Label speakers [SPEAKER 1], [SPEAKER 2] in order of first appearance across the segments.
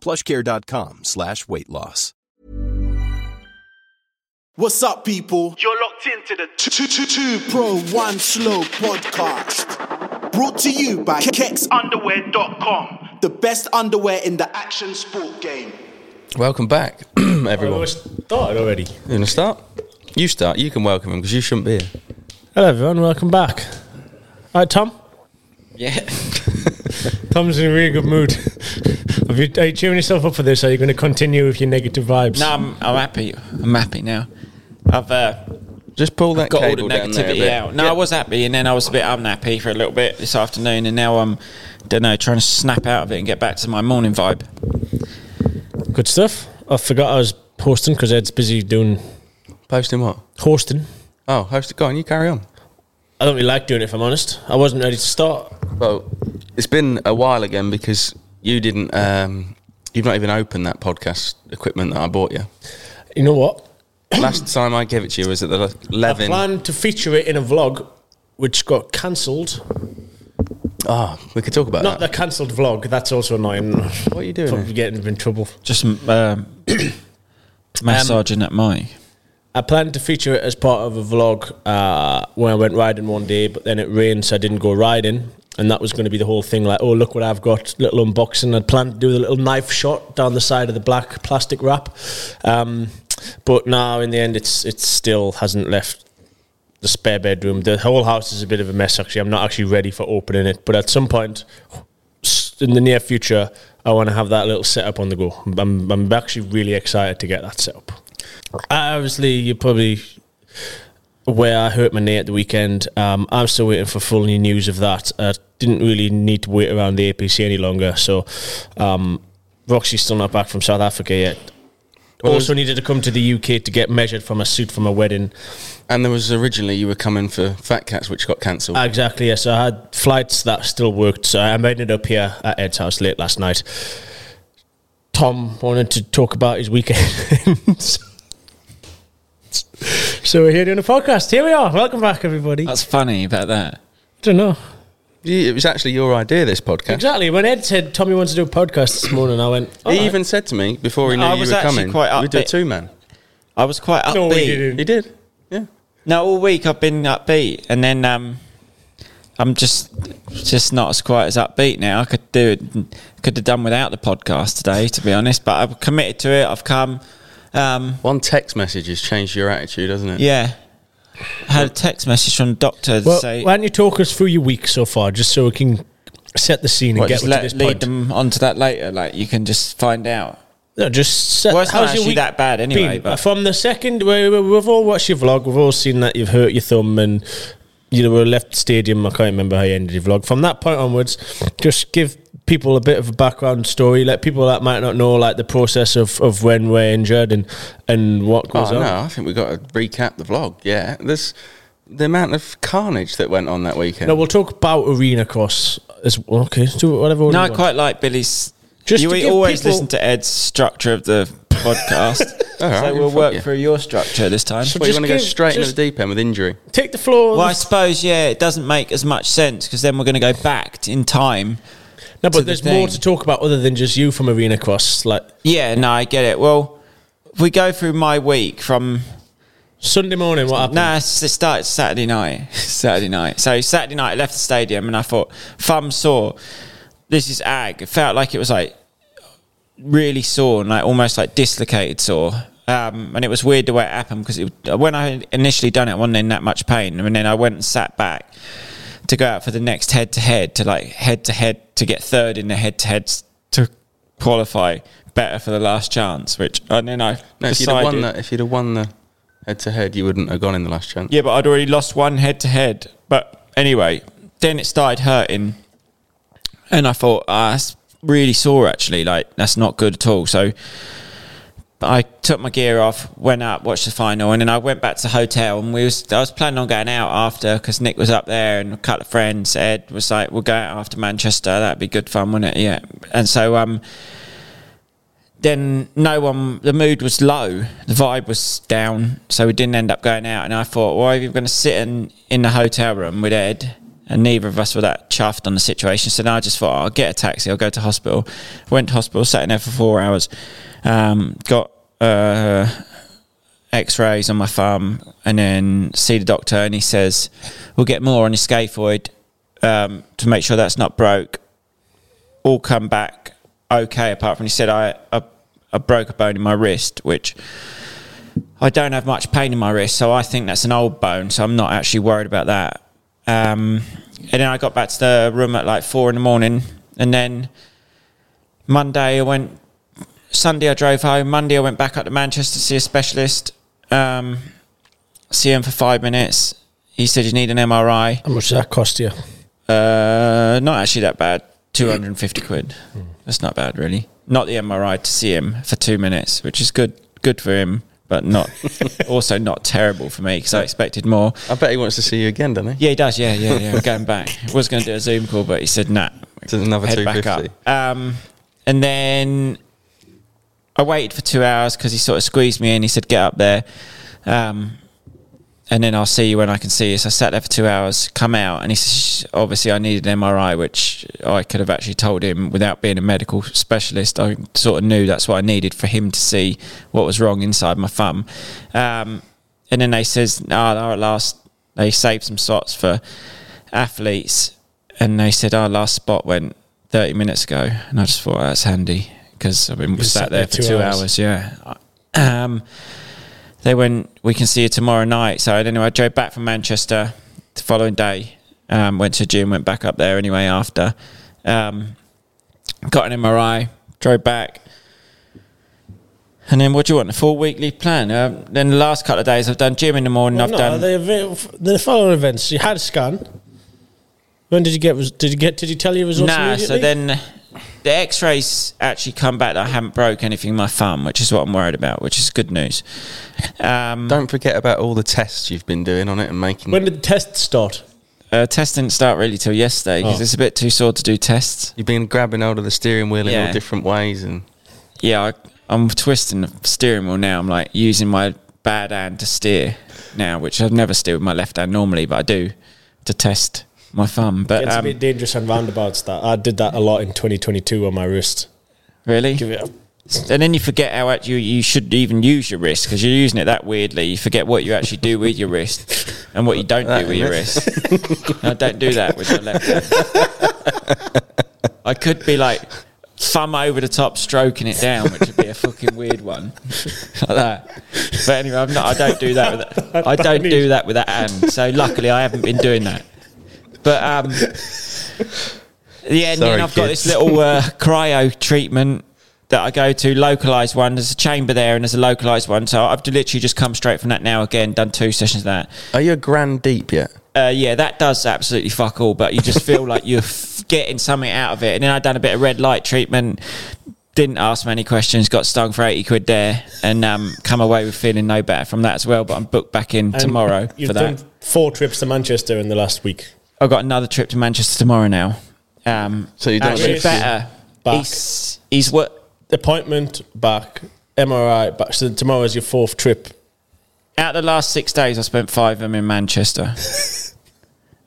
[SPEAKER 1] Plushcare.com slash weight loss.
[SPEAKER 2] What's up, people?
[SPEAKER 3] You're locked into the
[SPEAKER 2] Two, two, two, two Pro One Slow Podcast. Brought to you by Kex,
[SPEAKER 3] underwear.com.
[SPEAKER 2] the best underwear in the action sport game.
[SPEAKER 4] Welcome back, everyone.
[SPEAKER 5] started already.
[SPEAKER 4] You want to start? You start. You can welcome him because you shouldn't be here.
[SPEAKER 5] Hello, everyone. Welcome back. All right, Tom.
[SPEAKER 4] Yeah.
[SPEAKER 5] Tom's in a really good mood. Have you, are you cheering yourself up for this? Or are you going to continue with your negative vibes?
[SPEAKER 6] No, I'm, I'm happy. I'm happy now. I've uh,
[SPEAKER 4] Just pull that
[SPEAKER 6] got all the
[SPEAKER 4] cable down there a
[SPEAKER 6] negativity
[SPEAKER 4] bit.
[SPEAKER 6] out. No, I was happy, and then I was a bit unhappy for a little bit this afternoon, and now I'm, don't know, trying to snap out of it and get back to my morning vibe.
[SPEAKER 5] Good stuff. I forgot I was hosting because Ed's busy doing
[SPEAKER 4] Posting what?
[SPEAKER 5] hosting.
[SPEAKER 4] Oh, host it. Go on, you carry on.
[SPEAKER 5] I don't really like doing it, if I'm honest. I wasn't ready to start.
[SPEAKER 4] Well, it's been a while again because you didn't, um, you've not even opened that podcast equipment that I bought you.
[SPEAKER 5] You know what?
[SPEAKER 4] Last time I gave it to you was at the Le-
[SPEAKER 5] I
[SPEAKER 4] Levin.
[SPEAKER 5] planned to feature it in a vlog, which got cancelled.
[SPEAKER 4] Oh, we could talk about
[SPEAKER 5] Not the
[SPEAKER 4] that.
[SPEAKER 5] cancelled vlog. That's also annoying.
[SPEAKER 4] what are you doing?
[SPEAKER 5] Probably
[SPEAKER 4] here?
[SPEAKER 5] getting in trouble.
[SPEAKER 6] Just um, massaging at my.
[SPEAKER 5] I planned to feature it as part of a vlog uh, where I went riding one day, but then it rained, so I didn't go riding. And that was going to be the whole thing like, oh, look what I've got, little unboxing. I'd planned to do the little knife shot down the side of the black plastic wrap. Um, but now, in the end, it's it still hasn't left the spare bedroom. The whole house is a bit of a mess, actually. I'm not actually ready for opening it, but at some point s- in the near future, I want to have that little setup on the go. I'm, I'm actually really excited to get that set up. Uh, Obviously, you're probably aware I hurt my knee at the weekend. Um, I'm still waiting for full new news of that. I didn't really need to wait around the APC any longer. So, um, Roxy's still not back from South Africa yet.
[SPEAKER 4] Well,
[SPEAKER 5] also needed to come to the UK to get measured from a suit for my wedding.
[SPEAKER 4] And there was originally you were coming for Fat Cats, which got cancelled.
[SPEAKER 6] Uh,
[SPEAKER 5] Exactly. Yes, I had flights that still worked. So I ended up here at Ed's house late last night. Tom wanted to talk about his weekend. so we're here doing a podcast. Here we are. Welcome back, everybody. I
[SPEAKER 6] That's funny about that.
[SPEAKER 5] don't know.
[SPEAKER 4] You- it was actually your idea, this podcast.
[SPEAKER 5] Exactly. When Ed said Tommy wants to do a podcast this morning, I went. "Oh."
[SPEAKER 4] He even said to me before he knew
[SPEAKER 6] I
[SPEAKER 4] you
[SPEAKER 6] was
[SPEAKER 4] were
[SPEAKER 6] actually
[SPEAKER 4] coming,
[SPEAKER 6] quite
[SPEAKER 4] we do a
[SPEAKER 6] upbeat.
[SPEAKER 4] two man.
[SPEAKER 6] I was quite upbeat.
[SPEAKER 5] No, we didn't.
[SPEAKER 4] He did. Yeah.
[SPEAKER 6] No, all week I've been upbeat, and then um, I'm just just not as quite as upbeat now. I could do it, could have done without the podcast today, to be honest. But I've committed to it. I've come. Um,
[SPEAKER 4] One text message has changed your attitude, hasn't it?
[SPEAKER 6] yeah, I had a text message from the doctor to
[SPEAKER 5] Well,
[SPEAKER 6] say
[SPEAKER 5] why don't you talk us through your week so far, just so we can set the scene
[SPEAKER 6] Well,
[SPEAKER 5] and get
[SPEAKER 6] just
[SPEAKER 5] to
[SPEAKER 6] let,
[SPEAKER 5] this
[SPEAKER 6] lead
[SPEAKER 5] point?
[SPEAKER 6] them onto that later. Like you can just find out.
[SPEAKER 5] No, just set,
[SPEAKER 6] Well, it's not actually that bad anyway,
[SPEAKER 5] been?
[SPEAKER 6] but-
[SPEAKER 5] from the second, we, we, we've all watched your vlog. We've all seen that you've hurt your thumb and you know we left the stadium. I can't remember how you ended your vlog. From that point onwards, just give people a bit of a background story. Let people that might not know like the process of, of when we're injured and and what goes
[SPEAKER 4] Oh
[SPEAKER 5] on.
[SPEAKER 4] no, I think we've got to recap the vlog. Yeah, there's the amount of carnage that went on that weekend.
[SPEAKER 5] No, we'll talk about arena cross as well. Okay, let's do whatever. order
[SPEAKER 6] No,
[SPEAKER 5] you
[SPEAKER 6] I
[SPEAKER 5] want.
[SPEAKER 6] quite like Billy's.
[SPEAKER 5] Just
[SPEAKER 6] you
[SPEAKER 5] to
[SPEAKER 6] we
[SPEAKER 5] give
[SPEAKER 6] always
[SPEAKER 5] people-
[SPEAKER 6] listen to Ed's structure of the podcast,
[SPEAKER 4] All right,
[SPEAKER 6] so we'll
[SPEAKER 4] fuck
[SPEAKER 6] work
[SPEAKER 4] you.
[SPEAKER 6] through your structure this time.
[SPEAKER 4] Well, you
[SPEAKER 5] just
[SPEAKER 4] want to go
[SPEAKER 5] give-
[SPEAKER 4] straight into
[SPEAKER 5] just-
[SPEAKER 4] the deep end with injury?
[SPEAKER 5] take the floor.
[SPEAKER 6] Well, I suppose yeah, it doesn't make as much sense because then we're going to go back in time.
[SPEAKER 5] no, but
[SPEAKER 6] to the
[SPEAKER 5] there's more
[SPEAKER 6] thing.
[SPEAKER 5] to talk about other than just you from arena cross. Like
[SPEAKER 6] Yeah, no, I get it. Well, if we go through my week from
[SPEAKER 5] Sunday morning, what happened?
[SPEAKER 6] nah, s- it started Saturday night. Saturday night. So Saturday night, I left the stadium and I thought, thumb sore. This is ag. It felt like it was like really sore and like almost like dislocated sore. Um, and it was weird the way it happened because it, when I had initially done it, I wasn't in that much pain. And then I went and sat back to go out for the next head to head to like head to head to get third in the head to heads to qualify better for the last chance. Which and then I
[SPEAKER 4] No, if you'd have
[SPEAKER 6] decided,
[SPEAKER 4] won that, if you'd have won the head to head, you wouldn't have gone in the last chance.
[SPEAKER 6] yeah, but I'd already lost one head to head. But anyway, then it started hurting, and I thought, ah, that's really sore. Actually, like that's not good at all. So I took my gear off, went up, watched the final, and then I went back to the hotel. And we was I was planning on going out after because Nick was up there and a couple of friends. Ed was like, "We'll go out after Manchester. That'd be good fun, wouldn't it?" Yeah. And so um, then no one. The mood was low. The vibe was down, so we didn't end up going out. And I thought, well, if you're going to sit in in the hotel room with Ed. And neither of us were that chuffed on the situation. So then I just thought, I'll get a taxi, I'll go to hospital. Went to hospital, sat in there for four hours, um, got uh, x-rays on my thumb and then see the doctor and he says we'll get more on the scaphoid um, to make sure that's not broke all come back okay apart from he said I, I, I broke a bone in my wrist which i don't have much pain in my wrist so i think that's an old bone so i'm not actually worried about that um, and then i got back to the room at like four in the morning and then monday i went Sunday I drove home. Monday I went back up to Manchester to see a specialist. Um, see him for five minutes. He said you need an MRI.
[SPEAKER 5] How much does that cost you?
[SPEAKER 6] Uh, not actually that bad. Two hundred and fifty quid. That's not bad, really. Not the MRI to see him for two minutes, which is good. Good for him, but not also not terrible for me because I expected more.
[SPEAKER 4] I bet he wants to see you again, doesn't he?
[SPEAKER 6] Yeah, he does. Yeah, yeah, yeah. We're going back. Was going to do a Zoom call, but he said nah.
[SPEAKER 4] To another
[SPEAKER 6] head back
[SPEAKER 4] 250.
[SPEAKER 6] up. Um, and then I waited for two hours because he sort of squeezed me in. He said, "Get up there, um, and then I'll see you when I can see you." So I sat there for two hours, come out, and he says, "Shh." "Obviously, I needed an MRI, which I could have actually told him without being a medical specialist. I sort of knew that's what I needed for him to see what was wrong inside my thumb." Um, and then they says, "Ah, oh, at last they saved some slots for athletes," and they said, "Our last spot went." 30 minutes ago, and I just thought "Oh, that's handy because I've been sat, there for two hours. Yeah. Um, they went. We can see you tomorrow night. So anyway, I drove back from Manchester the following day. Um, went to the gym. Went back up there anyway after. Um, got an MRI. Drove back. And then what do you want? A full weekly plan. Um, then the last couple of days, I've done gym in the morning. I've
[SPEAKER 5] no,
[SPEAKER 6] done.
[SPEAKER 5] the, event- the following events. You had a scan. When did you get? res- Did you get? Did you tell your results?
[SPEAKER 6] Nah, so
[SPEAKER 5] immediately?
[SPEAKER 6] then the x rays actually come back that I haven't broke anything in my thumb, which is what I'm worried about, which is good news. Um,
[SPEAKER 4] Don't forget about all the tests you've been doing on it and making.
[SPEAKER 5] When did the test start?
[SPEAKER 6] uh, test didn't start really till yesterday because
[SPEAKER 5] Oh.
[SPEAKER 6] it's a bit too sore to do tests.
[SPEAKER 4] you've been grabbing hold of the steering wheel in
[SPEAKER 6] Yeah.
[SPEAKER 4] all different ways, and
[SPEAKER 6] Yeah, I, I'm twisting the steering wheel now. I'm like using my bad hand to steer now, which I'd never steer with my left hand normally, but I do to test my thumb. But
[SPEAKER 5] It's a
[SPEAKER 6] um,
[SPEAKER 5] bit dangerous on roundabouts. That I did that a lot in 2022 on my wrist.
[SPEAKER 6] really,
[SPEAKER 5] Give it up.
[SPEAKER 6] And then you forget how act- you, you should even use your wrist because you're using it that weirdly. You forget what you actually do with your wrist and what you don't do with your wrist. I don't do that with my left hand. I could be like thumb over the top, stroking it down, which would be a fucking weird one, like that. But anyway, I'm not, I don't do that. With that. I don't do that with that hand. So luckily, I haven't been doing that. But um, yeah, and then
[SPEAKER 4] Sorry,
[SPEAKER 6] I've got
[SPEAKER 4] kids.
[SPEAKER 6] this little uh, cryo treatment that I go to, localized one. There's a chamber there, and there's a localized one. So I've literally just come straight from that now. Again, done two sessions of that.
[SPEAKER 4] are you a grand deep yet?
[SPEAKER 6] Uh, yeah, that does absolutely fuck all, but you just feel like you're f- getting something out of it. And then I done a bit of red light treatment, didn't ask many questions, got stung for 80 quid there, and um, come away with feeling no better from that as well. But I'm booked back in
[SPEAKER 5] And
[SPEAKER 6] tomorrow
[SPEAKER 5] You've
[SPEAKER 6] for
[SPEAKER 5] done
[SPEAKER 6] that.
[SPEAKER 5] four trips to Manchester in the last week.
[SPEAKER 6] I've got another trip to Manchester tomorrow now. Um,
[SPEAKER 4] So you don't
[SPEAKER 6] actually
[SPEAKER 4] really-
[SPEAKER 6] better.
[SPEAKER 5] Back.
[SPEAKER 6] He's, he's what?
[SPEAKER 5] Appointment back, MRI back. So tomorrow is your fourth trip.
[SPEAKER 6] out of the last six days, I spent five of them in Manchester.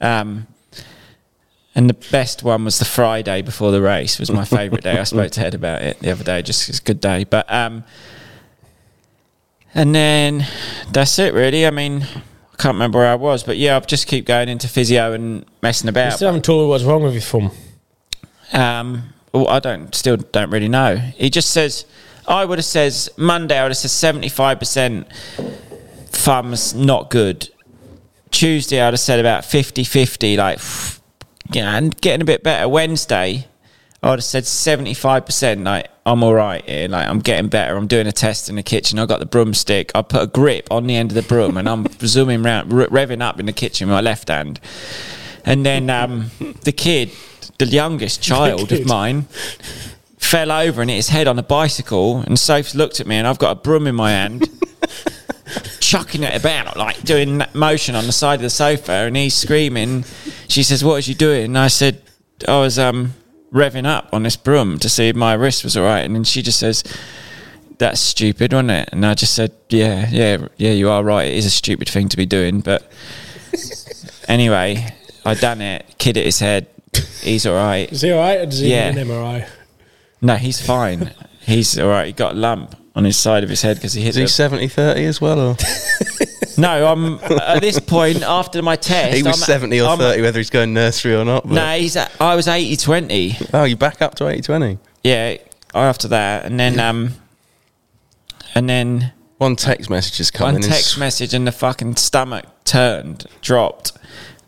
[SPEAKER 6] um, and the best one was the Friday before the race. Was my favourite day. I spoke to Ed about it the other day. Just it's a good day, but um, and then that's it really. I mean, I can't remember where I was, but yeah, I've just keep going into physio and messing
[SPEAKER 5] You
[SPEAKER 6] about.
[SPEAKER 5] still haven't told me what's wrong with your thumb.
[SPEAKER 6] Um, well, I don't still don't really know. He just says I would have says Monday. I would have said seventy five percent thumbs not good. Tuesday I would have said about 50-50, like yeah, and getting a bit better. Wednesday I would have said seventy five percent, like I'm all right here, like I'm getting better. I'm doing a test in the kitchen. I got the broomstick. I put a grip on the end of the broom, and I'm zooming round, re- revving up in the kitchen with my left hand. And then um, the kid, the youngest child of mine, fell over and hit his head on a bicycle. And Soph looked at me, and I've got a broom in my hand, chucking it about, like doing that motion on the side of the sofa. And he's screaming. She says, "What is you doing?" And I said, "I was um, revving up on this broom to see if my wrist was all right." And then she just says. That's stupid, wasn't it? And I just said, "Yeah, yeah, yeah, you are right. It is a stupid thing to be doing, but Anyway, I done it. Kid at his head. He's all right.
[SPEAKER 5] Is he all right? Or does he
[SPEAKER 6] Yeah.
[SPEAKER 5] need an MRI?
[SPEAKER 6] No, he's fine. He's all right. He got a lump on his side of his head because he hit.
[SPEAKER 4] Is he
[SPEAKER 6] The,
[SPEAKER 4] 70 30 as well? Or?
[SPEAKER 6] no, I'm at this point after my test.
[SPEAKER 4] he was
[SPEAKER 6] I'm-
[SPEAKER 4] 70 or
[SPEAKER 6] I'm-
[SPEAKER 4] 30, whether he's going nursery or not. But,
[SPEAKER 6] No, he's. At, I was 80 20.
[SPEAKER 4] Oh, you're back up to 80 20.
[SPEAKER 6] Yeah, after that, and then um, and then
[SPEAKER 4] One text message has come
[SPEAKER 6] one
[SPEAKER 4] in.
[SPEAKER 6] text message and the fucking stomach turned, dropped.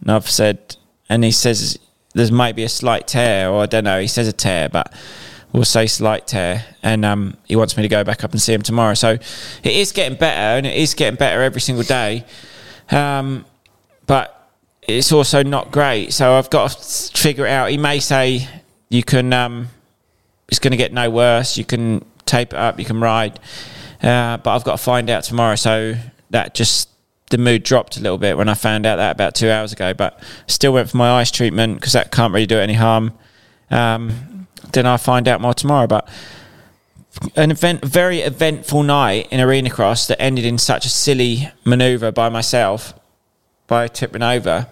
[SPEAKER 6] And I've said, and he says there's maybe a slight tear, or I don't know. He says a tear, but we'll say slight tear. And um, he wants me to go back up and see him tomorrow. So it is getting better, and it is getting better every single day. Um, but it's also not great. So I've got to figure it out. He may say you can. Um, it's going to get no worse. You can tape it up. You can ride. Uh, but I've got to find out tomorrow. So that just the mood dropped a little bit when I found out that about two hours ago. But still went for my ice treatment because that can't really do it any harm. Um, then I'll find out more tomorrow. But an event, very eventful night in arena cross that ended in such a silly manoeuvre by myself by tipping over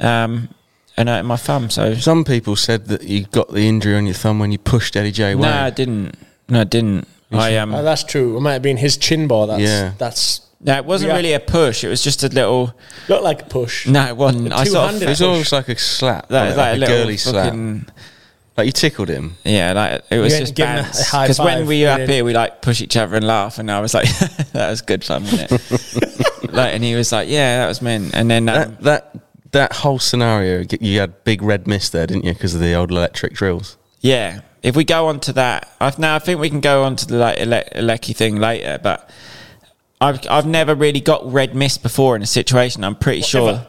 [SPEAKER 6] um, and hurting my thumb. So
[SPEAKER 4] Some people said that you got the injury on your thumb when you pushed Eddie J.
[SPEAKER 6] no, I
[SPEAKER 4] Wade.
[SPEAKER 6] didn't. No, I didn't. I um,
[SPEAKER 5] Oh, that's true. It might have been his chin bar. That's,
[SPEAKER 4] Yeah.
[SPEAKER 5] that's
[SPEAKER 6] No, it wasn't
[SPEAKER 5] Yeah.
[SPEAKER 6] really a push. It was just a little.
[SPEAKER 5] looked like a push.
[SPEAKER 6] No, it wasn't. I sort of.
[SPEAKER 5] two-handed
[SPEAKER 4] It was almost like a slap,
[SPEAKER 6] That,
[SPEAKER 4] like,
[SPEAKER 6] like
[SPEAKER 4] a,
[SPEAKER 6] a little
[SPEAKER 4] girly slap.
[SPEAKER 6] fucking-
[SPEAKER 4] Like you tickled him.
[SPEAKER 6] Yeah, like it was
[SPEAKER 5] You
[SPEAKER 6] just
[SPEAKER 5] giving a
[SPEAKER 6] balance.
[SPEAKER 5] high
[SPEAKER 6] Because when
[SPEAKER 5] five,
[SPEAKER 6] we were
[SPEAKER 5] you
[SPEAKER 6] up
[SPEAKER 5] didn't.
[SPEAKER 6] here, we like push each other and laugh, and I was like, "That was good fun, wasn't it?" like, and he was like, "Yeah, that was meant." And then um,
[SPEAKER 4] That that that whole scenario, g- you had big red mist there, didn't you? Because of the old electric drills.
[SPEAKER 6] Yeah. If we go on to that, I've now I think we can go on to the like ele- Lecky thing later, but I've I've never really got red mist before in a situation. I'm pretty sure.
[SPEAKER 5] Whatever.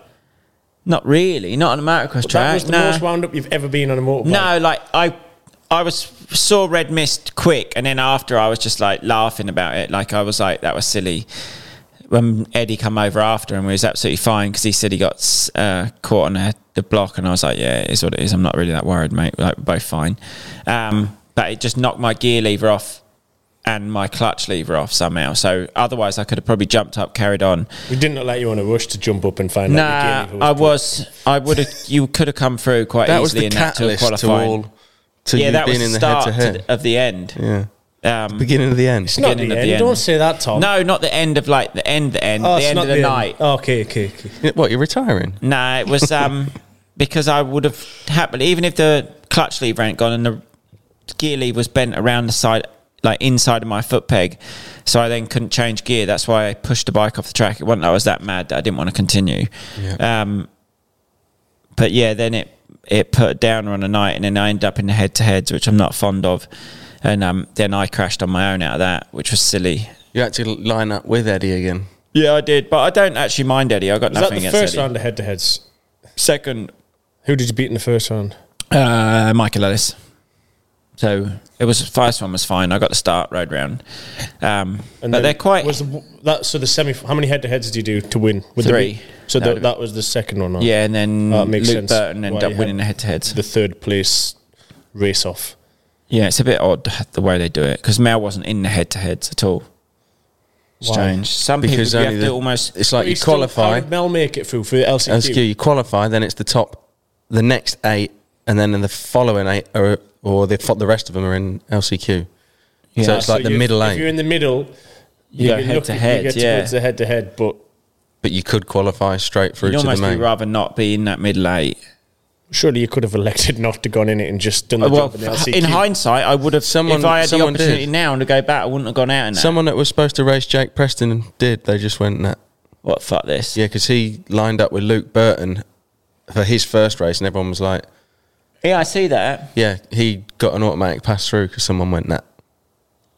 [SPEAKER 6] Not really, not on a motocross track.
[SPEAKER 5] That was the
[SPEAKER 6] no.
[SPEAKER 5] most wound up you've ever been on a motorbike.
[SPEAKER 6] No, like I, I was saw red mist quick, and then after I was just like laughing about it. Like I was like, that was silly. When Eddie come over after, and we was absolutely fine because he said he got uh, caught on the- the block, and I was like, yeah, it is what it is. I'm not really that worried, mate. Like we're both fine. Um, but it just knocked my gear lever off and my clutch lever off somehow. So otherwise, I could have probably jumped up, carried on.
[SPEAKER 5] We didn't let you on a rush to jump up and find out.
[SPEAKER 6] nah, I was. I would have. You could have come through quite
[SPEAKER 4] That was
[SPEAKER 6] easily
[SPEAKER 4] the
[SPEAKER 6] in that to have
[SPEAKER 4] catalyst to,
[SPEAKER 6] qualified
[SPEAKER 4] all to you being in the head to head.
[SPEAKER 6] the- of the end.
[SPEAKER 4] Yeah,
[SPEAKER 6] Um,
[SPEAKER 4] beginning of the end.
[SPEAKER 5] It's not the
[SPEAKER 6] beginning
[SPEAKER 5] end.
[SPEAKER 6] of the end.
[SPEAKER 5] Don't say that, Tom.
[SPEAKER 6] no, not the end of like the end, the end,
[SPEAKER 5] Oh,
[SPEAKER 6] the
[SPEAKER 5] it's
[SPEAKER 6] end
[SPEAKER 5] not
[SPEAKER 6] of the, night.
[SPEAKER 5] Okay, okay, okay.
[SPEAKER 4] Yeah, What you're retiring?
[SPEAKER 6] No, it was um, because I would have happily, even if the clutch lever ain't gone and the gear lever was bent around the side, like inside of my foot peg, so I then couldn't change gear. That's why I pushed the bike off the track. It wasn't that I was that mad that I didn't want to continue. Um, but yeah, then it it put a downer on the night, and then I ended up in the head to heads, which I'm not fond of. And um, then I crashed on my own out of that, which was silly.
[SPEAKER 4] You had to line up with Eddie again.
[SPEAKER 6] Yeah, I did, but I don't actually mind Eddie. I got
[SPEAKER 5] Was that
[SPEAKER 6] nothing
[SPEAKER 5] the
[SPEAKER 6] against
[SPEAKER 5] first
[SPEAKER 6] Eddie.
[SPEAKER 5] round of head to heads?
[SPEAKER 6] Second,
[SPEAKER 5] Who did you beat in the first round?
[SPEAKER 6] Uh, Michael Ellis. So it was first one was fine. I got the start road round, um, but
[SPEAKER 5] then
[SPEAKER 6] they're quite.
[SPEAKER 5] Was the, that so? The semi. How many head to heads did you do to win? Would there
[SPEAKER 6] Three.
[SPEAKER 5] be- so
[SPEAKER 6] That'd
[SPEAKER 5] that,
[SPEAKER 6] be-
[SPEAKER 5] that was the second one. or
[SPEAKER 6] yeah, and then
[SPEAKER 5] Oh, it makes
[SPEAKER 6] Luke
[SPEAKER 5] sense
[SPEAKER 6] Burton ended
[SPEAKER 5] why
[SPEAKER 6] up
[SPEAKER 5] he
[SPEAKER 6] winning
[SPEAKER 5] had
[SPEAKER 6] the head to heads.
[SPEAKER 5] The third place race off.
[SPEAKER 6] Yeah, it's a bit odd the way they do it because Mel wasn't in the head to heads at all. It's
[SPEAKER 5] Why?
[SPEAKER 6] Strange. Some
[SPEAKER 4] Because
[SPEAKER 6] people you
[SPEAKER 4] only
[SPEAKER 6] have to
[SPEAKER 4] the-
[SPEAKER 6] almost.
[SPEAKER 4] It's like
[SPEAKER 5] But he
[SPEAKER 4] you
[SPEAKER 5] still-
[SPEAKER 4] qualify.
[SPEAKER 5] How did Mel make it through for the LCQ?
[SPEAKER 4] LCQ, you qualify, then it's the top, the next eight, and then the following eight, or, or the, fo- the rest of them are in LCQ. So it's
[SPEAKER 5] So
[SPEAKER 4] like the
[SPEAKER 5] you-
[SPEAKER 4] middle
[SPEAKER 5] If you're
[SPEAKER 4] eight,
[SPEAKER 5] in the middle, you,
[SPEAKER 6] go
[SPEAKER 5] can
[SPEAKER 6] head
[SPEAKER 5] look
[SPEAKER 6] to
[SPEAKER 5] at-
[SPEAKER 6] head,
[SPEAKER 5] You get
[SPEAKER 6] yeah.
[SPEAKER 5] towards the head to head, but
[SPEAKER 4] but you could qualify straight through
[SPEAKER 6] You'd
[SPEAKER 4] to the
[SPEAKER 6] almost be
[SPEAKER 4] main.
[SPEAKER 6] rather not be in that middle eight.
[SPEAKER 5] surely you could have elected not to gone in it and just done the
[SPEAKER 6] well,
[SPEAKER 5] job in the LCQ.
[SPEAKER 6] in hindsight, I would have.
[SPEAKER 4] Someone-
[SPEAKER 6] if I had the
[SPEAKER 4] someone did.
[SPEAKER 6] opportunity now to go back, I wouldn't have gone out in that.
[SPEAKER 4] Someone that was supposed to race Jake Preston did. They just went that.
[SPEAKER 6] what? Fuck this.
[SPEAKER 4] Yeah, because he lined up with Luke Burton for his first race, and everyone was like,
[SPEAKER 6] yeah, I see that.
[SPEAKER 4] "Yeah, he got an automatic pass through because someone went that."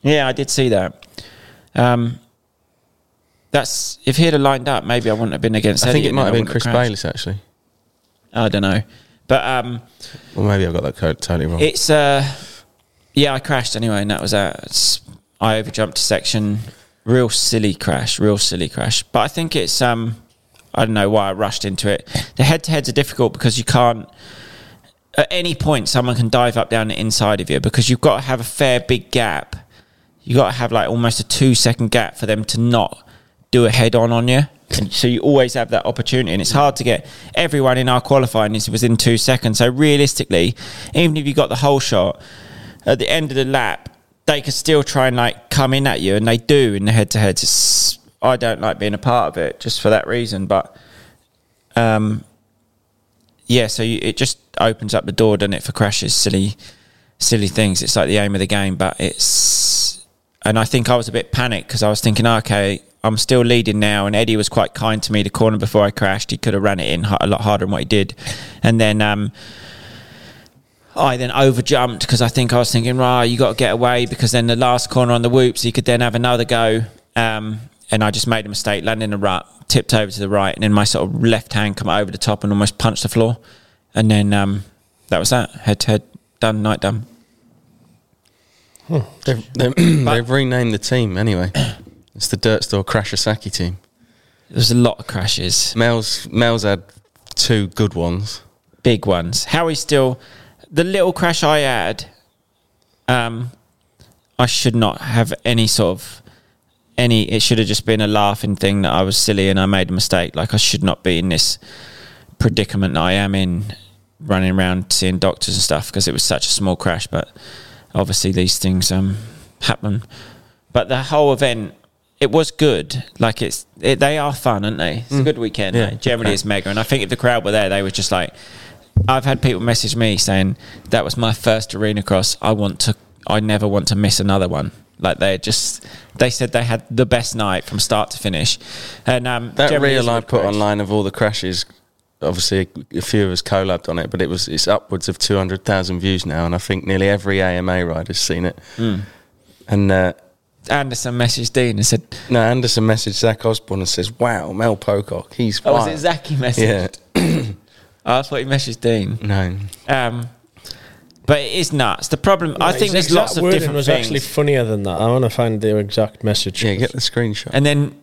[SPEAKER 6] Yeah, I did see that. Um, that's if he'd have lined up, maybe I wouldn't have been against.
[SPEAKER 4] I think
[SPEAKER 6] Eddie
[SPEAKER 4] it
[SPEAKER 6] and
[SPEAKER 4] might
[SPEAKER 6] then
[SPEAKER 4] have
[SPEAKER 6] I
[SPEAKER 4] been
[SPEAKER 6] wouldn't
[SPEAKER 4] Chris
[SPEAKER 6] crashed.
[SPEAKER 4] Bayliss actually,
[SPEAKER 6] I don't know, but um,
[SPEAKER 4] or maybe I got that co- totally wrong.
[SPEAKER 6] it's uh, yeah, I crashed anyway, and that was that. It's- I overjumped a section. Real silly crash, real silly crash. But I think it's um, I don't know why I rushed into it. The head to heads are difficult because you can't. At any point, someone can dive up down the inside of you because you've got to have a fair big gap. You got to have like almost a two second gap for them to not do a head on on you. And so you always have that opportunity, and it's hard to get everyone in our qualifying is within two seconds. So realistically, even if you got the whole shot, at the end of the lap, they could still try and like come in at you, and they do in the head to heads. It's I don't like being a part of it just for that reason, but um, yeah. So you, it just opens up the door, doesn't it, for crashes, silly, silly things. It's like the aim of the game, but it's and I think I was a bit panicked because I was thinking, "Ah, okay, I'm still leading now, and Eddie was quite kind to me. The corner before I crashed, he could have ran it in h- a lot harder than what he did, and then um, I then overjumped because I think I was thinking, right, you got to get away because then the last corner on the whoops, you could then have another go. Um, and I just made a mistake, landed in a rut, tipped over to the right, and then my sort of left hand come over the top and almost punched the floor. And then um, that was that. Head to head, done, night done.
[SPEAKER 4] They've, they've, they've renamed the team anyway. It's the Dirt Store Crashasaki team.
[SPEAKER 6] There was a lot of crashes,
[SPEAKER 4] Mel's Mel's had two good ones.
[SPEAKER 6] big ones. Howie's still the little crash I had. Um, I should not have any sort of any. It should have just been a laughing thing that I was silly and I made a mistake. Like I should not be in this predicament that I am in, running around seeing doctors and stuff because it was such a small crash. But obviously these things um happen. But the whole event. It was good. Like it's, it, they are fun, aren't they? It's a good weekend.
[SPEAKER 4] Mm. Yeah.
[SPEAKER 6] eh? Generally, it's mega. And I think if the crowd were there, they were just like, I've had people message me saying that was my first arena cross. I want to. I never want to miss another one. Like they just, they said they had the best night from start to finish, and um,
[SPEAKER 4] That
[SPEAKER 6] generally
[SPEAKER 4] reel
[SPEAKER 6] it's
[SPEAKER 4] I
[SPEAKER 6] all
[SPEAKER 4] put
[SPEAKER 6] great.
[SPEAKER 4] online of all the crashes, obviously a, a few of us collabed on it, but it was it's upwards of two hundred thousand views now, and I think nearly every AMA rider's seen it.
[SPEAKER 6] Hmm.
[SPEAKER 4] And uh,
[SPEAKER 6] Anderson messaged Dean and said,
[SPEAKER 4] no, Anderson messaged Zach Osborne and says, "Wow, Mel Pocock, he's
[SPEAKER 6] "Oh, was
[SPEAKER 4] wild."
[SPEAKER 6] it Zach he messaged?"
[SPEAKER 4] Yeah,
[SPEAKER 6] I thought he messaged Dean.
[SPEAKER 4] no,
[SPEAKER 6] Um, but it is nuts. The problem, I think, there's lots of different
[SPEAKER 5] was
[SPEAKER 6] things.
[SPEAKER 5] actually funnier than that. I want to find the exact message.
[SPEAKER 4] yeah, get the screenshot.
[SPEAKER 6] and then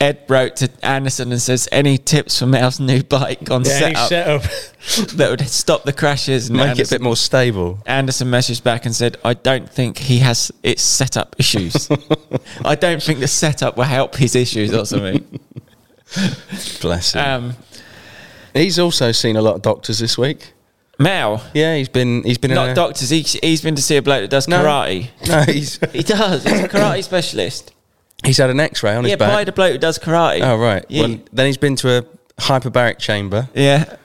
[SPEAKER 6] Ed wrote to Anderson and says, "Any tips for Mel's new bike on
[SPEAKER 5] Yeah, any
[SPEAKER 6] setup that would stop the crashes?" And
[SPEAKER 4] Make it a
[SPEAKER 6] Anderson-
[SPEAKER 4] bit more stable.
[SPEAKER 6] Anderson messaged back and said, I don't think he has its setup issues. I don't think the setup will help his issues or something.
[SPEAKER 4] Bless him.
[SPEAKER 6] Um,
[SPEAKER 4] he's also seen a lot of doctors this week.
[SPEAKER 6] Mel,
[SPEAKER 4] Yeah, he's been he's been in
[SPEAKER 6] not
[SPEAKER 4] a,
[SPEAKER 6] doctors, he, he's been to see a bloke that does
[SPEAKER 4] No.
[SPEAKER 6] karate.
[SPEAKER 4] No, he's
[SPEAKER 6] He does, he's a karate specialist.
[SPEAKER 4] he's had an X-ray on
[SPEAKER 6] Yeah,
[SPEAKER 4] his back.
[SPEAKER 6] by the bloke who does karate.
[SPEAKER 4] Oh right.
[SPEAKER 6] Yeah.
[SPEAKER 4] Well, then he's been to a hyperbaric chamber.
[SPEAKER 6] yeah.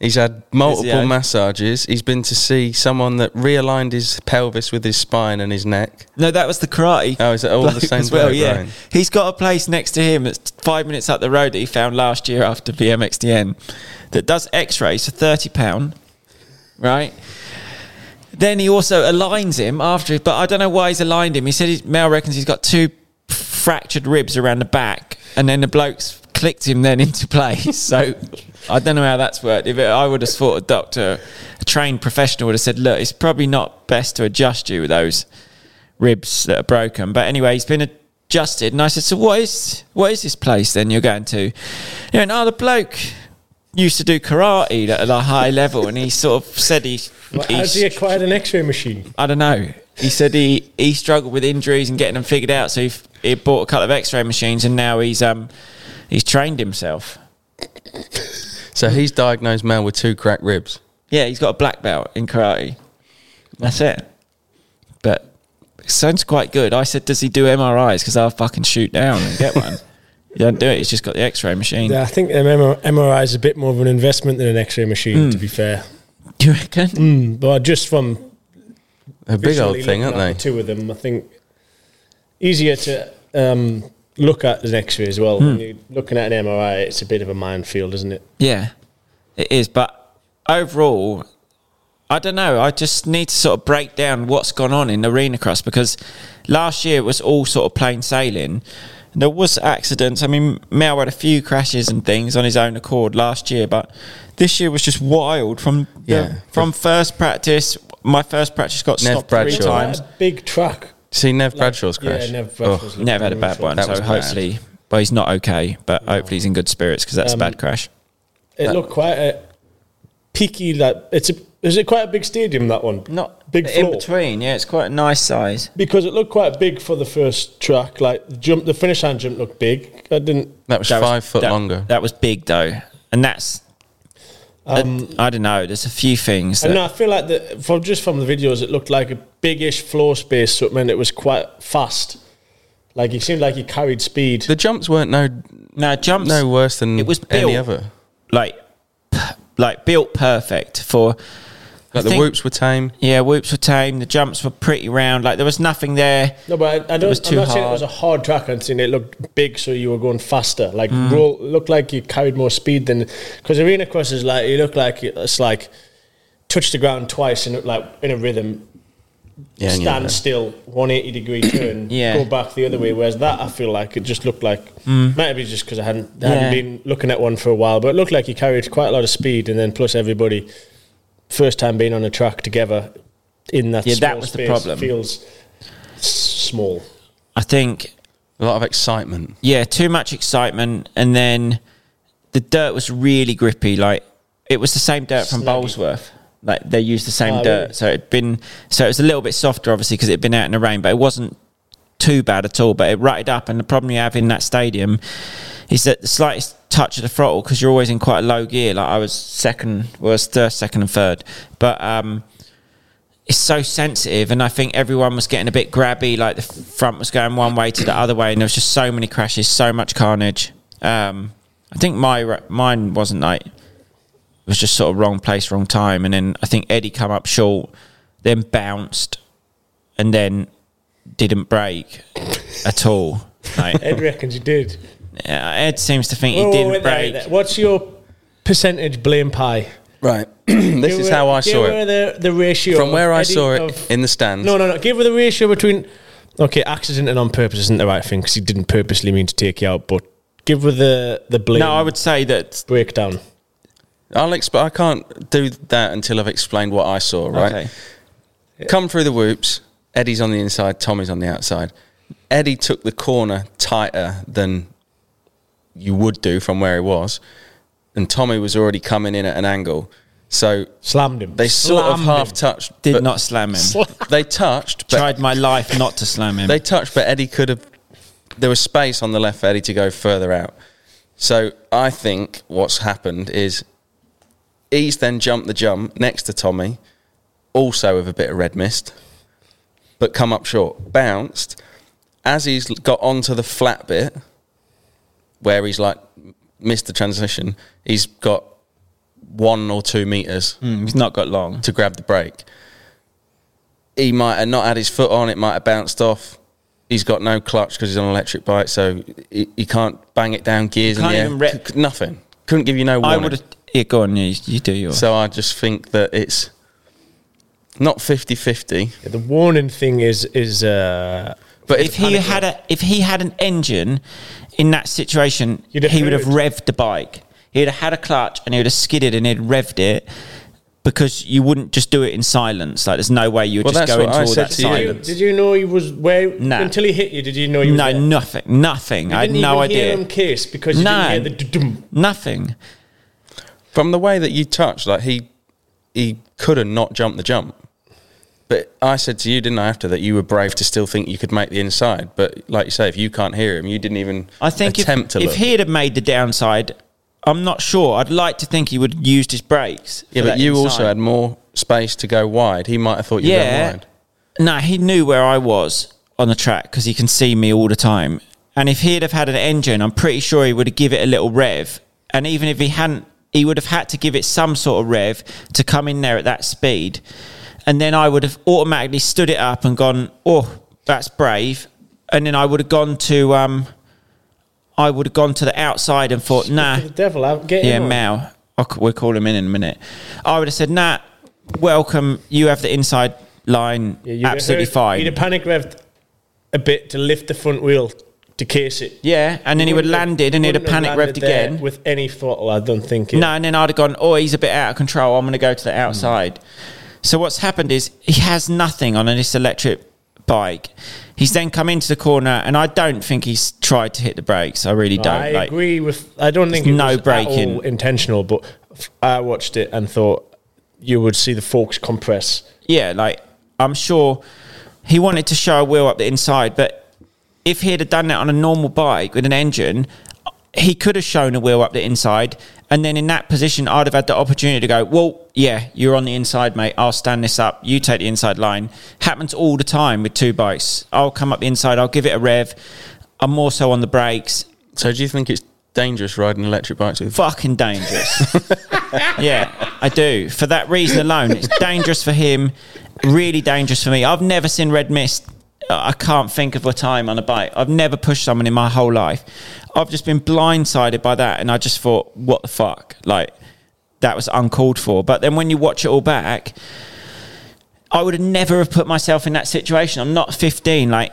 [SPEAKER 4] He's had multiple
[SPEAKER 6] Physio.
[SPEAKER 4] massages. He's been to see someone that realigned his pelvis with his spine and his neck.
[SPEAKER 6] No, that was the karate.
[SPEAKER 4] Oh, is it all
[SPEAKER 6] bloke
[SPEAKER 4] the same
[SPEAKER 6] as well?
[SPEAKER 4] bloke,
[SPEAKER 6] Yeah,
[SPEAKER 4] right.
[SPEAKER 6] he's got a place next to him that's five minutes up the road that he found last year after BMXDN that does X-rays for thirty pound, right? Then he also aligns him after, but I don't know why he's aligned him. He said he's, Mel reckons he's got two fractured ribs around the back, and then the blokes clicked him then into place. So I don't know how that's worked. If it, I would have thought a doctor, a trained professional, would have said, "Look, it's probably not best to adjust you with those." ribs that are broken. But anyway, he's been adjusted. And I said, So what is what is this place then you're going to? And he went, Oh, the bloke used to do karate at a high level and he sort of said he, he
[SPEAKER 5] Has he acquired an X-ray machine?
[SPEAKER 6] I don't know. He said he, he struggled with injuries and getting them figured out, so he, f- he bought a couple of X-ray machines, and now he's um he's trained himself.
[SPEAKER 4] So
[SPEAKER 6] Hmm.
[SPEAKER 4] he's diagnosed Mel with two cracked ribs.
[SPEAKER 6] Yeah, he's got a black belt in karate. That's it. But it sounds quite good. I said, does he do MRIs? Because I'll fucking shoot down and get one. you don't do it. He's just got the X-ray machine.
[SPEAKER 5] Yeah, I think an MR- MRI is a bit more of an investment than an X-ray machine.
[SPEAKER 4] Hmm.
[SPEAKER 5] To be fair,
[SPEAKER 6] Do you reckon?
[SPEAKER 5] but just from
[SPEAKER 4] A big old
[SPEAKER 5] visually
[SPEAKER 4] thing,
[SPEAKER 5] looking
[SPEAKER 4] aren't
[SPEAKER 5] at
[SPEAKER 4] they?
[SPEAKER 5] the Two of them, I think, easier to um, look at as an X-ray as well.
[SPEAKER 4] Hmm.
[SPEAKER 5] When you're looking at an MRI, it's a bit of a minefield, isn't it?
[SPEAKER 6] Yeah, it is. But overall, I don't know. I just need to sort of break down what's gone on in arena cross because last year it was all sort of plain sailing. There was accidents. I mean, Mel had a few crashes and things on his own accord last year, but this year was just wild from the-
[SPEAKER 4] Yeah.
[SPEAKER 6] from first practice. my first practice got
[SPEAKER 4] Nev
[SPEAKER 6] stopped three
[SPEAKER 4] Bradshaw.
[SPEAKER 6] times.
[SPEAKER 5] What a big track.
[SPEAKER 4] See Nev Bradshaw's crash.
[SPEAKER 5] Yeah, Nev
[SPEAKER 4] Oh,
[SPEAKER 5] Bradshaw's
[SPEAKER 6] Never had a bad one,
[SPEAKER 4] That
[SPEAKER 6] so
[SPEAKER 4] was bad.
[SPEAKER 6] hopefully, well, he's not okay, but hopefully he's in good spirits because
[SPEAKER 4] Um,
[SPEAKER 6] that's a bad crash.
[SPEAKER 5] It looked quite a peaky. Like it's a is it quite a big stadium that one?
[SPEAKER 6] Not
[SPEAKER 5] big
[SPEAKER 6] in
[SPEAKER 5] floor.
[SPEAKER 6] between. Yeah, it's quite a nice size.
[SPEAKER 5] because it looked quite big for the first track. Like the jump, the finish hand jump looked big. I didn't.
[SPEAKER 4] that was
[SPEAKER 6] That was-
[SPEAKER 4] five foot
[SPEAKER 6] that-
[SPEAKER 4] longer.
[SPEAKER 6] That was big though, and that's. I, don't know. There's a few things. That,
[SPEAKER 5] Um, And I feel like the from just from the videos, it looked like a biggish floor space. So it meant it was quite fast. Like he seemed like he carried speed.
[SPEAKER 4] the jumps weren't no
[SPEAKER 6] no jumps.
[SPEAKER 4] no worse than
[SPEAKER 6] It was
[SPEAKER 4] any
[SPEAKER 6] built.
[SPEAKER 4] other.
[SPEAKER 6] like p- like built perfect for I
[SPEAKER 4] Like the
[SPEAKER 6] think-
[SPEAKER 4] whoops were tame.
[SPEAKER 6] Yeah, whoops were tame. The jumps were pretty round. Like there was nothing there.
[SPEAKER 5] no, but I, I don't.
[SPEAKER 6] was
[SPEAKER 5] I'm
[SPEAKER 6] too
[SPEAKER 5] not saying it was a
[SPEAKER 6] hard.
[SPEAKER 5] hard track. I'm saying it looked big, so you were going faster. Like
[SPEAKER 6] Mm.
[SPEAKER 5] roll, looked like you carried more speed than because arena cross is like you look like it's like touch the ground twice and like in a rhythm
[SPEAKER 4] Yeah, and
[SPEAKER 5] stand
[SPEAKER 4] yeah.
[SPEAKER 5] still, 180 degree turn,
[SPEAKER 6] Yeah. Mm.
[SPEAKER 5] go back the other way. Whereas that, I feel like it just looked like maybe just because I hadn't,
[SPEAKER 6] Yeah.
[SPEAKER 5] hadn't been looking at one for a while, but it looked like he carried quite a lot of speed. And then plus everybody, first time being on a track together in that
[SPEAKER 6] Yeah, that
[SPEAKER 5] small
[SPEAKER 6] was the
[SPEAKER 5] space
[SPEAKER 6] problem.
[SPEAKER 5] feels s- small.
[SPEAKER 6] I think
[SPEAKER 4] a lot of excitement.
[SPEAKER 6] yeah, too much excitement, and then the dirt was really grippy. Like it was the same dirt from Bolesworth. Like they used the same
[SPEAKER 5] Oh,
[SPEAKER 6] dirt,
[SPEAKER 5] really?
[SPEAKER 6] so it'd been so it was a little bit softer, obviously, because it'd been out in the rain, but it wasn't too bad at all. But it rutted up, and the problem you have in that stadium is that the slightest touch of the throttle, because you're always in quite low gear. Like I was second, well, I was third, second, and third, but um, it's so sensitive and i think everyone was getting a bit grabby like the front was going one way to the other way and there was just so many crashes so much carnage um, i think my ra- mine wasn't like it was just sort of wrong place wrong time and then i think eddie come up short then bounced and then didn't break at all like,
[SPEAKER 5] Ed reckons you did.
[SPEAKER 6] yeah, ed seems to think he
[SPEAKER 5] Whoa,
[SPEAKER 6] didn't
[SPEAKER 5] wait there,
[SPEAKER 6] break
[SPEAKER 5] there. What's your percentage blame pie?
[SPEAKER 4] Right. this is
[SPEAKER 5] Give her-
[SPEAKER 4] how I saw
[SPEAKER 5] give her
[SPEAKER 4] it.
[SPEAKER 5] The, the ratio
[SPEAKER 4] From where I
[SPEAKER 5] Eddie-
[SPEAKER 4] saw it
[SPEAKER 5] of-
[SPEAKER 4] in the stands.
[SPEAKER 5] No, no, no. Give her the ratio between. Okay, accident and on purpose isn't the right thing because he didn't purposely mean to take you out, but give her the the blame
[SPEAKER 6] no i would say that
[SPEAKER 5] breakdown.
[SPEAKER 4] I'll exp- I can't do that until I've explained what I saw, right?
[SPEAKER 6] okay
[SPEAKER 4] Come through the whoops. Eddie's on the inside, Tommy's on the outside. Eddie took the corner tighter than you would do from where he was, and Tommy was already coming in at an angle. So
[SPEAKER 5] Slammed him.
[SPEAKER 4] they sort of
[SPEAKER 6] Slammed
[SPEAKER 4] half
[SPEAKER 6] him.
[SPEAKER 4] touched.
[SPEAKER 6] did
[SPEAKER 4] but-
[SPEAKER 6] not slam him
[SPEAKER 4] They touched, but
[SPEAKER 6] tried my life not to slam him
[SPEAKER 4] They touched, but Eddie could have. There was space on the left for Eddie to go further out. So I think what's happened is he's then jumped the jump next to Tommy, also with a bit of red mist, but come up short, bounced. As he's got onto the flat bit, where he's like missed the transition, he's got one or two meters
[SPEAKER 6] Mm, he's not got long
[SPEAKER 4] to grab the brake. He might have not had his foot on, it might have bounced off. He's got no clutch because he's on an electric bike, so he, he can't bang it down gears in
[SPEAKER 6] Can't
[SPEAKER 4] the
[SPEAKER 6] even
[SPEAKER 4] air.
[SPEAKER 6] rep-
[SPEAKER 4] C- c- nothing. Couldn't give you no
[SPEAKER 6] I
[SPEAKER 4] warning.
[SPEAKER 6] would have. Yeah, go on. You, you do yours.
[SPEAKER 4] so I just think that it's not 50 50.
[SPEAKER 5] the warning thing is is uh,
[SPEAKER 4] But
[SPEAKER 6] if he had a, if he had an engine in that situation,
[SPEAKER 5] You'd have
[SPEAKER 6] he would have
[SPEAKER 5] hooted.
[SPEAKER 6] revved the bike. He'd have had a clutch and he would have skidded and he'd revved it because you wouldn't just do it in silence. Like there's no way you would
[SPEAKER 4] Well,
[SPEAKER 6] just
[SPEAKER 4] that's
[SPEAKER 6] go
[SPEAKER 4] what
[SPEAKER 6] into
[SPEAKER 4] I
[SPEAKER 6] all
[SPEAKER 4] said
[SPEAKER 6] that
[SPEAKER 4] to you.
[SPEAKER 5] did you,
[SPEAKER 6] silence.
[SPEAKER 5] did you know he was where
[SPEAKER 6] Nah.
[SPEAKER 5] until he hit you? Did you know you
[SPEAKER 6] No,
[SPEAKER 5] was there?
[SPEAKER 6] nothing, nothing.
[SPEAKER 5] You
[SPEAKER 6] I had
[SPEAKER 5] didn't
[SPEAKER 6] no
[SPEAKER 5] even hear him
[SPEAKER 6] idea.
[SPEAKER 5] kiss because you
[SPEAKER 6] No.
[SPEAKER 5] didn't hear the dum.
[SPEAKER 6] Nothing.
[SPEAKER 4] From the way that you touched, like he, he could have not jumped the jump. But I said to you, didn't I, after that, you were brave to still think you could make the inside. But like you say, if you can't hear him, you didn't even
[SPEAKER 6] I think if,
[SPEAKER 4] attempt to
[SPEAKER 6] if
[SPEAKER 4] look.
[SPEAKER 6] he'd have made the downside, I'm not sure. I'd like to think he would have used his brakes.
[SPEAKER 4] Yeah,
[SPEAKER 6] for
[SPEAKER 4] but
[SPEAKER 6] that
[SPEAKER 4] you
[SPEAKER 6] inside.
[SPEAKER 4] also had more space to go wide. He might have thought you were going wide.
[SPEAKER 6] No, he knew where I was on the track because he can see me all the time. And if he'd have had an engine, I'm pretty sure he would have give it a little rev. And even if he hadn't, he would have had to give it some sort of rev to come in there at that speed. And then I would have automatically stood it up and gone, oh, that's brave. And then I would have gone to, um, I would have gone to the outside and thought, nah,
[SPEAKER 5] The devil, i get
[SPEAKER 6] yeah,
[SPEAKER 5] him on.
[SPEAKER 6] Mal. I'll c- We'll call him in in a minute. I would have said, nah, welcome. You have the inside line.
[SPEAKER 5] Yeah, you'd have
[SPEAKER 6] Absolutely
[SPEAKER 5] heard- You'd
[SPEAKER 6] fine.
[SPEAKER 5] have panic revved a bit to lift the front wheel to case it.
[SPEAKER 6] Yeah, and then he would have landed and he'd have
[SPEAKER 5] Wouldn't
[SPEAKER 6] panic revved
[SPEAKER 5] landed there
[SPEAKER 6] again.
[SPEAKER 5] with any throttle. I don't think. it- Hmm.
[SPEAKER 6] No, and then I'd have gone, oh, he's a bit out of control. I'm going to go to the outside. So what's happened is he has nothing on this electric bike. He's then come into the corner, and I don't think he's tried to hit the brakes. I really don't.
[SPEAKER 5] I
[SPEAKER 6] like,
[SPEAKER 5] agree with. I don't think it
[SPEAKER 6] There's no
[SPEAKER 5] was at
[SPEAKER 6] braking.
[SPEAKER 5] all intentional, but f- I watched it and thought you would see the forks compress.
[SPEAKER 6] yeah, like I'm sure he wanted to show a wheel up the inside, but if he'd have done that on a normal bike with an engine, he could have shown a wheel up the inside. And then in that position, I'd have had the opportunity to go, well, yeah, you're on the inside, mate. I'll stand this up. You take the inside line. Happens all the time with two bikes. I'll come up the inside. I'll give it a rev. I'm more so on the brakes.
[SPEAKER 4] So do you think it's dangerous riding electric bikes with?
[SPEAKER 6] Fucking dangerous. yeah, I do. For that reason alone, it's dangerous for him, really dangerous for me. I've never seen red mist. I can't think of a time on a bike. I've never pushed someone in my whole life. I've just been blindsided by that, and I just thought, what the fuck? Like, that was uncalled for. But then when you watch it all back, I would have never have put myself in that situation. I'm not 15. Like,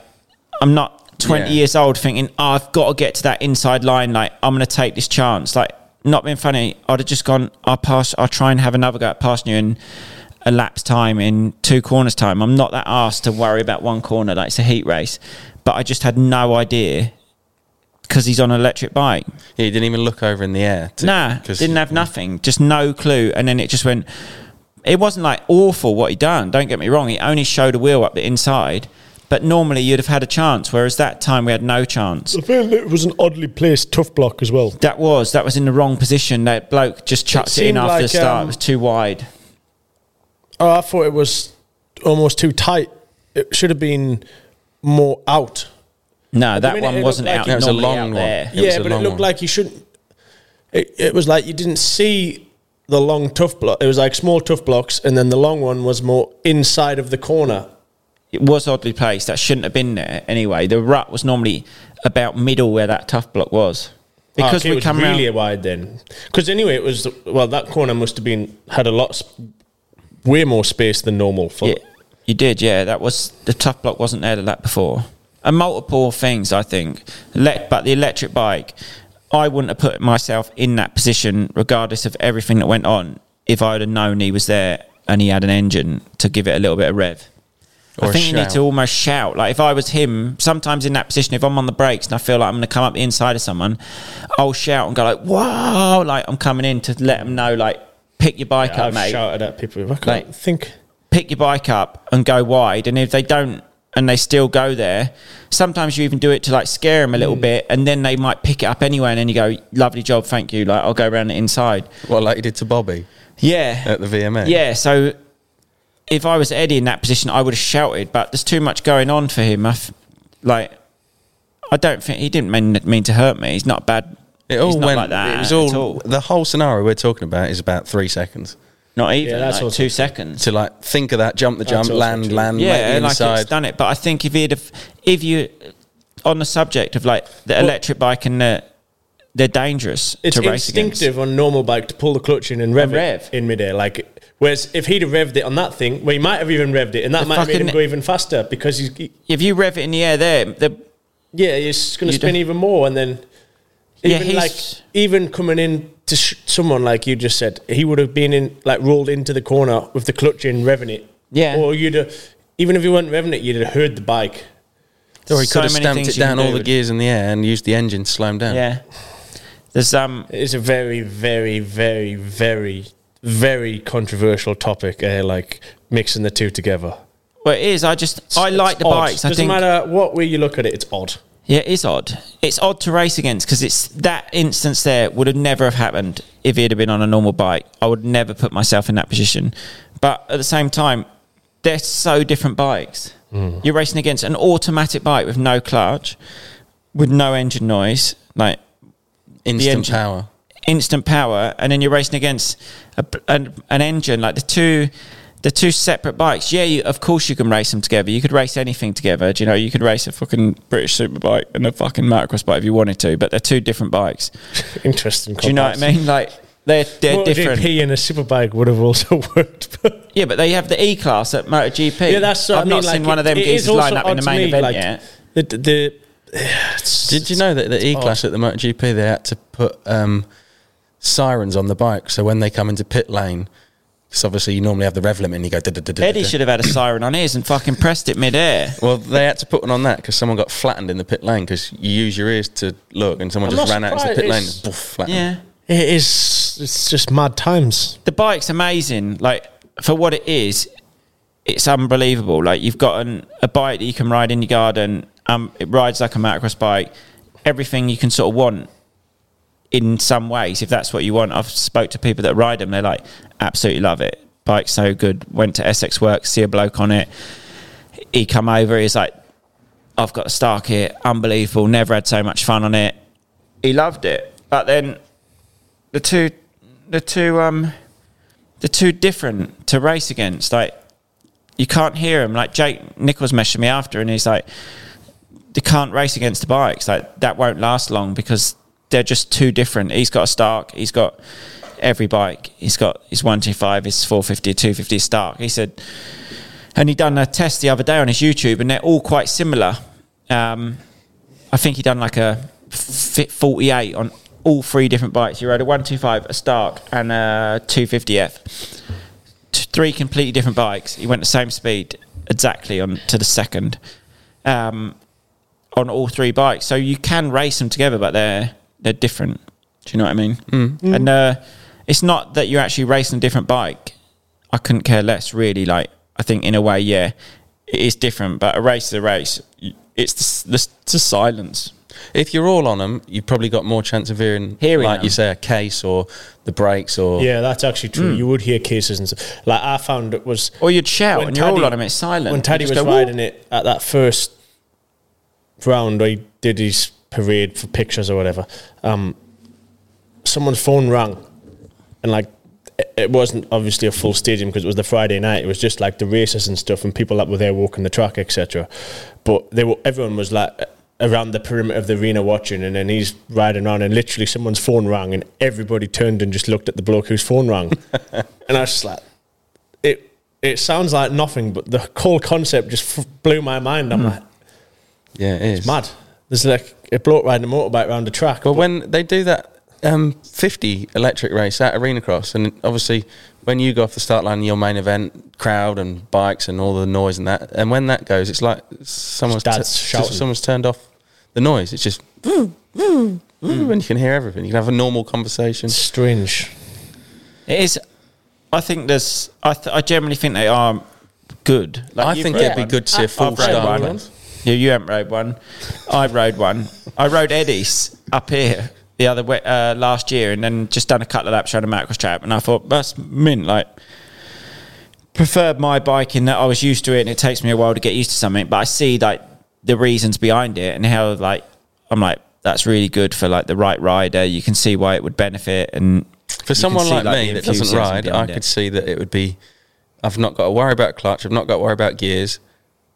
[SPEAKER 6] I'm not 20
[SPEAKER 4] Yeah.
[SPEAKER 6] years old thinking, "Oh, I've got to get to that inside line. Like, I'm going to take this chance. Like, not being funny. I'd have just gone, I'll pass, I'll try and have another go at passing you in a lap's time, in two corners' time. I'm not that asked to worry about one corner. Like, it's a heat race. But I just had no idea because he's on an electric bike.
[SPEAKER 4] Yeah, you didn't even look over in the air. to-
[SPEAKER 6] Nah,
[SPEAKER 4] 'cause-
[SPEAKER 6] didn't have nothing, just no clue. And then it just went. It wasn't like awful what he done. Don't get me wrong. He only showed a wheel up the inside, but normally you'd have had a chance. Whereas that time we had no chance.
[SPEAKER 5] I feel that it was an oddly placed tough block as well.
[SPEAKER 6] That was that was in the wrong position. That bloke just chucked it, in
[SPEAKER 5] seemed
[SPEAKER 6] after the
[SPEAKER 5] like,
[SPEAKER 6] start.
[SPEAKER 5] um,
[SPEAKER 6] it was too wide.
[SPEAKER 5] Oh, I thought it was almost too tight. It should have been more out.
[SPEAKER 6] No, that
[SPEAKER 5] minute it
[SPEAKER 6] one
[SPEAKER 5] looked
[SPEAKER 6] wasn't
[SPEAKER 5] like
[SPEAKER 6] out.
[SPEAKER 5] it- That
[SPEAKER 4] was a
[SPEAKER 6] normally
[SPEAKER 4] long
[SPEAKER 6] out
[SPEAKER 4] one.
[SPEAKER 6] there.
[SPEAKER 4] It was
[SPEAKER 5] yeah,
[SPEAKER 4] a
[SPEAKER 5] but it
[SPEAKER 4] long
[SPEAKER 5] looked
[SPEAKER 4] one.
[SPEAKER 5] like you shouldn't. It, it was like you didn't see the long tough block. It was like small tough blocks, and then the long one was more inside of the corner.
[SPEAKER 6] it was oddly placed. That shouldn't have been there anyway. The rut was normally about middle where that tough block was.
[SPEAKER 5] Ah,
[SPEAKER 6] Because
[SPEAKER 5] okay, it
[SPEAKER 6] we
[SPEAKER 5] was
[SPEAKER 6] come round-
[SPEAKER 5] really wide then. Because anyway, it was well that corner must have been had a lot, sp- way more space than normal for.
[SPEAKER 6] Yeah, you did. Yeah, that was the tough block wasn't there the lap before, and multiple things I think. Let but the electric bike, I wouldn't have put myself in that position regardless of everything that went on if I'd have known he was there and he had an engine to give it a little bit of rev.
[SPEAKER 4] Or
[SPEAKER 6] I
[SPEAKER 4] a
[SPEAKER 6] think you need to
[SPEAKER 4] shout.
[SPEAKER 6] almost shout. Like if I was him, sometimes in that position, if I'm on the brakes and I feel like I'm going to come up the inside of someone, I'll shout and go like, "Wow!" Like I'm coming in to let them know, like, pick your bike up,
[SPEAKER 5] I've
[SPEAKER 6] mate
[SPEAKER 5] shouted at people. I can't
[SPEAKER 6] Like-
[SPEAKER 5] think.
[SPEAKER 6] pick your bike up and go wide. And if they don't, and they still go there, sometimes you even do it to like scare them a
[SPEAKER 4] Hmm.
[SPEAKER 6] little bit, and then they might pick it up anyway. And then you go, "Lovely job, thank you." Like I'll go around the inside.
[SPEAKER 4] Well, like you did to Bobby
[SPEAKER 6] Yeah,
[SPEAKER 4] at the VMA.
[SPEAKER 6] yeah. So if I was Eddie in that position, I would have shouted. But there's too much going on for him. I f- like I don't think he didn't mean mean to hurt me. He's not bad.
[SPEAKER 4] It all
[SPEAKER 6] he's not
[SPEAKER 4] went
[SPEAKER 6] like that.
[SPEAKER 4] It was
[SPEAKER 6] at
[SPEAKER 4] all, the whole scenario we're talking about is about three seconds
[SPEAKER 6] Not even
[SPEAKER 5] Yeah, that's
[SPEAKER 6] like
[SPEAKER 5] also
[SPEAKER 6] two
[SPEAKER 5] true.
[SPEAKER 6] seconds.
[SPEAKER 4] to like think of that, jump the jump,
[SPEAKER 5] also
[SPEAKER 4] land,
[SPEAKER 5] true.
[SPEAKER 4] land, make
[SPEAKER 6] yeah,
[SPEAKER 4] the
[SPEAKER 6] like it's
[SPEAKER 4] inside.
[SPEAKER 6] done it. But I think if he'd have, if you, on the subject of like the electric bike and the, they're dangerous
[SPEAKER 5] It's
[SPEAKER 6] to race
[SPEAKER 5] instinctive on normal bike to pull the clutch in and rev,
[SPEAKER 6] And
[SPEAKER 5] it
[SPEAKER 6] rev.
[SPEAKER 5] in midair. Like whereas if he'd have revved it on that thing, well, he might have even revved it, and that
[SPEAKER 6] The
[SPEAKER 5] might have made him
[SPEAKER 6] fucking-
[SPEAKER 5] go even faster because he's he,
[SPEAKER 6] against. If you rev it in the air, there, the
[SPEAKER 5] yeah, he's going to
[SPEAKER 6] You'd-
[SPEAKER 5] spin even more, and then
[SPEAKER 6] Yeah,
[SPEAKER 5] even
[SPEAKER 6] he's-
[SPEAKER 5] like even coming in to sh- someone like you just said, he would have been in like rolled into the corner with the clutch in revving it.
[SPEAKER 6] Yeah.
[SPEAKER 5] or you'd have, even if you weren't revving it, you'd have heard the bike.
[SPEAKER 4] Or he
[SPEAKER 6] so
[SPEAKER 4] could have
[SPEAKER 6] many
[SPEAKER 4] stamped
[SPEAKER 6] things
[SPEAKER 4] it
[SPEAKER 6] you
[SPEAKER 4] down
[SPEAKER 6] can do
[SPEAKER 4] all the
[SPEAKER 6] with-
[SPEAKER 4] gears in the air and used the engine to slow him down.
[SPEAKER 6] yeah. There's um,
[SPEAKER 5] It is a very, very, very, very, very controversial topic. Eh? Like mixing the two together.
[SPEAKER 6] well, it is. I just I
[SPEAKER 5] It's
[SPEAKER 6] like the
[SPEAKER 5] odd.
[SPEAKER 6] bikes. I
[SPEAKER 5] Doesn't
[SPEAKER 6] think
[SPEAKER 5] matter what way you look at it, it's odd.
[SPEAKER 6] yeah, it's odd. It's odd to race against because it's that instance there would have never have happened if he'd have been on a normal bike. I would never put myself in that position. But at the same time, they're so different bikes. You're racing against an automatic bike with no clutch, with no engine noise, like
[SPEAKER 4] Instant
[SPEAKER 6] engine.
[SPEAKER 4] power.
[SPEAKER 6] instant power, and then you're racing against a, an, an engine like the two. The two separate bikes, yeah. You, of course, you can race them together. You could race anything together. Do you know? You could race a fucking British superbike and a fucking motocross bike if you wanted to, but they're two different bikes.
[SPEAKER 5] Interesting.
[SPEAKER 6] Do you know what I mean? Like they're they're different.
[SPEAKER 5] GP and a superbike would have also worked. but-
[SPEAKER 6] Yeah, but they have the E class at MotoGP.
[SPEAKER 5] yeah, that's. what
[SPEAKER 6] I've
[SPEAKER 5] I mean,
[SPEAKER 6] not
[SPEAKER 5] like,
[SPEAKER 6] seen one of them
[SPEAKER 5] it- it is
[SPEAKER 6] geezers
[SPEAKER 5] also
[SPEAKER 6] line up in
[SPEAKER 5] odd
[SPEAKER 6] the
[SPEAKER 5] to
[SPEAKER 6] main
[SPEAKER 5] me,
[SPEAKER 6] event
[SPEAKER 5] like,
[SPEAKER 6] yet.
[SPEAKER 5] The, the, the-
[SPEAKER 4] Did you know that the E class at the MotoGP they had to put um, sirens on the bike so when they come into pit lane, Because obviously you normally have the rev limit and you go.
[SPEAKER 6] Eddie should have had a siren on his and fucking pressed it midair.
[SPEAKER 4] Well, they had to put one on that because someone got flattened in the pit lane because you use your ears to look and someone
[SPEAKER 5] I'm
[SPEAKER 4] just
[SPEAKER 5] not
[SPEAKER 4] ran out into the
[SPEAKER 5] surprised.
[SPEAKER 4] pit lane
[SPEAKER 5] It's-
[SPEAKER 4] and poof, flattened.
[SPEAKER 6] Yeah.
[SPEAKER 5] It is. It's just mad times.
[SPEAKER 6] the bike's amazing. Like for what it is, it's unbelievable. Like you've got an, a bike that you can ride in your garden. Um, it rides like a motocross bike. Everything you can sort of want in some ways, if that's what you want. I've spoke to people that ride them. They're like, absolutely love it. Bike's so good. Went to Essex Works, see a bloke on it. He come over. He's like, I've got a Stark here. Unbelievable. Never had so much fun on it. He loved it. But then the two, the two, um, they're too different to race against. Like you can't hear them. Like Jake Nichols messaged me after, and he's like, "They can't race against the bikes. Like that won't last long because they're just too different." He's got a Stark. He's got every bike. He's got his one two five, his four fifty, two fifty Stark. He said, and he done a test the other day on his YouTube, and they're all quite similar. Um, I think he done like a fit 48 on all three different bikes. He rode a 125, a Stark, and a 250F. T- three completely different bikes. He went the same speed exactly on to the second um, on all three bikes. So you can race them together, but they're they're different. Do you know what I mean? Mm. And uh, it's not that you're actually racing a different bike. I couldn't care less, really. Like I think in a way, yeah, it is different, but a race is a race. Y- It's the, s- the, s- the silence.
[SPEAKER 4] If you're all on them, you've probably got more chance of hearing,
[SPEAKER 6] Hearing
[SPEAKER 4] like you
[SPEAKER 6] 'em.
[SPEAKER 4] say, a case or the brakes or
[SPEAKER 5] Yeah, that's actually true. You would hear cases and stuff. Like I found it was
[SPEAKER 6] Or you'd shout and you're all
[SPEAKER 5] Taddy-
[SPEAKER 6] on them. It's silent.
[SPEAKER 5] When
[SPEAKER 6] You
[SPEAKER 5] Teddy
[SPEAKER 6] just
[SPEAKER 5] was
[SPEAKER 6] go, "Whoa."
[SPEAKER 5] riding it at that first round, where he did his parade for pictures or whatever. Um, someone's phone rang, and like it- it wasn't obviously a full stadium because it was the Friday night. It was just like the races and stuff, and people that were there walking the track, etc. But they were everyone was like around the perimeter of the arena watching, and then he's riding around, and literally someone's phone rang, and everybody turned and just looked at the bloke whose phone rang, and I was just like it it sounds like nothing, but the whole concept just f- blew my mind.
[SPEAKER 6] Hmm.
[SPEAKER 5] I'm like,
[SPEAKER 4] yeah, it is.
[SPEAKER 5] mad. There's like a bloke riding a motorbike around the track.
[SPEAKER 4] Well, when they do that um, 50 electric race at Arena Cross, and obviously when you go off the start line, your main event, crowd and bikes and all the noise and that, and when that goes, it's like someone's,
[SPEAKER 5] Dad's shouting.
[SPEAKER 4] someone's turned off the noise. It's just, "Woo, woo, woo," and you can hear everything. You can have a normal conversation.
[SPEAKER 5] It's strange.
[SPEAKER 6] It is. I think there's. I, th- I generally think they are good. Like,
[SPEAKER 4] I
[SPEAKER 6] you've
[SPEAKER 4] think
[SPEAKER 6] rode
[SPEAKER 4] it'd be
[SPEAKER 6] one.
[SPEAKER 4] good to see a full
[SPEAKER 6] I've rode
[SPEAKER 4] star.
[SPEAKER 6] one.
[SPEAKER 4] one.
[SPEAKER 6] Yeah, you haven't rode one. I rode one. I rode Eddie's up here the other way, uh, last year, and then just done a couple of laps around the macros trap, and I thought that's mint. Like, preferred my bike in that I was used to it, and it takes me a while to get used to something. But I see like the reasons behind it, and how like I'm like that's really good for like the right rider. You can see why it would benefit, and
[SPEAKER 4] For
[SPEAKER 6] you can
[SPEAKER 4] someone
[SPEAKER 6] see,
[SPEAKER 4] like, me
[SPEAKER 6] the
[SPEAKER 4] that doesn't
[SPEAKER 6] enthusiasm
[SPEAKER 4] ride, I
[SPEAKER 6] behind
[SPEAKER 4] could
[SPEAKER 6] it.
[SPEAKER 4] see that it would be. I've not got to worry about clutch. I've not got to worry about gears.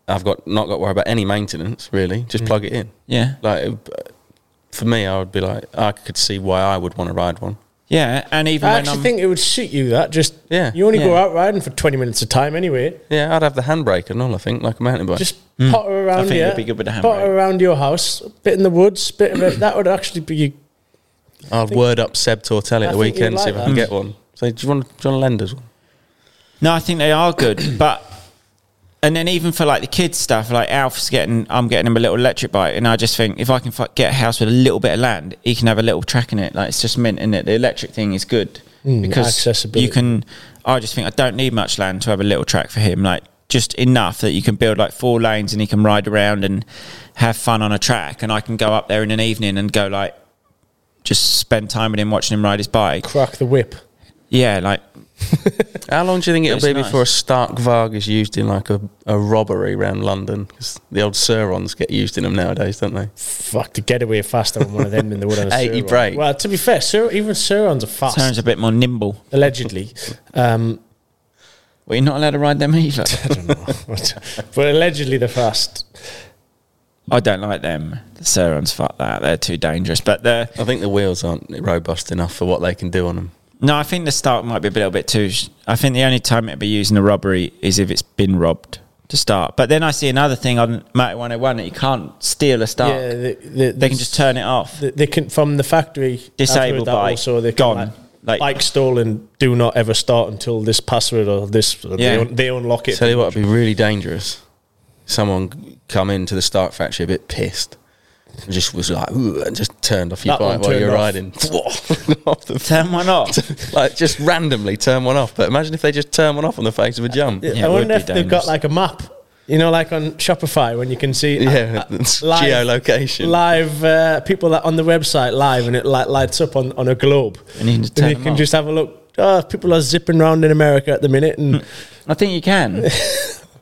[SPEAKER 4] I've got not got to worry about any maintenance really. Just plug it in.
[SPEAKER 6] Yeah.
[SPEAKER 4] Like it would- for me, I would be like, I could see why I would want to ride one.
[SPEAKER 6] Yeah, and even
[SPEAKER 5] I
[SPEAKER 6] when
[SPEAKER 5] actually
[SPEAKER 6] I'm,
[SPEAKER 5] think it would suit you that. Just
[SPEAKER 4] Yeah.
[SPEAKER 5] you only go
[SPEAKER 6] Yeah.
[SPEAKER 5] out riding for 20 minutes of time anyway.
[SPEAKER 4] Yeah, I'd have the handbrake and all. I think like a mountain bike.
[SPEAKER 5] Just potter around.
[SPEAKER 6] Hmm. think
[SPEAKER 5] yeah,
[SPEAKER 6] it'd be good with a
[SPEAKER 5] Potter
[SPEAKER 6] handbrake.
[SPEAKER 5] around your house, a bit in the woods, bit of it. That would actually be.
[SPEAKER 4] I'll word up Seb Tortelli
[SPEAKER 5] I
[SPEAKER 4] at the
[SPEAKER 5] think you'd
[SPEAKER 4] weekend see
[SPEAKER 5] like
[SPEAKER 4] if I can
[SPEAKER 5] that.
[SPEAKER 4] get one. So do you want John Lender's one?
[SPEAKER 6] No, I think they are good, but and then even for like the kids stuff, like Alf's getting, I'm getting him a little electric bike, and I just think if I can fi- get a house with a little bit of land, he can have a little track in it. Like it's just mint in it. The electric thing is good because
[SPEAKER 5] Hmm, accessibility.
[SPEAKER 6] you can. I just think I don't need much land to have a little track for him. Like just enough that you can build like four lanes and he can ride around and have fun on a track, and I can go up there in an evening and go like just spend time with him, watching him ride his bike.
[SPEAKER 5] Crack the whip.
[SPEAKER 6] Yeah, like
[SPEAKER 4] How long do you think it'll
[SPEAKER 6] It's
[SPEAKER 4] be
[SPEAKER 6] nice.
[SPEAKER 4] before a Stark Varg is used in like a, a robbery around London? Because the old Surons get used in them nowadays, don't they?
[SPEAKER 5] Fuck to get away faster on one of them than they would on a
[SPEAKER 4] 80
[SPEAKER 5] Ceraun.
[SPEAKER 4] brake.
[SPEAKER 5] Well, to be fair, Sur- even Surons are fast,
[SPEAKER 6] sounds a bit more nimble.
[SPEAKER 5] allegedly. Um,
[SPEAKER 6] Well, you're not allowed to ride them either.
[SPEAKER 5] I don't know, but allegedly they're fast.
[SPEAKER 6] I don't like them. The Saurons, fuck that. They're too dangerous. But the
[SPEAKER 4] I think the wheels aren't robust enough for what they can do on them.
[SPEAKER 6] no, I think the Stark might be a little bit too. sh- I think the only time it'd be used in a robbery is if it's been robbed to start. But then I see another thing on Matic 101 that you can't steal a Stark.
[SPEAKER 5] Yeah, the, the,
[SPEAKER 6] they can just turn it off.
[SPEAKER 5] They, they can from the factory. I've heard
[SPEAKER 6] Disabled
[SPEAKER 5] that
[SPEAKER 6] bike.
[SPEAKER 5] Also, they can,
[SPEAKER 6] gone.
[SPEAKER 5] like,
[SPEAKER 6] Like,
[SPEAKER 5] Bike stolen. Do not ever start until this password or this.
[SPEAKER 6] Yeah.
[SPEAKER 5] They, un- they unlock it.
[SPEAKER 4] Tell you what, it'd be really dangerous. Someone come into the start factory a bit pissed. And just was like, "Ooh," and just turned off your
[SPEAKER 5] That one
[SPEAKER 4] bike while
[SPEAKER 5] turned
[SPEAKER 4] you're
[SPEAKER 5] off.
[SPEAKER 4] riding. off the
[SPEAKER 6] turn one off.
[SPEAKER 4] like just randomly turn one off. But imagine if they just turn one off on the face of a jump.
[SPEAKER 6] Yeah,
[SPEAKER 5] I
[SPEAKER 6] it would
[SPEAKER 5] wonder
[SPEAKER 6] be
[SPEAKER 5] if they've got
[SPEAKER 6] dangerous.
[SPEAKER 5] like a map. You know, like on Shopify when you can see
[SPEAKER 4] Yeah, it's geolocation.
[SPEAKER 5] live uh, people that on the website live, and it like lights up on, on a globe,
[SPEAKER 6] And you can turn them
[SPEAKER 5] can
[SPEAKER 6] off. Hmm.
[SPEAKER 5] just have a look. Oh, people are zipping around in America at the minute, and
[SPEAKER 6] I think you can.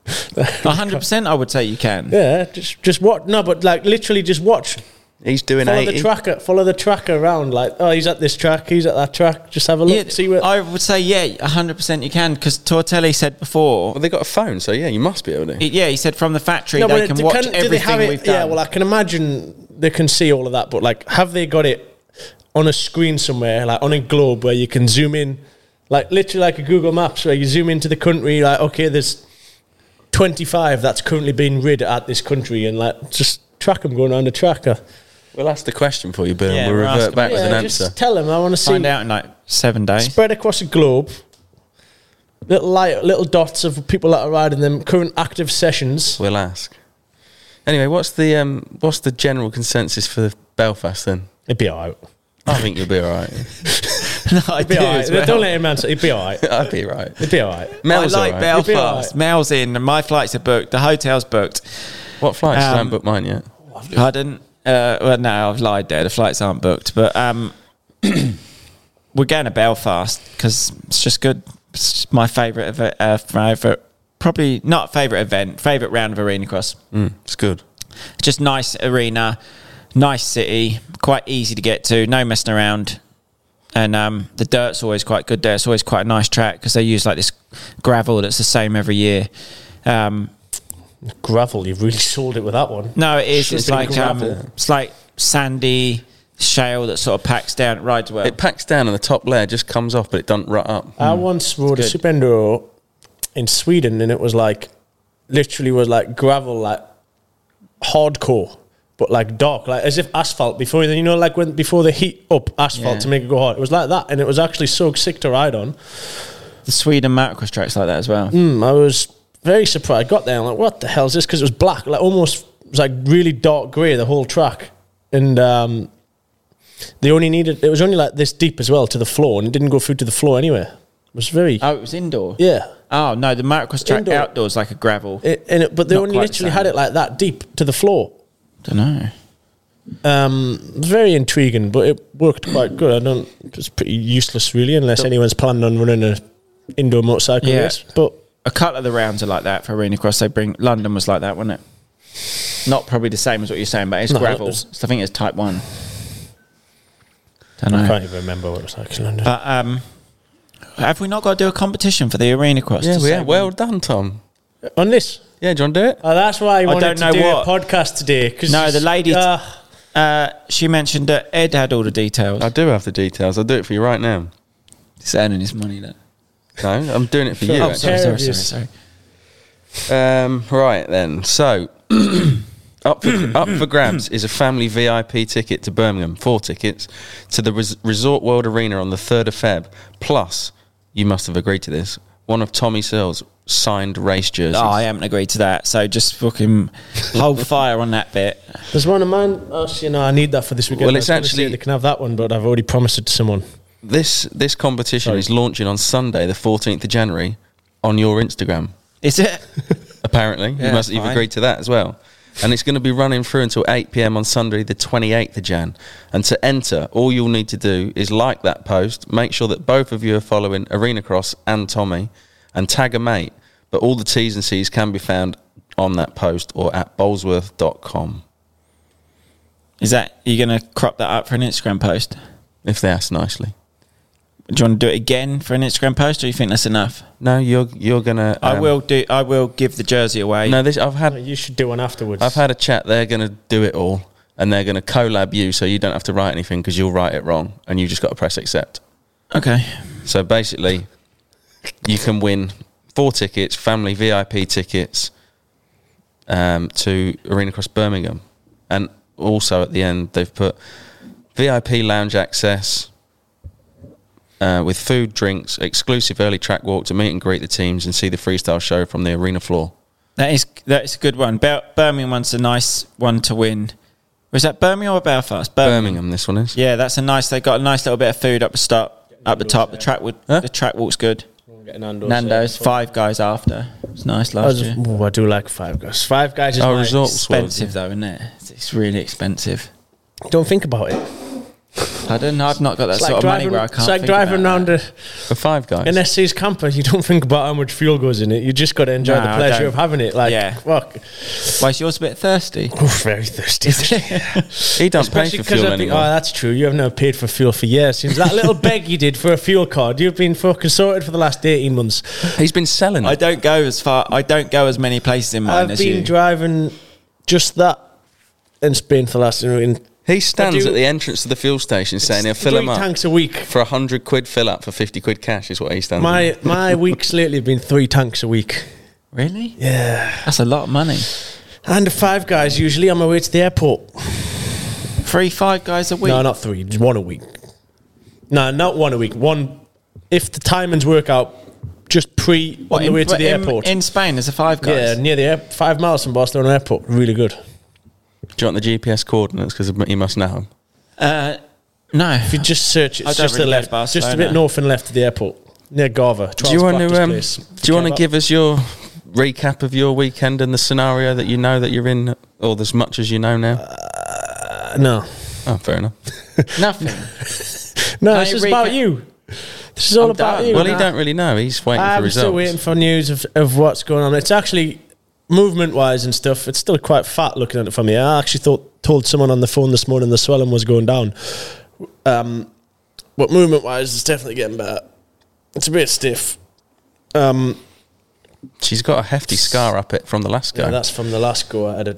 [SPEAKER 6] 100% I would say you can.
[SPEAKER 5] yeah, just just what? No, but like literally, just watch.
[SPEAKER 4] He's doing
[SPEAKER 5] Follow the
[SPEAKER 4] eighty.
[SPEAKER 5] tracker. Follow the tracker around. Like, oh, he's at this track. He's at that track. Just have a look.
[SPEAKER 6] Yeah,
[SPEAKER 5] see where.
[SPEAKER 6] I would say, yeah, 100% you can because Tortelli said before.
[SPEAKER 4] Well, they got a phone, so yeah, you must be able to.
[SPEAKER 6] it- Yeah, he said from the factory
[SPEAKER 5] No, but
[SPEAKER 6] they
[SPEAKER 5] it
[SPEAKER 6] can
[SPEAKER 5] depend-
[SPEAKER 6] watch
[SPEAKER 5] do they
[SPEAKER 6] everything
[SPEAKER 5] have it-
[SPEAKER 6] we've done.
[SPEAKER 5] Yeah, well, I can imagine they can see all of that, but like, have they got it on a screen somewhere, like on a globe where you can zoom in, like literally like a Google Maps where you zoom into the country, like, okay, there's 25 that's currently being rid at this country, and like, just track them going around the tracker.
[SPEAKER 4] We'll ask the question for you, Boom.
[SPEAKER 6] Yeah,
[SPEAKER 4] we'll
[SPEAKER 6] we'll ask
[SPEAKER 4] revert
[SPEAKER 6] them.
[SPEAKER 4] back with an
[SPEAKER 5] Yeah,
[SPEAKER 4] answer.
[SPEAKER 5] just tell them, I want to see
[SPEAKER 6] Find out in like seven days.
[SPEAKER 5] spread across the globe. Little light, little dots of people that are riding them, current active sessions.
[SPEAKER 4] We'll ask. Anyway, what's the um, what's the general consensus for Belfast then?
[SPEAKER 5] It'd be alright.
[SPEAKER 4] I think you'll be all right.
[SPEAKER 6] no, I
[SPEAKER 5] It'd be alright.
[SPEAKER 6] as well.
[SPEAKER 5] Don't let him answer. It'd be alright.
[SPEAKER 4] I'd be right.
[SPEAKER 5] It'd be alright.
[SPEAKER 4] Mel's
[SPEAKER 6] I like
[SPEAKER 4] all right.
[SPEAKER 5] You'll be all
[SPEAKER 6] Belfast.
[SPEAKER 5] right.
[SPEAKER 6] Mel's in. My flights are booked. The hotel's booked.
[SPEAKER 4] What flights? I haven't
[SPEAKER 6] Um,
[SPEAKER 4] booked mine yet.
[SPEAKER 6] I didn't. Uh, well, no, I've lied there. The flights aren't booked, but um, we're going to Belfast because it's just good. It's just my favourite event. Uh, favourite, probably not favourite event. Favourite round of arena cross.
[SPEAKER 4] Mm, it's good.
[SPEAKER 6] Just nice arena, nice city, quite easy to get to. No messing around. And um, the dirt's always quite good there. It's always quite a nice track because they use like this gravel that's the same every year. Um,
[SPEAKER 5] gravel. You've really sold it with that one.
[SPEAKER 6] No, it is.
[SPEAKER 5] Should've
[SPEAKER 6] It's
[SPEAKER 5] been
[SPEAKER 6] like um,
[SPEAKER 5] gravel.
[SPEAKER 6] it's like sandy shale that sort of packs down. It rides well.
[SPEAKER 4] It packs down and the top layer just comes off, but it doesn't rut up.
[SPEAKER 5] I once rode a
[SPEAKER 6] Mm. good.
[SPEAKER 5] super enduro in Sweden, and it was like literally was like gravel, like hardcore, but like dark, like as if asphalt before then. You know, like when before they heat up asphalt
[SPEAKER 6] Yeah.
[SPEAKER 5] to make it go hard. It was like that, and it was actually so sick to ride on.
[SPEAKER 6] the Sweden motocross tracks like that as well.
[SPEAKER 5] Mm, I was very surprised. Got there, I'm like, what the hell is this? Because it was black, like almost it was like really dark grey the whole track, and um, they only needed it was only like this deep as well to the floor, and it didn't go through to the floor anywhere. It was very
[SPEAKER 6] Oh, it was indoor.
[SPEAKER 5] yeah.
[SPEAKER 6] Oh no, the motocross track
[SPEAKER 5] Indoor.
[SPEAKER 6] outdoors like a gravel.
[SPEAKER 5] It, and it, but they
[SPEAKER 6] Not
[SPEAKER 5] only
[SPEAKER 6] quite the
[SPEAKER 5] literally
[SPEAKER 6] same.
[SPEAKER 5] had it like that deep to the floor.
[SPEAKER 6] don't know.
[SPEAKER 5] Um, very intriguing, but it worked quite good. I don't. It's pretty useless, really, unless anyone's planning on running a indoor motorcycle
[SPEAKER 6] Yeah.
[SPEAKER 5] race. But
[SPEAKER 6] A couple of the rounds are like that for arena cross. They bring London was like that, wasn't it? Not probably the same as what you're saying, but it's
[SPEAKER 5] No, it
[SPEAKER 6] gravel.
[SPEAKER 5] was-
[SPEAKER 6] So I think it's type one. Don't
[SPEAKER 5] I
[SPEAKER 6] know.
[SPEAKER 5] can't even remember what it was like in London.
[SPEAKER 6] But um, have we not got to do a competition for the arena cross?
[SPEAKER 4] Yeah,
[SPEAKER 6] to
[SPEAKER 4] we
[SPEAKER 6] say
[SPEAKER 4] are. Well done, Tom.
[SPEAKER 5] on this,
[SPEAKER 4] Yeah, do you want to do it?
[SPEAKER 5] Oh, that's why I wanted
[SPEAKER 6] don't know
[SPEAKER 5] to do
[SPEAKER 6] what.
[SPEAKER 5] a podcast today. 'cause
[SPEAKER 6] No, the lady-
[SPEAKER 5] Uh,
[SPEAKER 6] Uh, she mentioned that Ed had all the details.
[SPEAKER 4] I do have the details. I'll do it for you right now.
[SPEAKER 6] He's earning his money. That.
[SPEAKER 4] No, I'm doing it for you.
[SPEAKER 5] Oh,
[SPEAKER 4] actually.
[SPEAKER 5] Sorry,
[SPEAKER 6] Sorry,
[SPEAKER 5] sorry, sorry,
[SPEAKER 6] sorry, sorry.
[SPEAKER 4] Um, right then. So up for, up for grabs is a family VIP ticket to Birmingham, four tickets to the Res- Resort World Arena on the third of Feb. Plus, you must have agreed to this. One of Tommy Searle's signed race jerseys.
[SPEAKER 6] No, Oh, I haven't agreed to that. So just fucking hold fire on that bit.
[SPEAKER 5] there's one of mine. Oh, so, you know, I need that for this weekend.
[SPEAKER 4] Well,
[SPEAKER 5] I
[SPEAKER 4] it's
[SPEAKER 5] was gonna say
[SPEAKER 4] actually-
[SPEAKER 5] they can have that one, but I've already promised it to someone.
[SPEAKER 4] This this competition
[SPEAKER 5] Sorry.
[SPEAKER 4] is launching on Sunday, the fourteenth of January, on your Instagram.
[SPEAKER 6] Is it?
[SPEAKER 4] Apparently,
[SPEAKER 6] Yeah,
[SPEAKER 4] you must you've
[SPEAKER 6] fine.
[SPEAKER 4] agreed to that as well. And it's going to be running through until 8 p.m. on Sunday, the 28th of Jan. And to enter, all you'll need to do is like that post, make sure that both of you are following Arena Cross and Tommy, and tag a mate. But all the T's and C's can be found on that post or at bolesworth.com
[SPEAKER 6] Is that you going to crop that up for an Instagram post?
[SPEAKER 4] if they ask nicely.
[SPEAKER 6] Do you want to do it again for an Instagram post, or you think that's enough?
[SPEAKER 4] No, you're you're gonna.
[SPEAKER 6] I
[SPEAKER 4] um,
[SPEAKER 6] will do. I will give the jersey away.
[SPEAKER 4] No, this I've had
[SPEAKER 5] Uh, You should do one afterwards.
[SPEAKER 4] I've had a chat. They're going to do it all, and they're going to collab you, so you don't have to write anything because you'll write it wrong, and you just got to press accept.
[SPEAKER 6] Okay.
[SPEAKER 4] So basically, you can win four tickets, family VIP tickets, um, to Arena Cross Birmingham, and also at the end they've put VIP lounge access, uh, with food, drinks, exclusive early track walk to meet and greet the teams and see the freestyle show from the arena floor.
[SPEAKER 6] That is that is a good one. Bir- Birmingham one's a nice one to win. Was that Birmingham or Belfast?
[SPEAKER 5] Um,
[SPEAKER 4] Birmingham, this one is.
[SPEAKER 6] Yeah, that's a nice. They got a nice little bit of food up the stop, up the top. The track would, the track walk's good.
[SPEAKER 5] Get Nando's.
[SPEAKER 6] Nando's five guys after. It's nice
[SPEAKER 5] I,
[SPEAKER 6] last
[SPEAKER 5] was,
[SPEAKER 6] year.
[SPEAKER 5] ooh, I do like Five Guys. Five Guys is
[SPEAKER 4] Oh,
[SPEAKER 5] my-
[SPEAKER 4] resort.
[SPEAKER 6] Expensive though, isn't it? It's really expensive.
[SPEAKER 5] Don't think about it.
[SPEAKER 6] I don't know. I've not got that
[SPEAKER 5] It's
[SPEAKER 6] sort
[SPEAKER 5] like driving,
[SPEAKER 6] of money where I can't.
[SPEAKER 5] it's like
[SPEAKER 6] think
[SPEAKER 5] driving
[SPEAKER 6] about
[SPEAKER 5] around
[SPEAKER 6] that.
[SPEAKER 5] a,
[SPEAKER 4] For five guys.
[SPEAKER 5] an SC's camper. You don't think about how much fuel goes in it. You just got to enjoy
[SPEAKER 6] No,
[SPEAKER 5] the
[SPEAKER 6] I
[SPEAKER 5] pleasure
[SPEAKER 6] don't.
[SPEAKER 5] of having it. Like,
[SPEAKER 6] Yeah.
[SPEAKER 5] fuck.
[SPEAKER 6] Why is yours a bit thirsty?
[SPEAKER 5] Oof, very thirsty.
[SPEAKER 4] he don't pay
[SPEAKER 5] Especially
[SPEAKER 4] for
[SPEAKER 5] 'cause
[SPEAKER 4] fuel
[SPEAKER 5] I've been-
[SPEAKER 4] anymore.
[SPEAKER 5] Oh, that's true. You have never paid for fuel for years. Since that little beg you did for a fuel card, you've been fucking sorted for the last 18 months.
[SPEAKER 4] He's been selling
[SPEAKER 6] I
[SPEAKER 4] it.
[SPEAKER 6] don't go as far. I don't go as many places in mine
[SPEAKER 5] I've
[SPEAKER 6] as
[SPEAKER 5] been
[SPEAKER 6] you.
[SPEAKER 5] driving just that in Spain for the last. In,
[SPEAKER 4] He stands
[SPEAKER 5] do-
[SPEAKER 4] at the entrance to the fuel station saying he'll fill
[SPEAKER 5] three
[SPEAKER 4] him up.
[SPEAKER 5] tanks a week.
[SPEAKER 4] For a 100 quid fill up for 50 quid cash is what he stands at.
[SPEAKER 5] My my weeks lately have been three tanks a week.
[SPEAKER 6] really?
[SPEAKER 5] Yeah.
[SPEAKER 6] That's a lot of money.
[SPEAKER 5] And five guys usually on my way to the airport.
[SPEAKER 6] Three, five guys a week.
[SPEAKER 5] No, not three. Just one a week. No, not one a week. One if the timings work out, just pre
[SPEAKER 6] What,
[SPEAKER 5] on the way
[SPEAKER 6] in,
[SPEAKER 5] to the
[SPEAKER 6] in-
[SPEAKER 5] airport.
[SPEAKER 6] in Spain. There's a five
[SPEAKER 5] yeah,
[SPEAKER 6] guys.
[SPEAKER 5] near the air, five miles from Barcelona airport. Really good.
[SPEAKER 4] Do you want the GPS coordinates? Because he must know 'em.
[SPEAKER 6] Uh, no,
[SPEAKER 5] If you just search it,
[SPEAKER 6] I
[SPEAKER 5] it's
[SPEAKER 6] don't
[SPEAKER 5] just the
[SPEAKER 6] really go
[SPEAKER 5] left,
[SPEAKER 6] to
[SPEAKER 5] just a
[SPEAKER 6] Barcelona.
[SPEAKER 5] bit north and left of the airport near Garva.
[SPEAKER 4] Do you want
[SPEAKER 5] want
[SPEAKER 4] to um, Do you want to give us your recap of your weekend and the scenario that you know that you're in, or as much as you know now?
[SPEAKER 5] no,
[SPEAKER 4] oh, fair enough.
[SPEAKER 6] nothing.
[SPEAKER 5] no.
[SPEAKER 6] Can
[SPEAKER 5] This
[SPEAKER 6] you
[SPEAKER 5] is about
[SPEAKER 6] recap?
[SPEAKER 5] you. This is all
[SPEAKER 6] I'm
[SPEAKER 5] about
[SPEAKER 6] done.
[SPEAKER 5] you.
[SPEAKER 4] Well, he don't really know. He's waiting for
[SPEAKER 5] I'm
[SPEAKER 4] results.
[SPEAKER 5] still waiting for news of, of what's going on. It's actually movement wise and stuff. It's still quite fat looking at it from here. I actually thought told someone on the phone this morning the swelling was going down. Um, but movement wise, it's definitely getting better. It's a bit stiff. Um,
[SPEAKER 4] She's got a hefty scar up it from the last
[SPEAKER 5] yeah,
[SPEAKER 4] go.
[SPEAKER 5] that's from the last go. I had a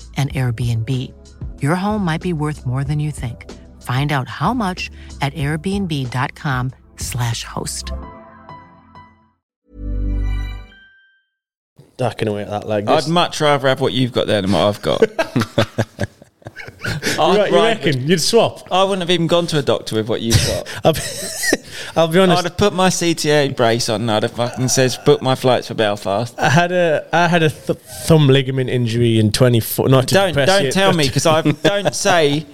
[SPEAKER 7] an Airbnb. Your home might be worth more than you think. Find out how much at airbnb.com/slash host.
[SPEAKER 5] ducking away at that like this.
[SPEAKER 6] I'd much rather have what you've got there than what I've got.
[SPEAKER 5] You
[SPEAKER 6] I'd
[SPEAKER 5] re- you
[SPEAKER 6] rather-
[SPEAKER 5] reckon you'd swap?
[SPEAKER 6] I wouldn't have even gone to a doctor with what you've got.
[SPEAKER 5] I'll be, I'll be honest.
[SPEAKER 6] I'd have put my CTA brace on. and I'd have fucking says book my flights for Belfast.
[SPEAKER 5] I had a I had a th- thumb ligament injury in 24. Not to
[SPEAKER 6] Don't
[SPEAKER 5] depress
[SPEAKER 6] don't
[SPEAKER 5] you,
[SPEAKER 6] tell
[SPEAKER 5] but
[SPEAKER 6] me because I don't say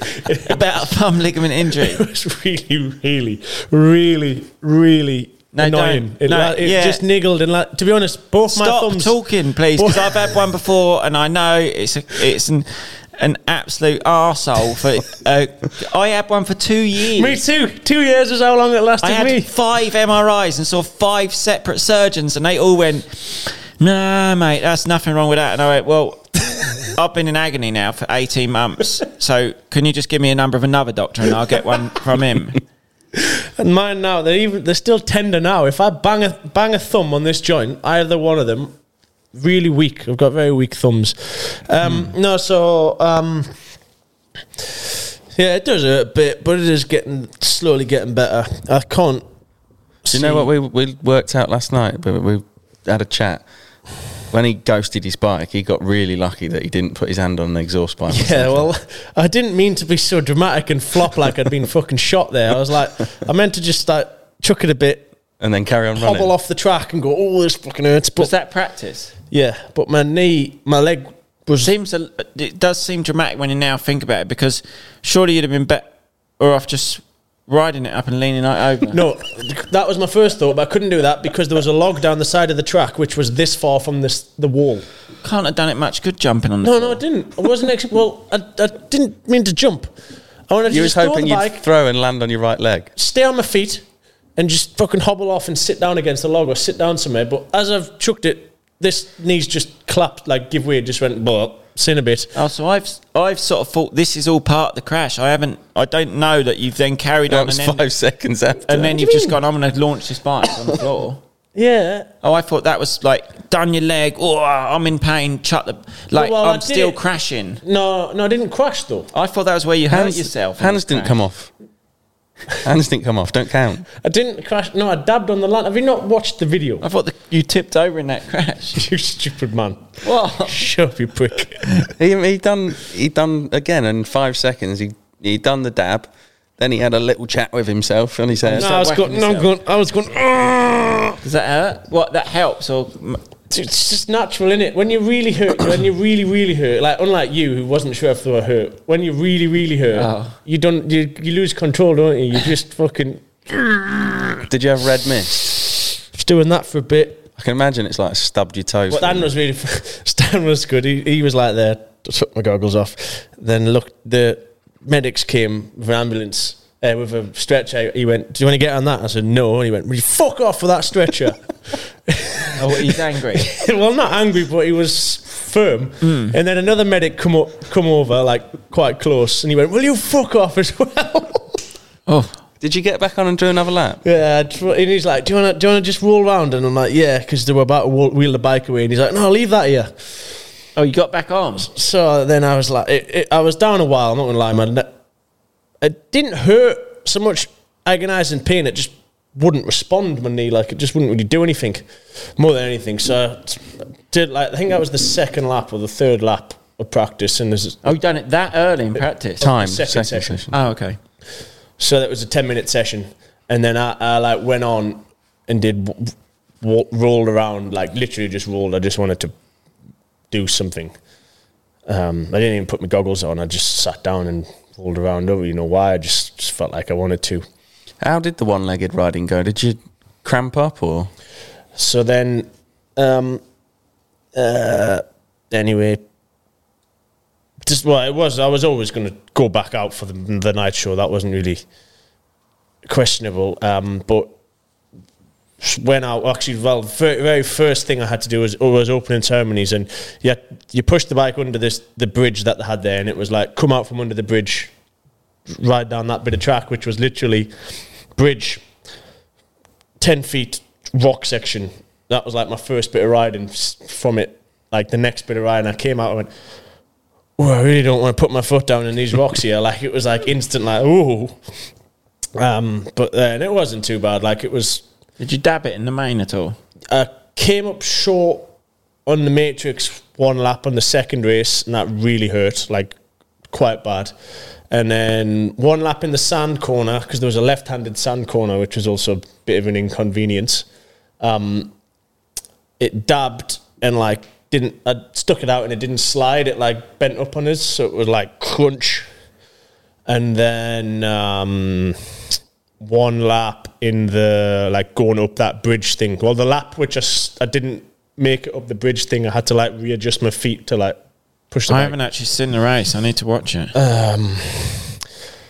[SPEAKER 6] about a thumb ligament injury.
[SPEAKER 5] It was really, really, really, really
[SPEAKER 6] No,
[SPEAKER 5] annoying.
[SPEAKER 6] don't.
[SPEAKER 5] It,
[SPEAKER 6] No,
[SPEAKER 5] la- it
[SPEAKER 6] yeah.
[SPEAKER 5] just niggled and la- to be honest, both
[SPEAKER 6] Stop
[SPEAKER 5] my thumbs.
[SPEAKER 6] talking, please, because I've had one before, and I know it's a, it's an an absolute arsehole for. Uh, I had one for two years.
[SPEAKER 5] Me too. Two years is how long it lasted
[SPEAKER 6] I had
[SPEAKER 5] me.
[SPEAKER 6] five MRIs and saw five separate surgeons, and they all went, "Nah, mate, that's nothing wrong with that." And I went, "Well, I've been in agony now for eighteen months, so can you just give me a number of another doctor, and I'll get one from him?"
[SPEAKER 5] And mine now, they're even they're still tender now. If I bang a bang a thumb on this joint, either one of them, really weak. I've got very weak thumbs. Um,
[SPEAKER 4] Hmm.
[SPEAKER 5] No, so um, yeah, it does hurt a bit, but it is getting slowly getting better. I can't.
[SPEAKER 4] Do you know what we we worked out last night? But we had a chat. When he ghosted his bike, he got really lucky that he didn't put his hand on an exhaust pipe. or
[SPEAKER 5] Yeah,
[SPEAKER 4] something.
[SPEAKER 5] well, I didn't mean to be so dramatic and flop like I'd been fucking shot there. I was like, I meant to just like chuck it a bit,
[SPEAKER 4] and then carry on running.
[SPEAKER 5] hobble off the track, and go, "Oh, this fucking hurts." But
[SPEAKER 6] Was that practice?
[SPEAKER 5] yeah, but my knee, my leg was
[SPEAKER 6] Seems a, it does seem dramatic when you now think about it, because surely you'd have been better. or off just riding it up and leaning it over?
[SPEAKER 5] No, that was my first thought, but I couldn't do that because there was a log down the side of the track, which was this far from this the wall.
[SPEAKER 6] Can't have done it much good jumping on the
[SPEAKER 5] No,
[SPEAKER 6] floor.
[SPEAKER 5] no, I didn't. I wasn't. Ex- well, I, I didn't mean to jump. I wanted to
[SPEAKER 4] You was
[SPEAKER 5] just go on
[SPEAKER 4] hoping
[SPEAKER 5] the
[SPEAKER 4] you'd
[SPEAKER 5] bike,
[SPEAKER 4] throw and land on your right leg.
[SPEAKER 5] stay on my feet, and just fucking hobble off and sit down against the log or sit down somewhere. But as I've chucked it, this knees just clapped, like give way, just went, but sin a bit.
[SPEAKER 6] Oh, so I've I've sort of thought this is all part of the crash. I haven't. I don't know that you've then carried
[SPEAKER 4] That
[SPEAKER 6] on
[SPEAKER 4] was
[SPEAKER 6] and then,
[SPEAKER 4] five seconds after.
[SPEAKER 6] and then you've just gone. I'm going to launch this bike on the floor.
[SPEAKER 5] Yeah.
[SPEAKER 6] Oh, I thought that was like down your leg. Oh, I'm in pain. Chuck the like.
[SPEAKER 5] Well, I
[SPEAKER 6] I'm still
[SPEAKER 5] did.
[SPEAKER 6] crashing.
[SPEAKER 5] No, no, I didn't crash though.
[SPEAKER 6] I thought that was where you hurt yourself.
[SPEAKER 4] Hands didn't come off. Hands didn't come off. Don't count.
[SPEAKER 5] I didn't crash. No, I dabbed on the land. Have you not watched the video?
[SPEAKER 6] I thought that you tipped over in that crash.
[SPEAKER 5] you stupid man.
[SPEAKER 6] What?
[SPEAKER 5] Shut up, you prick.
[SPEAKER 4] He, he done he done again in five seconds. He he done the dab. Then he had a little chat with himself and he said,
[SPEAKER 5] no, I was going. No, I'm going. I was going. oh, "Argh."
[SPEAKER 6] Does that hurt? Uh, What? That helps or
[SPEAKER 5] It's just natural, innit? When you really hurt, when you really, really hurt, like unlike you, who wasn't sure if they were hurt. When you really, really hurt, you don't. You, you lose control, don't you? You just fucking
[SPEAKER 4] "Did you have red mist?"
[SPEAKER 5] just doing that for a bit.
[SPEAKER 4] I can imagine it's like stubbed your toes.
[SPEAKER 5] But Stan was really. Stan was good. He, he was like there. Took my goggles off. Then look, the medics came with an ambulance. Uh, with a stretcher, he went. Do you want to get on that? I said no. And he went. Well, you fuck off with that stretcher.
[SPEAKER 6] oh, he's angry.
[SPEAKER 5] well, not angry, but he was firm. And then another medic come up, come over, like quite close, and he went, "Will you fuck off as well?"
[SPEAKER 6] oh,
[SPEAKER 4] Did you get back on and do another lap?
[SPEAKER 5] yeah, I'd tr- and he's like, "Do you want to do you want to just roll round?" And I'm like, "Yeah," because they were about to wheel, wheel the bike away, and he's like, "No, leave that here."
[SPEAKER 6] oh, you got back arms.
[SPEAKER 5] So then I was like, it, it, I was down a while. I'm not gonna lie, man. It didn't hurt so much agonizing pain. It just wouldn't respond my knee like it just wouldn't really do anything more than anything so I did like I think that was the second lap or the third lap of practice and there's
[SPEAKER 6] Oh, you done it that early in practice.
[SPEAKER 4] Uh, Time second,
[SPEAKER 5] second session.
[SPEAKER 4] session.
[SPEAKER 6] Oh, okay.
[SPEAKER 5] So that was a 10 minute session. And then I, I like went on and did w- w- rolled around, like literally just rolled. I just wanted to do something. Um, I didn't even put my goggles on. I just sat down and rolled around. Don't really know why. I just, just felt like I wanted to.
[SPEAKER 4] How did the one-legged riding go? Did you cramp up or
[SPEAKER 5] So then, um, uh, anyway, just well, it was. I was always going to go back out for the, the night show. That wasn't really questionable. Um, but when I actually, well, the fir- very first thing I had to do was oh, was opening ceremonies, and you had, you pushed the bike under this the bridge that they had there, and it was like come out from under the bridge, ride down that bit of track, which was literally bridge 10 feet rock section. That was like my first bit of riding s- from it. Like the next bit of riding, I came out and went, Oh, I really don't want to put my foot down in these rocks here. Like it was like instant, like, ooh. Um, but then it wasn't too bad. Like it was,
[SPEAKER 6] Did you dab it in the main at all?
[SPEAKER 5] I came up short on the Matrix one lap on the second race, and that really hurt, like quite bad. And then one lap in the sand corner because there was a left-handed sand corner, which was also a bit of an inconvenience. Um, it dabbed and like didn't. I stuck it out and it didn't slide. It like bent up on us, so it was like crunch. And then um, one lap in the like going up that bridge thing. Well, the lap which I, s- I didn't make it up the bridge thing, I had to like readjust my feet to like push the
[SPEAKER 6] I
[SPEAKER 5] bike.
[SPEAKER 6] haven't actually seen the race. I need to watch it.
[SPEAKER 4] Uh,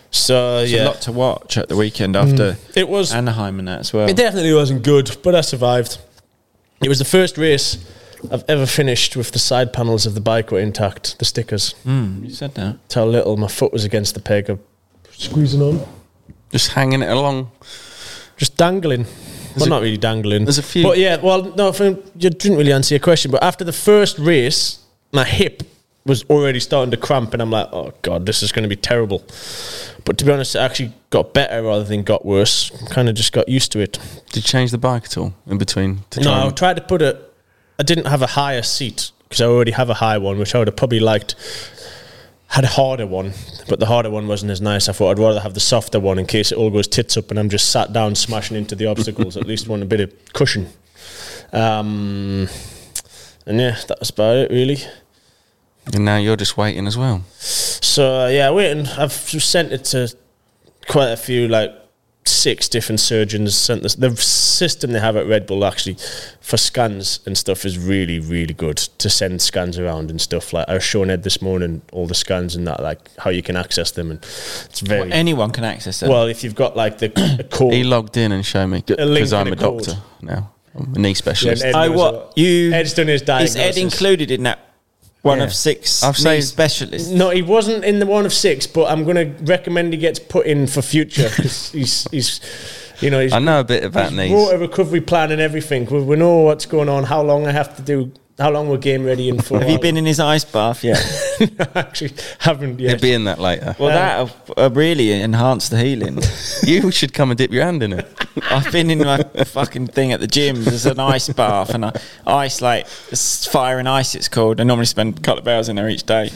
[SPEAKER 5] So
[SPEAKER 6] There's
[SPEAKER 5] yeah,
[SPEAKER 6] a lot to watch at the weekend
[SPEAKER 4] Hmm.
[SPEAKER 6] after
[SPEAKER 5] it was.
[SPEAKER 6] Anaheim and that as well.
[SPEAKER 5] It definitely wasn't good, but I survived. It was the first race I've ever finished with the side panels of the bike were intact, the stickers.
[SPEAKER 6] Mm, you said that.
[SPEAKER 5] Tell little, my foot was against the peg, I'm squeezing on,
[SPEAKER 4] just hanging it along?
[SPEAKER 5] just dangling. Well,
[SPEAKER 4] a-
[SPEAKER 5] not really dangling.
[SPEAKER 4] there's a few-
[SPEAKER 5] But yeah, well, no, for, you didn't really answer your question. But after the first race, my hip was already starting to cramp, and I'm like, oh god, this is going to be terrible. But to be honest, it actually got better rather than got worse. Kind of just got used to it.
[SPEAKER 4] Did you change the bike at all in between? To try
[SPEAKER 5] No, I
[SPEAKER 4] and-
[SPEAKER 5] tried to put it. I didn't have a higher seat because I already have a high one, which I would have probably liked. Had a harder one, but the harder one wasn't as nice. I thought I'd rather have the softer one in case it all goes tits up and I'm just sat down smashing into the obstacles. At least want a bit of cushion. Um, and yeah, that was about it really.
[SPEAKER 4] and now you're just waiting as well.
[SPEAKER 5] So uh, yeah, waiting. I've just sent it to quite a few like six different surgeons sent this. The system they have at Red Bull actually for scans and stuff is really really good to send scans around and stuff. Like I was showing Ed this morning all the scans and that like how you can access them and it's very well.
[SPEAKER 6] Anyone can access it.
[SPEAKER 5] if you've got like the a code,
[SPEAKER 4] He logged in and showed me
[SPEAKER 5] link
[SPEAKER 4] because I'm a
[SPEAKER 5] and a code.
[SPEAKER 4] doctor now. I'm a knee specialist.
[SPEAKER 5] Ed
[SPEAKER 6] I
[SPEAKER 5] knows
[SPEAKER 6] what
[SPEAKER 5] about-
[SPEAKER 6] you
[SPEAKER 5] Ed's done his
[SPEAKER 6] Is Ed
[SPEAKER 5] diagnosis.
[SPEAKER 6] included in that one
[SPEAKER 4] Yeah.
[SPEAKER 6] of six
[SPEAKER 4] I've
[SPEAKER 6] knee
[SPEAKER 4] saved-
[SPEAKER 6] specialists?
[SPEAKER 5] No, he wasn't in the one of six, but I'm going to recommend he gets put in for future because he's, he's, you know, he's,
[SPEAKER 4] I know a bit about
[SPEAKER 5] he's
[SPEAKER 4] knees.
[SPEAKER 5] wrote a recovery plan and everything. We, we know what's going on, how long I have to do, how long we're game ready in for.
[SPEAKER 6] Have you been in his ice bath yet?
[SPEAKER 5] Actually, haven't yet.
[SPEAKER 4] He'll be in that later.
[SPEAKER 6] Well,
[SPEAKER 5] Um,
[SPEAKER 6] that'll uh, really enhance the healing.
[SPEAKER 4] you should come and dip your hand in it.
[SPEAKER 6] I've been in my fucking thing at the gym. There's an ice bath and I, ice, like it's fire and ice, it's called. I normally spend a couple of hours in there each day.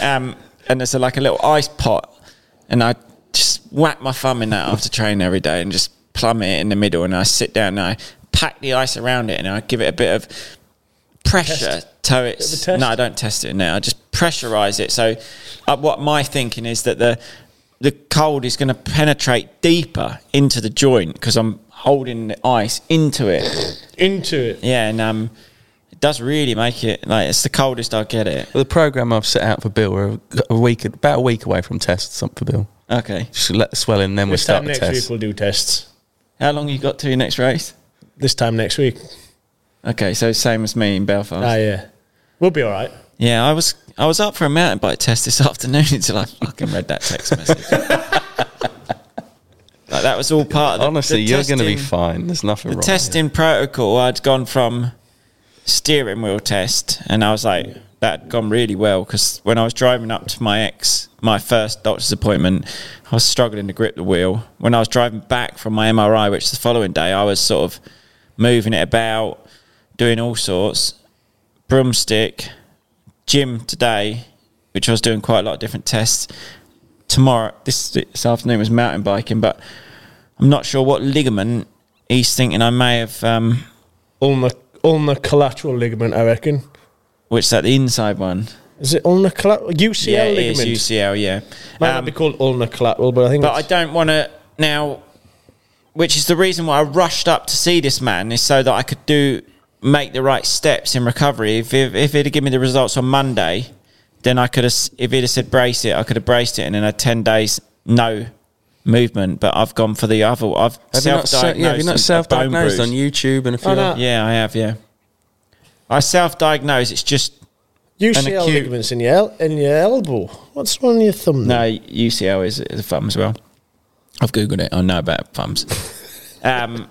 [SPEAKER 6] Um, and there's a, like a little ice pot, and I just whack my thumb in that after training every day and just plumb it in the middle. And I sit down and I pack the ice around it and I give it a bit of pressure to
[SPEAKER 5] Bit
[SPEAKER 6] its.
[SPEAKER 5] of a test.
[SPEAKER 6] No, I don't test it in there. I just pressurize it. So, uh, what my thinking is that the the cold is going to penetrate deeper into the joint because I'm holding the ice into it.
[SPEAKER 5] into it?
[SPEAKER 6] Yeah, and um, it does really make it like it's the coldest I get it.
[SPEAKER 4] The program I've set out for Bill, we're a- a week, about a week away from tests up for Bill.
[SPEAKER 6] Okay,
[SPEAKER 4] Just let the swell in, then we
[SPEAKER 5] This
[SPEAKER 4] start
[SPEAKER 5] time
[SPEAKER 4] the
[SPEAKER 5] next week
[SPEAKER 4] test.
[SPEAKER 5] we'll do tests.
[SPEAKER 6] how long you got to your next race?
[SPEAKER 5] This time next week.
[SPEAKER 6] Okay, so same as me in Belfast.
[SPEAKER 5] Ah, yeah. We'll be all right.
[SPEAKER 6] yeah, I was I was up for a mountain bike test this afternoon until I fucking read that text message. like that was all part of the,
[SPEAKER 4] Honestly,
[SPEAKER 6] the
[SPEAKER 4] you're going to be
[SPEAKER 6] testing.
[SPEAKER 4] fine. There's nothing
[SPEAKER 6] the
[SPEAKER 4] wrong.
[SPEAKER 6] testing protocol i'd gone from steering wheel test and i was like that had gone really well because when i was driving up to my ex my first doctor's appointment i was struggling to grip the wheel when i was driving back from my mri which the following day i was sort of moving it about doing all sorts broomstick gym today which i was doing quite a lot of different tests tomorrow this this afternoon was mountain biking but i'm not sure what ligament he's thinking i may have um
[SPEAKER 5] Ulnar, ulnar collateral ligament, I reckon.
[SPEAKER 6] which that the inside one
[SPEAKER 5] Is it ulnar collateral? UCL
[SPEAKER 6] it is
[SPEAKER 5] ligament.
[SPEAKER 6] ucl yeah
[SPEAKER 5] Might
[SPEAKER 6] Um,
[SPEAKER 5] not be called ulnar collateral, but I think
[SPEAKER 6] but i
[SPEAKER 5] it's-
[SPEAKER 6] don't want to now which is the reason why i rushed up to see this man is so that i could do make the right steps in recovery if if, if he'd have given me the results on monday then i could have s- if he'd have said brace it i could have braced it and then had 10 days no movement but i've gone for the other i've
[SPEAKER 4] Have you not, se-
[SPEAKER 6] self-diagnosed
[SPEAKER 4] yeah, have you
[SPEAKER 6] a bone
[SPEAKER 4] not self-diagnosed
[SPEAKER 6] bruise.
[SPEAKER 4] on YouTube and a few?
[SPEAKER 5] Oh, no.
[SPEAKER 4] other-
[SPEAKER 6] Yeah, I have. Yeah, I self-diagnosed. It's just
[SPEAKER 5] UCL
[SPEAKER 6] acute-
[SPEAKER 5] ligaments in your el- in your elbow. What's on your thumb?
[SPEAKER 6] no
[SPEAKER 5] then?
[SPEAKER 6] UCL is the thumb as well. I've googled it. I know about thumbs. um,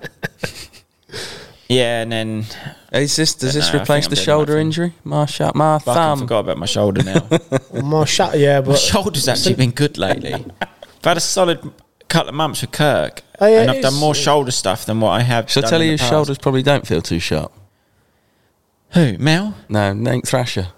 [SPEAKER 6] yeah, and then
[SPEAKER 4] Is this, does this
[SPEAKER 6] Don't know, I think
[SPEAKER 4] replace
[SPEAKER 6] I'm
[SPEAKER 4] the
[SPEAKER 6] doing
[SPEAKER 4] shoulder
[SPEAKER 6] nothing.
[SPEAKER 4] injury? My, sh- my
[SPEAKER 6] fucking
[SPEAKER 4] thumb.
[SPEAKER 6] forgot about my shoulder now.
[SPEAKER 5] Well, my shot. Yeah,
[SPEAKER 6] my
[SPEAKER 5] but
[SPEAKER 6] shoulder's actually been good lately. I've had a solid couple of months with Kirk,
[SPEAKER 5] Oh, yeah,
[SPEAKER 6] and
[SPEAKER 5] it
[SPEAKER 6] I've done
[SPEAKER 5] is-
[SPEAKER 6] more shoulder stuff than what I have.
[SPEAKER 4] Shall I
[SPEAKER 6] done
[SPEAKER 4] tell
[SPEAKER 6] in
[SPEAKER 4] you,
[SPEAKER 6] the
[SPEAKER 4] his
[SPEAKER 6] past.
[SPEAKER 4] shoulders probably don't feel too sharp.
[SPEAKER 6] Who Mel?
[SPEAKER 4] No, Nate Thrasher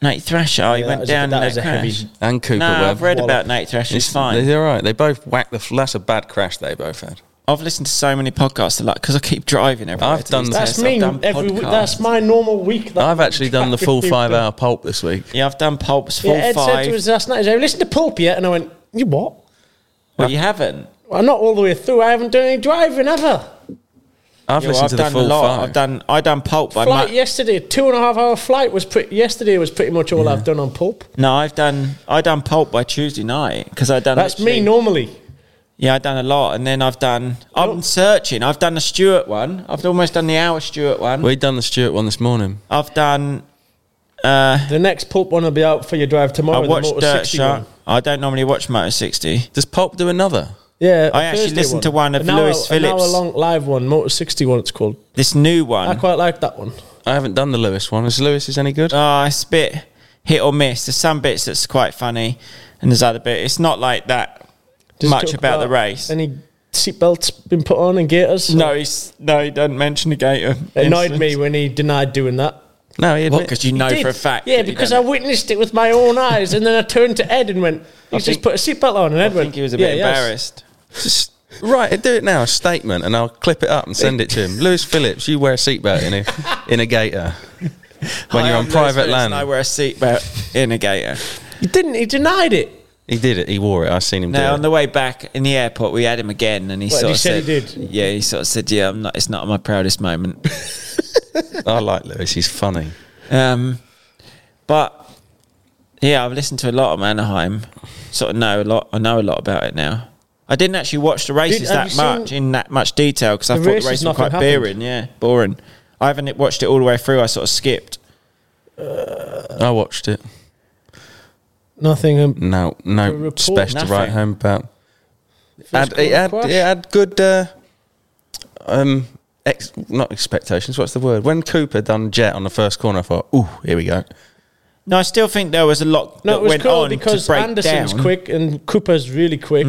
[SPEAKER 6] Nate Thrasher. Oh, he
[SPEAKER 5] Yeah, that
[SPEAKER 6] went
[SPEAKER 5] was a-
[SPEAKER 6] down
[SPEAKER 5] that
[SPEAKER 6] in that
[SPEAKER 5] was a heavy-
[SPEAKER 6] crash.
[SPEAKER 4] and Cooper
[SPEAKER 6] No,
[SPEAKER 4] Webb.
[SPEAKER 6] I've read
[SPEAKER 5] Wallop.
[SPEAKER 6] about Nate Thrasher. He's fine.
[SPEAKER 4] They're all right. They both whacked the. F- that's a bad crash they both had.
[SPEAKER 6] I've listened to so many podcasts a lot because I keep driving everywhere.
[SPEAKER 4] I've
[SPEAKER 6] to
[SPEAKER 4] done
[SPEAKER 6] these
[SPEAKER 4] the-
[SPEAKER 5] that's
[SPEAKER 6] tests.
[SPEAKER 5] me.
[SPEAKER 6] I've done
[SPEAKER 5] Every week,
[SPEAKER 6] podcasts.
[SPEAKER 5] that's my normal week. That
[SPEAKER 4] I've actually done the full five-hour pulp this week.
[SPEAKER 6] Yeah, I've done pulps
[SPEAKER 5] Yeah,
[SPEAKER 6] full
[SPEAKER 5] Ed said
[SPEAKER 6] five.
[SPEAKER 5] to us last night, "Have you listened to Pulp yet?" And I went, "You what?
[SPEAKER 6] well, you haven't.
[SPEAKER 5] Well, not all the way through. I haven't done any driving ever.
[SPEAKER 4] I've
[SPEAKER 6] Yeah, well,
[SPEAKER 4] listened to the
[SPEAKER 6] done
[SPEAKER 4] full
[SPEAKER 6] I've
[SPEAKER 4] five.
[SPEAKER 6] done. I done pulp by
[SPEAKER 5] flight
[SPEAKER 6] Matt.
[SPEAKER 5] yesterday, two and a half hour flight was pretty. Yesterday was pretty much all I've done on Pulp.
[SPEAKER 6] No, I've done. I done pulp by Tuesday night because I done.
[SPEAKER 5] That's me
[SPEAKER 6] literally-
[SPEAKER 5] normally.
[SPEAKER 6] Yeah, I done a lot, and then I've done. I'm searching. I've done the Stewart one. I've almost done the hour Stewart one.
[SPEAKER 4] We done the Stewart one this morning.
[SPEAKER 6] I've done.
[SPEAKER 5] The next Pulp one will be out for your drive tomorrow.
[SPEAKER 6] I
[SPEAKER 5] the
[SPEAKER 6] watched
[SPEAKER 5] Motor
[SPEAKER 6] Dirt
[SPEAKER 5] 60
[SPEAKER 6] Shot.
[SPEAKER 5] one.
[SPEAKER 6] I don't normally watch Motor 60.
[SPEAKER 4] Does Pulp do another?
[SPEAKER 5] Yeah,
[SPEAKER 6] I
[SPEAKER 5] a
[SPEAKER 6] actually
[SPEAKER 5] Thursday
[SPEAKER 6] listened to one of
[SPEAKER 5] An hour-
[SPEAKER 6] Lewis
[SPEAKER 5] an
[SPEAKER 6] Phillips. Mm.
[SPEAKER 5] hour long live one, Motor 61. It's called.
[SPEAKER 6] This new
[SPEAKER 5] I
[SPEAKER 6] one.
[SPEAKER 5] quite like that one.
[SPEAKER 4] I haven't done the Lewis one. Is Lewis is any good?
[SPEAKER 6] Ah, it's a bit hit or miss. There's some bits that's quite funny, and there's other bit. It's not like that
[SPEAKER 5] Does it
[SPEAKER 6] much
[SPEAKER 5] talk
[SPEAKER 6] about the race.
[SPEAKER 5] Any seatbelts been put on and gaiters?
[SPEAKER 6] No, he's no. He doesn't mention the gator.
[SPEAKER 5] It annoyed
[SPEAKER 6] incident.
[SPEAKER 5] me when he denied doing that.
[SPEAKER 4] no, he
[SPEAKER 6] What?
[SPEAKER 4] admit,
[SPEAKER 6] Because you know
[SPEAKER 5] Did.
[SPEAKER 6] for a fact.
[SPEAKER 5] Yeah,
[SPEAKER 6] that he
[SPEAKER 5] because I
[SPEAKER 6] done it.
[SPEAKER 5] witnessed it with my own eyes, and then I turned to Ed and went, "He's just
[SPEAKER 6] think-
[SPEAKER 5] put a seatbelt on." And Ed
[SPEAKER 6] I
[SPEAKER 5] went,
[SPEAKER 6] think he was a
[SPEAKER 5] "Yeah,
[SPEAKER 6] bit
[SPEAKER 5] he has."
[SPEAKER 6] embarrassed.
[SPEAKER 4] Just- right, do it now. A statement, and I'll clip it up and send it to him. Lewis Phillips, you wear a seatbelt in a in a gator when
[SPEAKER 6] Hi,
[SPEAKER 4] you're
[SPEAKER 6] I'm
[SPEAKER 4] on
[SPEAKER 6] Lewis
[SPEAKER 4] private
[SPEAKER 6] Phillips and I
[SPEAKER 4] land.
[SPEAKER 6] wear a seatbelt in a gator.
[SPEAKER 5] He didn't. He denied it.
[SPEAKER 4] He did it. He wore it. I seen him do
[SPEAKER 6] No,
[SPEAKER 4] it.
[SPEAKER 6] on the way back in the airport, we had him again, and he
[SPEAKER 5] What,
[SPEAKER 6] sort
[SPEAKER 5] he
[SPEAKER 6] of
[SPEAKER 5] said
[SPEAKER 6] said,
[SPEAKER 5] he did?
[SPEAKER 6] Yeah, he sort of said, "Yeah, I'm not. It's not my proudest moment."
[SPEAKER 4] I like Lewis. He's funny.
[SPEAKER 6] um, but yeah, I've listened to a lot of Anaheim. Sort of know a lot. I know a lot about it now. I didn't actually watch the races
[SPEAKER 5] Did- have
[SPEAKER 6] that
[SPEAKER 5] you
[SPEAKER 6] much
[SPEAKER 5] seen-
[SPEAKER 6] in that much detail because I
[SPEAKER 5] The
[SPEAKER 6] thought
[SPEAKER 5] races,
[SPEAKER 6] the races were
[SPEAKER 5] nothing
[SPEAKER 6] quite
[SPEAKER 5] happened.
[SPEAKER 6] boring. Yeah, boring. I haven't watched it all the way through. I sort of skipped. Uh,
[SPEAKER 4] I watched it.
[SPEAKER 5] Nothing. Um,
[SPEAKER 4] No,
[SPEAKER 5] The
[SPEAKER 4] no
[SPEAKER 5] report,
[SPEAKER 4] special to write
[SPEAKER 6] nothing.
[SPEAKER 4] home about. Had, it,
[SPEAKER 5] quarter
[SPEAKER 4] had,
[SPEAKER 5] crash?
[SPEAKER 4] it had good, uh, um, ex, not expectations. What's the word? When Cooper done jet on the first corner, I thought, "Ooh, here we go."
[SPEAKER 6] No, I still think there was a lot
[SPEAKER 5] no,
[SPEAKER 6] that
[SPEAKER 5] it was
[SPEAKER 6] went
[SPEAKER 5] cool
[SPEAKER 6] on
[SPEAKER 5] because
[SPEAKER 6] to break
[SPEAKER 5] Anderson's
[SPEAKER 6] down. Mm.
[SPEAKER 5] quick and Cooper's really quick.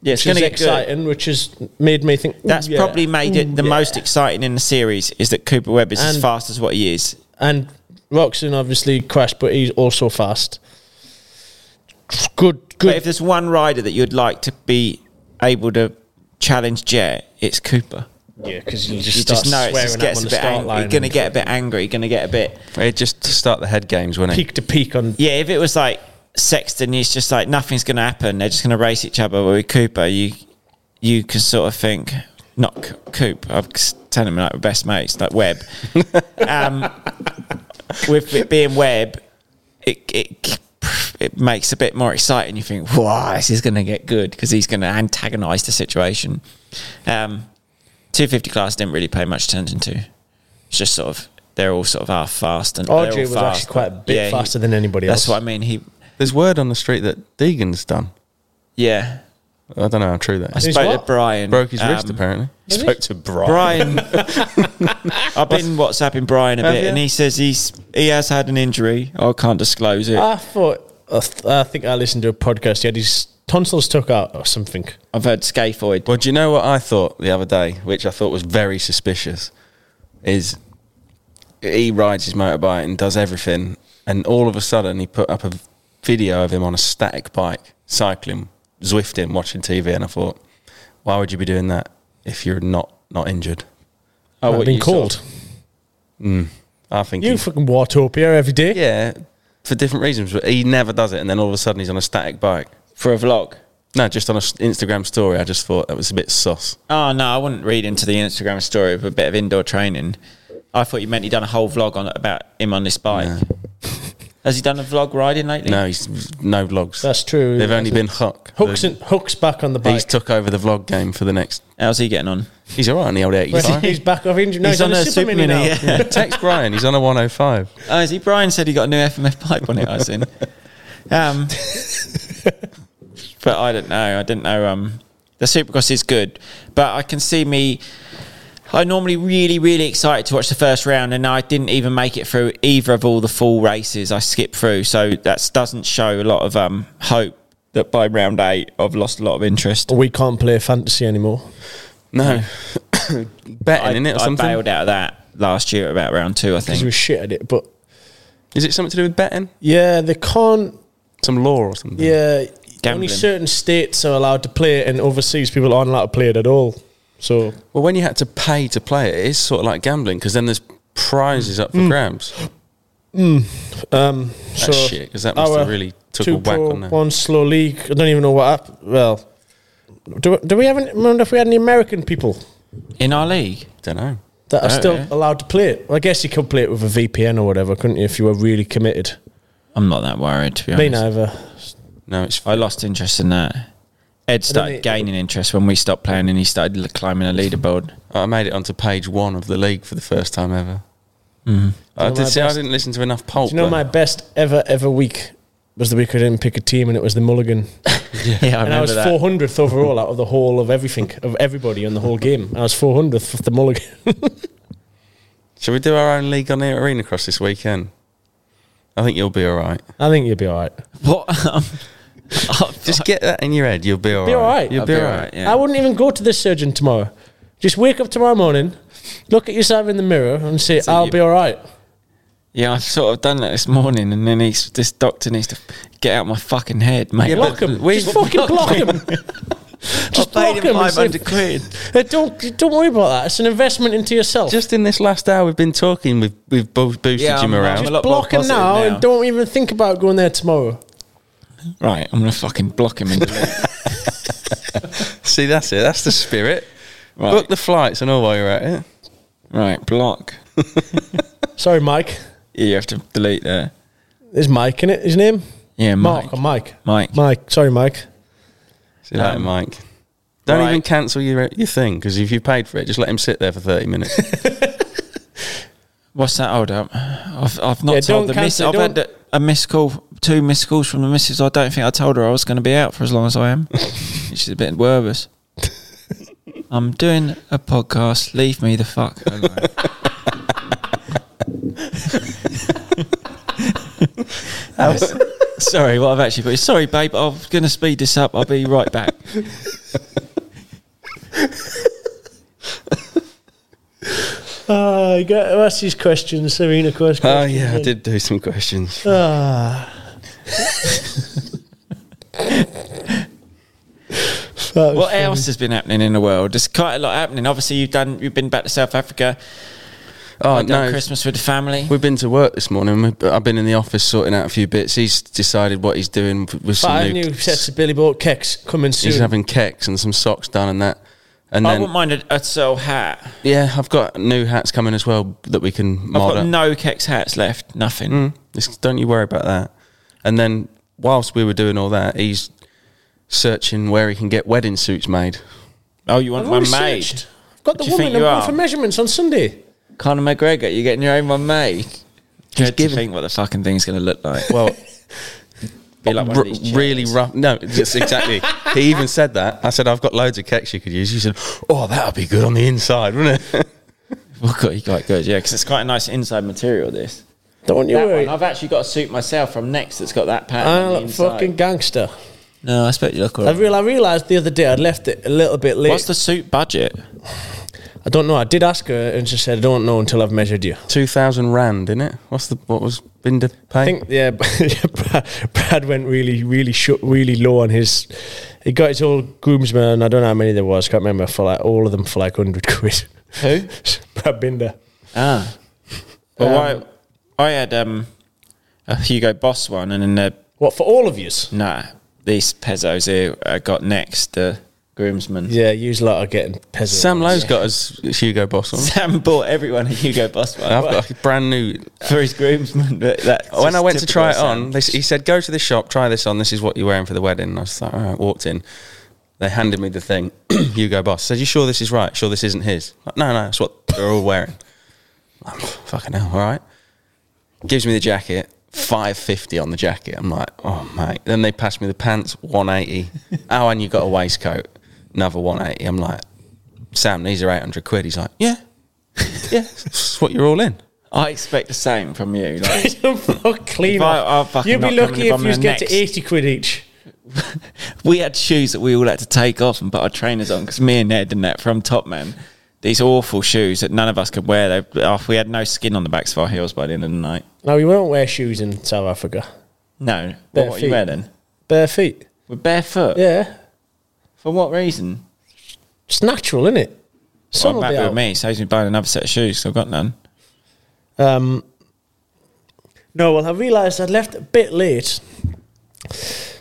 [SPEAKER 6] Yeah, it's
[SPEAKER 5] which is
[SPEAKER 6] gonna get good.
[SPEAKER 5] exciting, which has made me think ooh,
[SPEAKER 6] That's
[SPEAKER 5] yeah.
[SPEAKER 6] probably made it the
[SPEAKER 5] Ooh, yeah.
[SPEAKER 6] most exciting in the series is that Cooper Webb is as
[SPEAKER 5] And-
[SPEAKER 6] fast as what he is.
[SPEAKER 5] And Roxon obviously crashed, but he's also fast. Good,
[SPEAKER 6] But if
[SPEAKER 5] good.
[SPEAKER 6] there's one rider that you'd like to be able to challenge Jet, it's Cooper.
[SPEAKER 5] Yeah, because you
[SPEAKER 6] You
[SPEAKER 5] just start
[SPEAKER 6] just know it
[SPEAKER 5] swearing
[SPEAKER 6] just
[SPEAKER 5] at him
[SPEAKER 6] gets
[SPEAKER 5] on
[SPEAKER 6] a
[SPEAKER 5] the
[SPEAKER 6] bit
[SPEAKER 5] start
[SPEAKER 6] angry.
[SPEAKER 5] line.
[SPEAKER 6] You're gonna get a bit angry. You're gonna get a bit
[SPEAKER 4] It just to start the head games, wasn't it?
[SPEAKER 5] peak to peak on.
[SPEAKER 6] yeah. If it was like Sexton, it's just like nothing's gonna happen. They're just gonna race each other. But with Cooper, you you can sort of think not C- Coop. I'm s- telling him like we're best mates, like Webb. um, with it being Webb, it, it it makes a bit more exciting. You think, wow, this is going to get good because he's going to antagonise the situation. Um, 250 class didn't really pay much attention to. It's just sort of they're all sort of half fast and they're
[SPEAKER 5] RJ
[SPEAKER 6] all
[SPEAKER 5] was
[SPEAKER 6] fast,
[SPEAKER 5] actually quite a
[SPEAKER 6] but
[SPEAKER 5] bit
[SPEAKER 6] yeah, he-
[SPEAKER 5] faster than anybody else.
[SPEAKER 6] That's what I mean. He
[SPEAKER 4] There's word on the street that Deegan's done.
[SPEAKER 6] yeah.
[SPEAKER 4] I don't know how true that
[SPEAKER 6] I
[SPEAKER 4] is.
[SPEAKER 5] He's
[SPEAKER 6] spoke to
[SPEAKER 5] what?
[SPEAKER 6] Brian.
[SPEAKER 4] Broke his wrist
[SPEAKER 6] um,
[SPEAKER 4] apparently.
[SPEAKER 5] Is he?
[SPEAKER 4] Spoke to Brian.
[SPEAKER 6] Brian, I've been WhatsApping Brian a
[SPEAKER 4] Have
[SPEAKER 6] bit,
[SPEAKER 4] you?
[SPEAKER 6] and he says he's he has had an injury. I can't disclose it.
[SPEAKER 4] Ah.
[SPEAKER 5] I thought. I, th- I think I listened to a podcast. He had his tonsils took out or something.
[SPEAKER 6] I've heard scaphoid.
[SPEAKER 4] Well, do you know what I thought the other day, which I thought was very suspicious, is he rides his motorbike and does everything, and all of a sudden he put up a video of him on a static bike cycling, zwifting, watching TV, and I thought, why would you be doing that if you're not not injured?
[SPEAKER 6] Oh,
[SPEAKER 5] I've
[SPEAKER 6] what
[SPEAKER 5] been
[SPEAKER 6] you sort
[SPEAKER 5] called.
[SPEAKER 6] of-
[SPEAKER 4] I think
[SPEAKER 5] You
[SPEAKER 4] he-
[SPEAKER 5] fucking Wartopia every day.
[SPEAKER 4] yeah, for different reasons, but he never does it, and then all of a sudden he's on a static bike.
[SPEAKER 6] for a vlog.
[SPEAKER 4] No, just on an Instagram story. I just thought that was a bit sus.
[SPEAKER 6] Oh no, I wouldn't read into the Instagram story of a bit of indoor training. I thought you meant he done a whole vlog on about him on this bike. Has he done a vlog riding lately?
[SPEAKER 4] No, he's no vlogs.
[SPEAKER 5] That's true.
[SPEAKER 4] They've only been Huck.
[SPEAKER 5] hooks
[SPEAKER 4] The-
[SPEAKER 5] and hooks back on the bike.
[SPEAKER 4] He's took over the vlog game for the next.
[SPEAKER 6] How's he getting on?
[SPEAKER 4] He's all right on the old
[SPEAKER 5] Where's he-
[SPEAKER 4] 85.
[SPEAKER 5] he's back off injury. No, he's, on, a super, mini, now.
[SPEAKER 6] yeah.
[SPEAKER 4] Yeah, Text Brian. He's on a 105.
[SPEAKER 6] Oh, is he? Brian said he got a new FMF pipe on it. I seen. Um, but I don't know. I didn't know. Um, the Supercross is good, but I can see me. I'm normally really, really excited to watch the first round, and I didn't even make it through either of all the full races. I skipped through, so that doesn't show a lot of um, hope that by round eight I've lost a lot of interest.
[SPEAKER 5] We can't play fantasy anymore.
[SPEAKER 4] No. Betting,
[SPEAKER 6] I,
[SPEAKER 4] in it or
[SPEAKER 6] I
[SPEAKER 4] something?
[SPEAKER 6] bailed out of that last year at about round two, I
[SPEAKER 5] Because we
[SPEAKER 6] think.
[SPEAKER 5] shit at it. But
[SPEAKER 4] Is it something to do with betting?
[SPEAKER 5] yeah, they can't.
[SPEAKER 4] Some law or something?
[SPEAKER 5] Yeah, only
[SPEAKER 6] Gambling.
[SPEAKER 5] certain states are allowed to play it, and overseas people aren't allowed to play it at all. So
[SPEAKER 4] Well, when you had to pay to play it, it is sort of like gambling because then there's prizes up for
[SPEAKER 5] Mm.
[SPEAKER 4] grabs.
[SPEAKER 5] Um, so
[SPEAKER 4] shit, 'cause that must have
[SPEAKER 5] our
[SPEAKER 4] really took
[SPEAKER 5] two
[SPEAKER 4] a whack
[SPEAKER 5] pro,
[SPEAKER 4] on there.
[SPEAKER 5] One slow league. I don't even know what happened. Well, do, do we have any, remember if we had any American people
[SPEAKER 6] In our league,
[SPEAKER 4] Don't know.
[SPEAKER 5] that are
[SPEAKER 6] Oh,
[SPEAKER 5] still
[SPEAKER 6] yeah.
[SPEAKER 5] allowed to play it? Well, I guess you could play it with a VPN or whatever, couldn't you? If you were really committed.
[SPEAKER 6] I'm not that worried. To be
[SPEAKER 5] Me
[SPEAKER 6] honest.
[SPEAKER 5] neither.
[SPEAKER 4] No, it's.
[SPEAKER 6] I lost interest in that. Ed started
[SPEAKER 5] it-
[SPEAKER 6] gaining interest when we stopped playing and he started l- climbing a leaderboard.
[SPEAKER 4] I made it onto page one of the league for the first time ever. I
[SPEAKER 5] Mm-hmm. know my
[SPEAKER 4] did see. I
[SPEAKER 5] best-
[SPEAKER 4] didn't listen to enough pulp.
[SPEAKER 5] Do you know
[SPEAKER 4] though.
[SPEAKER 5] my best ever ever week was the week I didn't pick a team, and it was the Mulligan.
[SPEAKER 6] Yeah, I
[SPEAKER 5] and I was four hundredth overall out of the whole of everything of everybody in the whole game. I was four hundredth of the mulligan.
[SPEAKER 4] Shall we do our own league on here at Arena Cross this weekend? I think you'll be all right.
[SPEAKER 5] I think you'll be all right.
[SPEAKER 6] What? Um, oh,
[SPEAKER 4] Just get that in your head. You'll be all
[SPEAKER 5] Be all right.
[SPEAKER 4] You'll
[SPEAKER 6] I'll
[SPEAKER 4] be,
[SPEAKER 6] be
[SPEAKER 4] all
[SPEAKER 6] all
[SPEAKER 4] right.
[SPEAKER 6] right, yeah.
[SPEAKER 5] I wouldn't even go to the surgeon tomorrow. Just wake up tomorrow morning, look at yourself in the mirror, and say, "I'll
[SPEAKER 6] you-
[SPEAKER 5] be all right."
[SPEAKER 6] yeah, I've sort of done that this morning and then he's, this doctor needs to get out my fucking head, mate.
[SPEAKER 5] Block him. Just fucking block him. Just
[SPEAKER 6] I paid
[SPEAKER 5] block
[SPEAKER 6] him
[SPEAKER 5] him. and say-
[SPEAKER 6] 500 quid.
[SPEAKER 5] Hey, Don't don't worry about that. It's an investment into yourself.
[SPEAKER 4] Just in this last hour, we've been talking. We've we've bo- boosted
[SPEAKER 6] Yeah,
[SPEAKER 4] your
[SPEAKER 6] I'm-
[SPEAKER 4] morale.
[SPEAKER 6] I'm a lot more
[SPEAKER 5] block him
[SPEAKER 6] positive
[SPEAKER 5] now,
[SPEAKER 6] now.
[SPEAKER 5] and don't even think about going there tomorrow.
[SPEAKER 6] Right, I'm gonna fucking block him and delete.
[SPEAKER 4] See, that's it. That's the spirit.
[SPEAKER 6] Right.
[SPEAKER 4] Book the flights and all while you're at it.
[SPEAKER 6] right, block.
[SPEAKER 5] Sorry, Mike.
[SPEAKER 6] Yeah, you have to delete there.
[SPEAKER 5] There's Mike in it. His name?
[SPEAKER 6] Yeah, Mike.
[SPEAKER 5] Mark or Mike?
[SPEAKER 6] Mike.
[SPEAKER 5] Mike. Sorry, Mike.
[SPEAKER 4] See you later, Mike. Don't
[SPEAKER 6] Um, right.
[SPEAKER 4] even cancel your your thing because if you paid for it, just let him sit there for thirty minutes.
[SPEAKER 6] What's that? Hold up. I've, I've not
[SPEAKER 5] Yeah, don't
[SPEAKER 6] told the miss.
[SPEAKER 5] cancel-
[SPEAKER 6] I've had
[SPEAKER 5] don't-
[SPEAKER 6] a, a missed call, two missed calls from the missus. I don't think I told her I was going to be out for as long as I am. She's a bit nervous. I'm doing a podcast. Leave me the fuck alone. That was- sorry, what I've actually put. Sorry, babe. I'm going to speed this up. I'll be right back.
[SPEAKER 5] Uh, you got to ask these questions, Serena questions.
[SPEAKER 4] oh yeah, I did do some questions.
[SPEAKER 6] What else has been happening in the world? There's quite a lot happening. Obviously, you've done. You've been back to South Africa.
[SPEAKER 4] Oh
[SPEAKER 6] done
[SPEAKER 4] no,
[SPEAKER 6] Christmas with the family.
[SPEAKER 4] we've been to work this morning. We've- I've been in the office sorting out a few bits. He's decided what he's doing with some
[SPEAKER 5] Five
[SPEAKER 4] new.
[SPEAKER 5] new sets of Billy Boat kicks coming soon.
[SPEAKER 4] he's having cakes and some socks done and that. And
[SPEAKER 6] I
[SPEAKER 4] then
[SPEAKER 6] wouldn't mind a, a sole hat.
[SPEAKER 4] yeah, I've got new hats coming as well that we can
[SPEAKER 6] I've
[SPEAKER 4] mod
[SPEAKER 6] got
[SPEAKER 4] up.
[SPEAKER 6] no Kex hats left. Nothing.
[SPEAKER 4] Hmm? It's- don't you worry about that. And then whilst we were doing all that, he's searching where he can get wedding suits made.
[SPEAKER 6] Oh, you want
[SPEAKER 5] I've
[SPEAKER 6] one
[SPEAKER 5] already
[SPEAKER 6] made?
[SPEAKER 5] searched. I've got the
[SPEAKER 6] Do you
[SPEAKER 5] woman
[SPEAKER 6] think you
[SPEAKER 5] I'm going
[SPEAKER 6] are?
[SPEAKER 5] for measurements on Sunday.
[SPEAKER 6] Conor McGregor, you're getting your own one made. Dread to
[SPEAKER 4] given-
[SPEAKER 6] think what the fucking thing's going to look like.
[SPEAKER 4] Well,
[SPEAKER 6] Be like one
[SPEAKER 4] r-
[SPEAKER 6] of these chairs.
[SPEAKER 4] really rough. No, just exactly. he even said that. I said, I've got loads of cakes you could use. He said, Oh, that would be good on the inside, wouldn't it?
[SPEAKER 6] Well, God, you quite good, yeah, because it's quite a nice inside material. This.
[SPEAKER 5] Don't want you
[SPEAKER 6] That
[SPEAKER 5] worry.
[SPEAKER 6] one, I've actually got a suit myself from Next that's got that pattern.
[SPEAKER 5] I
[SPEAKER 6] on the
[SPEAKER 5] Oh, look
[SPEAKER 6] inside.
[SPEAKER 5] fucking gangster.
[SPEAKER 6] No, I expect you look
[SPEAKER 5] I,
[SPEAKER 6] alright.
[SPEAKER 5] real, I realised the other day I'd left it a little bit late.
[SPEAKER 6] What's the suit budget?
[SPEAKER 5] I don't know. I did ask her and she said, I don't know until I've measured you.
[SPEAKER 4] 2,000 Rand, innit? What's the, what was Binder paying?
[SPEAKER 5] I think, yeah, Brad, Brad went really, really short, really low on his. He got his old groomsmen, and I don't know how many there was, can't remember, for like all of them for like 100 quid.
[SPEAKER 6] Who?
[SPEAKER 5] Brad Binder.
[SPEAKER 6] Ah. Well,
[SPEAKER 5] Um,
[SPEAKER 6] I, I had um, a Hugo Boss one, and then the
[SPEAKER 5] What, for all of yous?
[SPEAKER 6] Nah, these pezzos here uh, got next the groomsmen.
[SPEAKER 5] Yeah, yous lot are getting peasant.
[SPEAKER 4] Sam Lowe's got his Hugo Boss on.
[SPEAKER 6] Sam bought everyone a Hugo Boss
[SPEAKER 4] I've
[SPEAKER 6] one
[SPEAKER 4] got a brand new
[SPEAKER 6] for his groomsmen. But that's
[SPEAKER 4] when I
[SPEAKER 6] just
[SPEAKER 4] went to
[SPEAKER 6] typical
[SPEAKER 4] try it
[SPEAKER 6] Sam.
[SPEAKER 4] on, they, s- he said, "Go to the shop, try this on. This is what you're wearing for the wedding." And I was like, "All right." Walked in, they handed me the thing. Hugo Boss said, "You sure this is right? Sure this isn't his?" Like, no, no, it's what they're all wearing. I'm, Fucking hell! All right. Gives me the jacket. Five fifty on the jacket. I'm like, oh mate. Then they pass me the pants, one eighty. oh, and you got a waistcoat, another one eighty. I'm like, Sam, these are eight hundred quid. He's like, yeah, yeah, it's what you're all in.
[SPEAKER 6] I expect the same from you. Like,
[SPEAKER 5] Fuck clean
[SPEAKER 6] If I- I'll
[SPEAKER 5] off.
[SPEAKER 6] fucking
[SPEAKER 5] You'd be
[SPEAKER 6] knock them
[SPEAKER 5] lucky
[SPEAKER 6] in
[SPEAKER 5] if
[SPEAKER 6] the
[SPEAKER 5] you
[SPEAKER 6] bum
[SPEAKER 5] get
[SPEAKER 6] next.
[SPEAKER 5] to 80 quid each.
[SPEAKER 6] we had shoes that we all had to take off and put our trainers on because me and Ned and that from Top Man, these awful shoes that none of us could wear. They, oh, we had no skin on the backs of our heels by the end of the night.
[SPEAKER 5] No, we won't wear shoes in South Africa.
[SPEAKER 6] No,
[SPEAKER 5] Bare
[SPEAKER 6] what were
[SPEAKER 5] feet.
[SPEAKER 6] you wearing?
[SPEAKER 5] Bare feet.
[SPEAKER 6] We're barefoot.
[SPEAKER 5] Yeah.
[SPEAKER 6] For what reason?
[SPEAKER 5] It's natural, isn't it? Sun
[SPEAKER 6] Well,
[SPEAKER 5] will
[SPEAKER 6] back
[SPEAKER 5] be
[SPEAKER 6] with
[SPEAKER 5] out.
[SPEAKER 6] me saves me buying another set of shoes. 'cause I've got none.
[SPEAKER 5] Um, no, well, I realised I'd left a bit late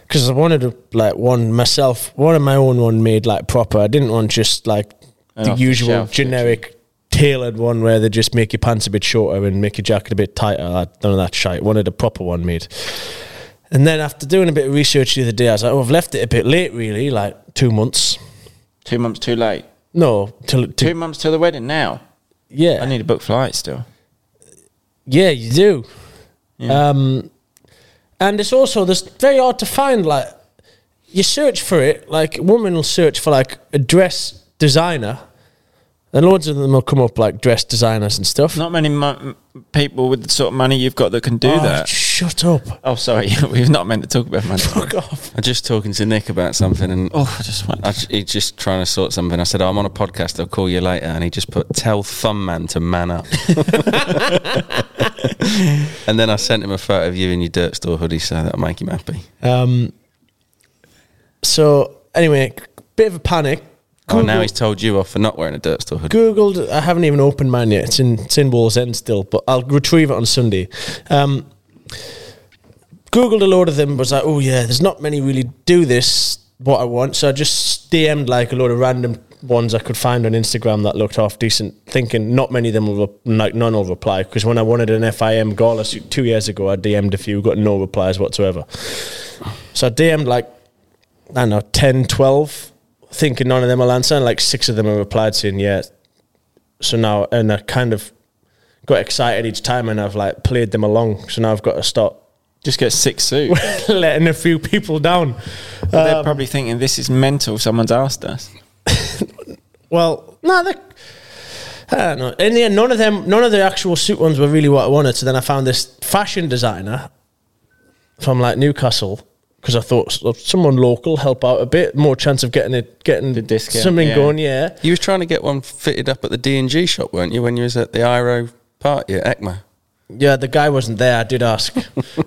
[SPEAKER 5] because I wanted to, like one myself, one of my own one made like proper. I didn't want just like
[SPEAKER 6] An
[SPEAKER 5] the usual
[SPEAKER 6] off-the-shelf
[SPEAKER 5] generic tailored one where they just make your pants a bit shorter and make your jacket a bit tighter. Like, none of that shite. Wanted a proper one made. And then after doing a bit of research the other day, I was like, oh, I've left it a bit late, really, like two months.
[SPEAKER 6] Two months too late.
[SPEAKER 5] No, till,
[SPEAKER 6] Two
[SPEAKER 5] till
[SPEAKER 6] months till the wedding now.
[SPEAKER 5] yeah.
[SPEAKER 6] I need to book flights still.
[SPEAKER 5] Yeah, you do. Um, and it's also this very hard to find. Like you search for it, like a woman will search for like a dress designer, and loads of them will come up like dress designers and stuff.
[SPEAKER 6] Not many mo- people with the sort of money you've got that can do
[SPEAKER 5] Oh,
[SPEAKER 6] that.
[SPEAKER 5] Shut up.
[SPEAKER 6] oh, sorry, we've not meant to talk about money.
[SPEAKER 5] Fuck off.
[SPEAKER 4] I'm just talking to Nick about something, and
[SPEAKER 6] Oh, I just went.
[SPEAKER 4] I, j- he's just trying to sort something. I said, "Oh, I'm on a podcast. I'll call you later. And he just put, tell Thumb Man to man up. and then I sent him a photo of you in your dirt store hoodie, so that'll make him happy.
[SPEAKER 5] Um, so anyway, bit of a panic.
[SPEAKER 4] Oh, now
[SPEAKER 5] Google-
[SPEAKER 4] he's told you off for not wearing a dirt store hoodie.
[SPEAKER 5] Googled. I haven't even opened mine yet. It's in it's in Wall's End still, but I'll retrieve it on Sunday. Um, Googled a load of them, was like, oh yeah, there's not many really do this, what I want. So I just DM'd like a load of random ones I could find on Instagram that looked half decent, thinking not many of them will, re- like none will reply. Because when I wanted an FIM Gala suit two years ago, I DM'd a few, got no replies whatsoever. So I DM'd like, I don't know, 10, 12, thinking none of them will answer. And like six of them have replied saying, yeah. So now, and I kind of got excited each time and I've like played them along. So now I've got to start
[SPEAKER 6] Just get sick suit.
[SPEAKER 5] letting a few people down.
[SPEAKER 6] They're probably thinking this is mental. Someone's asked us.
[SPEAKER 5] Well, no, they I don't know. In the end, none of them, none of the actual suit ones were really what I wanted. So then I found this fashion designer from like Newcastle because I thought "So- someone local help out a bit, more chance of getting it, getting
[SPEAKER 6] The discount,
[SPEAKER 5] something
[SPEAKER 6] yeah.
[SPEAKER 5] going. Yeah,
[SPEAKER 4] You was trying to get one fitted up at the D and G shop, weren't you? When you was at the Iro party at ECMA.
[SPEAKER 5] yeah. The guy wasn't there. I did ask.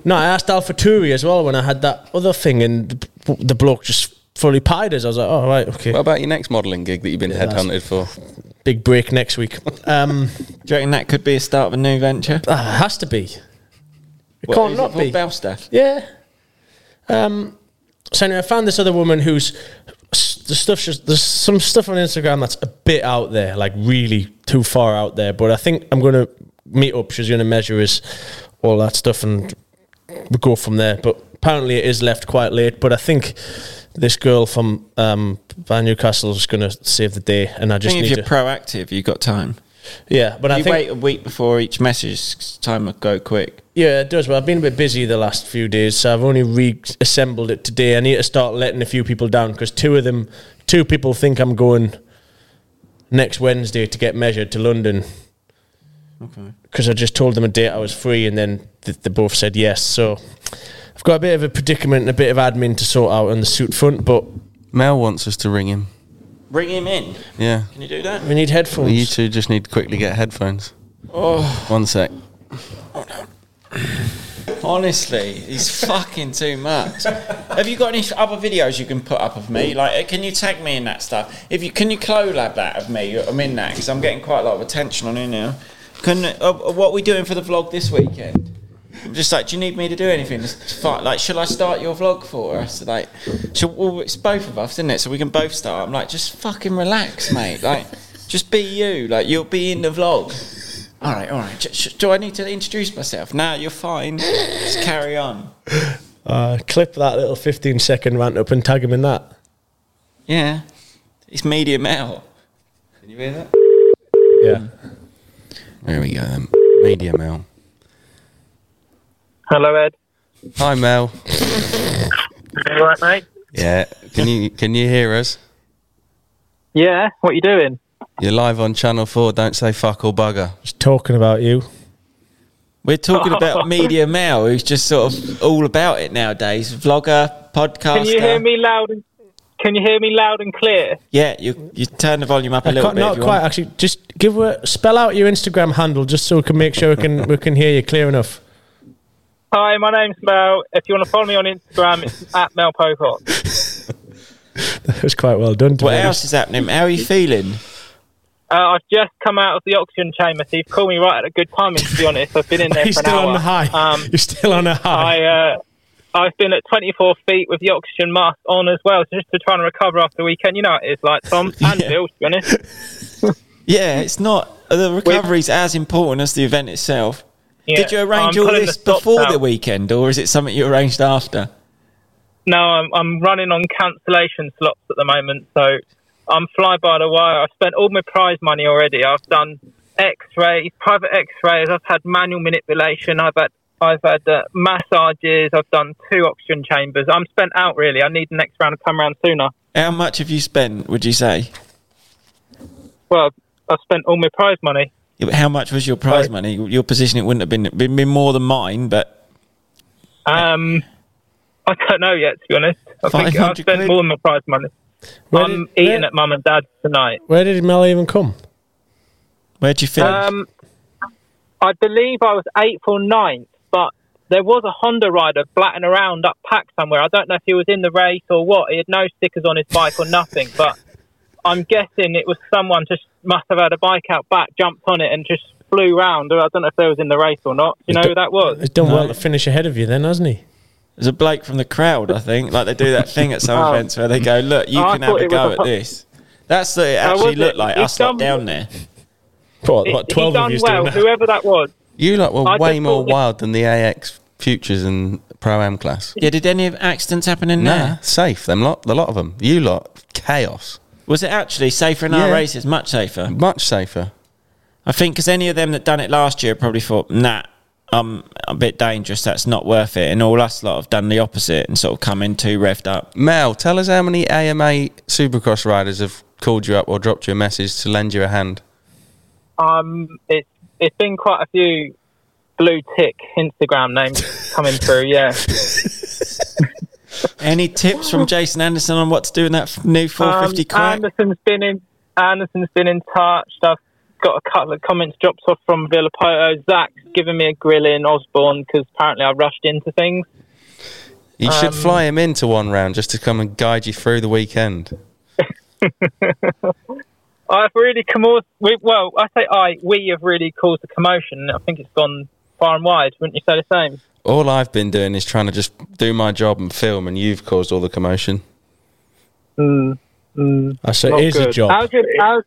[SPEAKER 5] no, I asked Alpha Turi as well when I had that other thing, and the, the bloke just fully pied us. I was like, oh right, okay,
[SPEAKER 4] What about your next modelling gig that you've been
[SPEAKER 5] that's-
[SPEAKER 4] headhunted for?
[SPEAKER 5] big break next week. Um,
[SPEAKER 6] Do you reckon that could be a start of a new venture?
[SPEAKER 5] ah, it has to be. It
[SPEAKER 6] What
[SPEAKER 5] can't
[SPEAKER 6] is
[SPEAKER 5] not
[SPEAKER 6] for?
[SPEAKER 5] be.
[SPEAKER 6] Belstaff.
[SPEAKER 5] Yeah. Um, so anyway, I found this other woman who's s- the stuff. Just, there's some stuff on Instagram that's a bit out there, like really too far out there. But I think I'm gonna meet up. She's gonna measure us all that stuff and we go from there. But apparently, it is left quite late. But I think this girl from um, Van Newcastle is gonna save the day, and I
[SPEAKER 6] I
[SPEAKER 5] just
[SPEAKER 6] think if
[SPEAKER 5] need
[SPEAKER 6] you're
[SPEAKER 5] to.
[SPEAKER 6] proactive, you've got time.
[SPEAKER 5] yeah, but I
[SPEAKER 6] you
[SPEAKER 5] think
[SPEAKER 6] wait a week before each message, 'cause time will go quick.
[SPEAKER 5] Yeah, it does. Well, I've been a bit busy the last few days, so I've only reassembled it today. I need to start letting a few people down because two of them, two people think I'm going next Wednesday to get measured to London. Because I just told them a date I was free, and then th- they both said yes. So I've got a bit of a predicament, and a bit of admin to sort out on the suit front, but
[SPEAKER 4] Mel wants us to ring him.
[SPEAKER 6] Bring him in.
[SPEAKER 4] Yeah.
[SPEAKER 6] Can you do that?
[SPEAKER 5] we need headphones.
[SPEAKER 4] You two just need to quickly get headphones. Oh. One sec.
[SPEAKER 6] Honestly, he's fucking too much. Have you got any other videos you can put up of me? Like, can you tag me in that stuff? If you can, you collab that of me. I'm in that because I'm getting quite a lot of attention on here now. Can uh, what are we doing for the vlog this weekend? I'm just like, do you need me to do anything? Just fi- Like, should I start your vlog for us? Like, should, well, it's both of us, isn't it? So we can both start. I'm like, just fucking relax, mate. Like, just be you. Like, you'll be in the vlog. All right, all right. J- sh- Do I need to introduce myself? No, you're fine. Just carry on.
[SPEAKER 5] Uh, clip that little 15 second rant up and tag him in that.
[SPEAKER 6] Yeah, it's medium L.
[SPEAKER 4] Can you hear that?
[SPEAKER 5] Yeah.
[SPEAKER 4] There we go then. Media Mel.
[SPEAKER 7] Hello, Ed.
[SPEAKER 4] Hi Mel.
[SPEAKER 7] You all right, mate?
[SPEAKER 4] Yeah. Can you can you hear us?
[SPEAKER 7] Yeah. What you doing?
[SPEAKER 4] You're live on Channel Four. Don't say fuck or bugger.
[SPEAKER 5] Just talking about you.
[SPEAKER 6] We're talking about medium L, who's just sort of all about it nowadays. Vlogger, podcaster.
[SPEAKER 7] Can you hear me loud and Can you hear me loud and clear?
[SPEAKER 6] Yeah, you you turn the volume up a
[SPEAKER 5] I
[SPEAKER 6] little
[SPEAKER 5] can't,
[SPEAKER 6] bit. if
[SPEAKER 5] not
[SPEAKER 6] you
[SPEAKER 5] quite
[SPEAKER 6] want.
[SPEAKER 5] actually. Just give her spell out your Instagram handle just so we can make sure we can we can hear you clear enough.
[SPEAKER 7] Hi, my name's Mel. If you want to follow me on Instagram, it's at Mel Pocock.
[SPEAKER 5] That was quite well done. To
[SPEAKER 6] What
[SPEAKER 5] be honest.
[SPEAKER 6] else is happening? How are you feeling?
[SPEAKER 7] Uh, I've just come out of the oxygen chamber, so you've called me right at a good timing. To be honest, I've been in there
[SPEAKER 5] You're
[SPEAKER 7] for an
[SPEAKER 5] still
[SPEAKER 7] hour.
[SPEAKER 5] on the high.
[SPEAKER 7] Um,
[SPEAKER 5] You're still on a high.
[SPEAKER 7] I uh, I've been at 24 feet with the oxygen mask on as well, so just to try and recover after the weekend. You know how it is, like Tom and Bill. To be honest,
[SPEAKER 6] Yeah, it's not the recovery's as important as the event itself.
[SPEAKER 7] Yeah,
[SPEAKER 6] Did you arrange
[SPEAKER 7] I'm
[SPEAKER 6] all
[SPEAKER 7] pulling
[SPEAKER 6] this
[SPEAKER 7] the stops
[SPEAKER 6] before
[SPEAKER 7] out.
[SPEAKER 6] the weekend, or is it something you arranged after?
[SPEAKER 7] No, I'm, I'm running on cancellation slots at the moment, so I'm fly by the wire. I've spent all my prize money already. I've done X-rays, private X-rays. I've had manual manipulation. I've had I've had uh, massages. I've done two oxygen chambers. I'm spent out really. I need the next round to come round sooner.
[SPEAKER 6] How much have you spent? Would you say?
[SPEAKER 7] Well, I've spent all my prize money.
[SPEAKER 6] Yeah, but How much was your prize money? Your position it wouldn't have been been, been more than mine, but
[SPEAKER 7] Um, I don't know yet to be honest. I think I've
[SPEAKER 6] 500
[SPEAKER 7] spent
[SPEAKER 6] quid?
[SPEAKER 7] more than my prize money.
[SPEAKER 5] Where
[SPEAKER 7] I'm
[SPEAKER 5] did-
[SPEAKER 7] eating
[SPEAKER 5] where-
[SPEAKER 7] at mum and dad's tonight.
[SPEAKER 5] Where did Mel even come?
[SPEAKER 6] where'd you finish?
[SPEAKER 7] Um, I believe I was eighth or ninth, but there was a Honda rider blatting around up pack somewhere. I don't know if he was in the race or what. He had no stickers on his bike or nothing, but I'm guessing it was someone just must have had a bike out back, jumped on it, and just flew round. I don't know if they was in the race or not. You know who that was?
[SPEAKER 5] He's done well to finish ahead of you, then, hasn't he?
[SPEAKER 6] There's a bloke from the crowd, I think. Like they do that thing at some
[SPEAKER 7] Oh.
[SPEAKER 6] events where they go, "Look, you
[SPEAKER 7] Oh, I
[SPEAKER 6] can have
[SPEAKER 7] thought
[SPEAKER 6] a
[SPEAKER 7] it was
[SPEAKER 6] go
[SPEAKER 7] a
[SPEAKER 6] at
[SPEAKER 7] pu-
[SPEAKER 6] this." That's what it actually
[SPEAKER 7] was
[SPEAKER 6] looked
[SPEAKER 7] it?
[SPEAKER 6] like.
[SPEAKER 7] He's
[SPEAKER 6] Us lot
[SPEAKER 7] done-
[SPEAKER 6] down there.
[SPEAKER 5] What,
[SPEAKER 7] He-
[SPEAKER 5] what, 12
[SPEAKER 7] he
[SPEAKER 5] of
[SPEAKER 7] done
[SPEAKER 5] you
[SPEAKER 7] well,
[SPEAKER 5] doing that?
[SPEAKER 7] whoever that was.
[SPEAKER 4] You lot were
[SPEAKER 7] I just
[SPEAKER 4] way more
[SPEAKER 7] thought that-
[SPEAKER 4] wild than the AX futures and pro am class.
[SPEAKER 6] Yeah. Did any of accidents happen in
[SPEAKER 4] Nah,
[SPEAKER 6] there?
[SPEAKER 4] safe. Them lot, the lot of them. You lot, chaos.
[SPEAKER 6] Was it actually safer in our
[SPEAKER 4] Yeah.
[SPEAKER 6] races? Much safer.
[SPEAKER 4] Much safer.
[SPEAKER 6] I think because any of them that done it last year probably thought, "Nah, I'm a bit dangerous. That's not worth it." And all us lot have done the opposite and sort of come in too revved up.
[SPEAKER 4] Mel, tell us how many AMA Supercross riders have called you up or dropped you a message to lend you a hand.
[SPEAKER 7] Um, it's it's been quite a few blue tick Instagram names coming through. Yeah.
[SPEAKER 6] Any tips from Jason Anderson on what to do in that f- new 450
[SPEAKER 7] Um,
[SPEAKER 6] crack?
[SPEAKER 7] Anderson's been in. Anderson's been in touch. I've got a couple of comments dropped off from Villapoto. Zach's given me a grill in Osborne because apparently I rushed into things.
[SPEAKER 4] You
[SPEAKER 7] Um,
[SPEAKER 4] should fly him into one round just to come and guide you through the weekend.
[SPEAKER 7] I've really commo- we, well, I say I we have really caused a commotion. I think it's gone far and wide. Wouldn't you say the same?
[SPEAKER 4] All I've been doing is trying to just do my job and film, and you've caused all the commotion.
[SPEAKER 5] I said,
[SPEAKER 7] Mm, Not
[SPEAKER 5] it is a
[SPEAKER 7] good.
[SPEAKER 5] job.
[SPEAKER 7] How's, your, how's,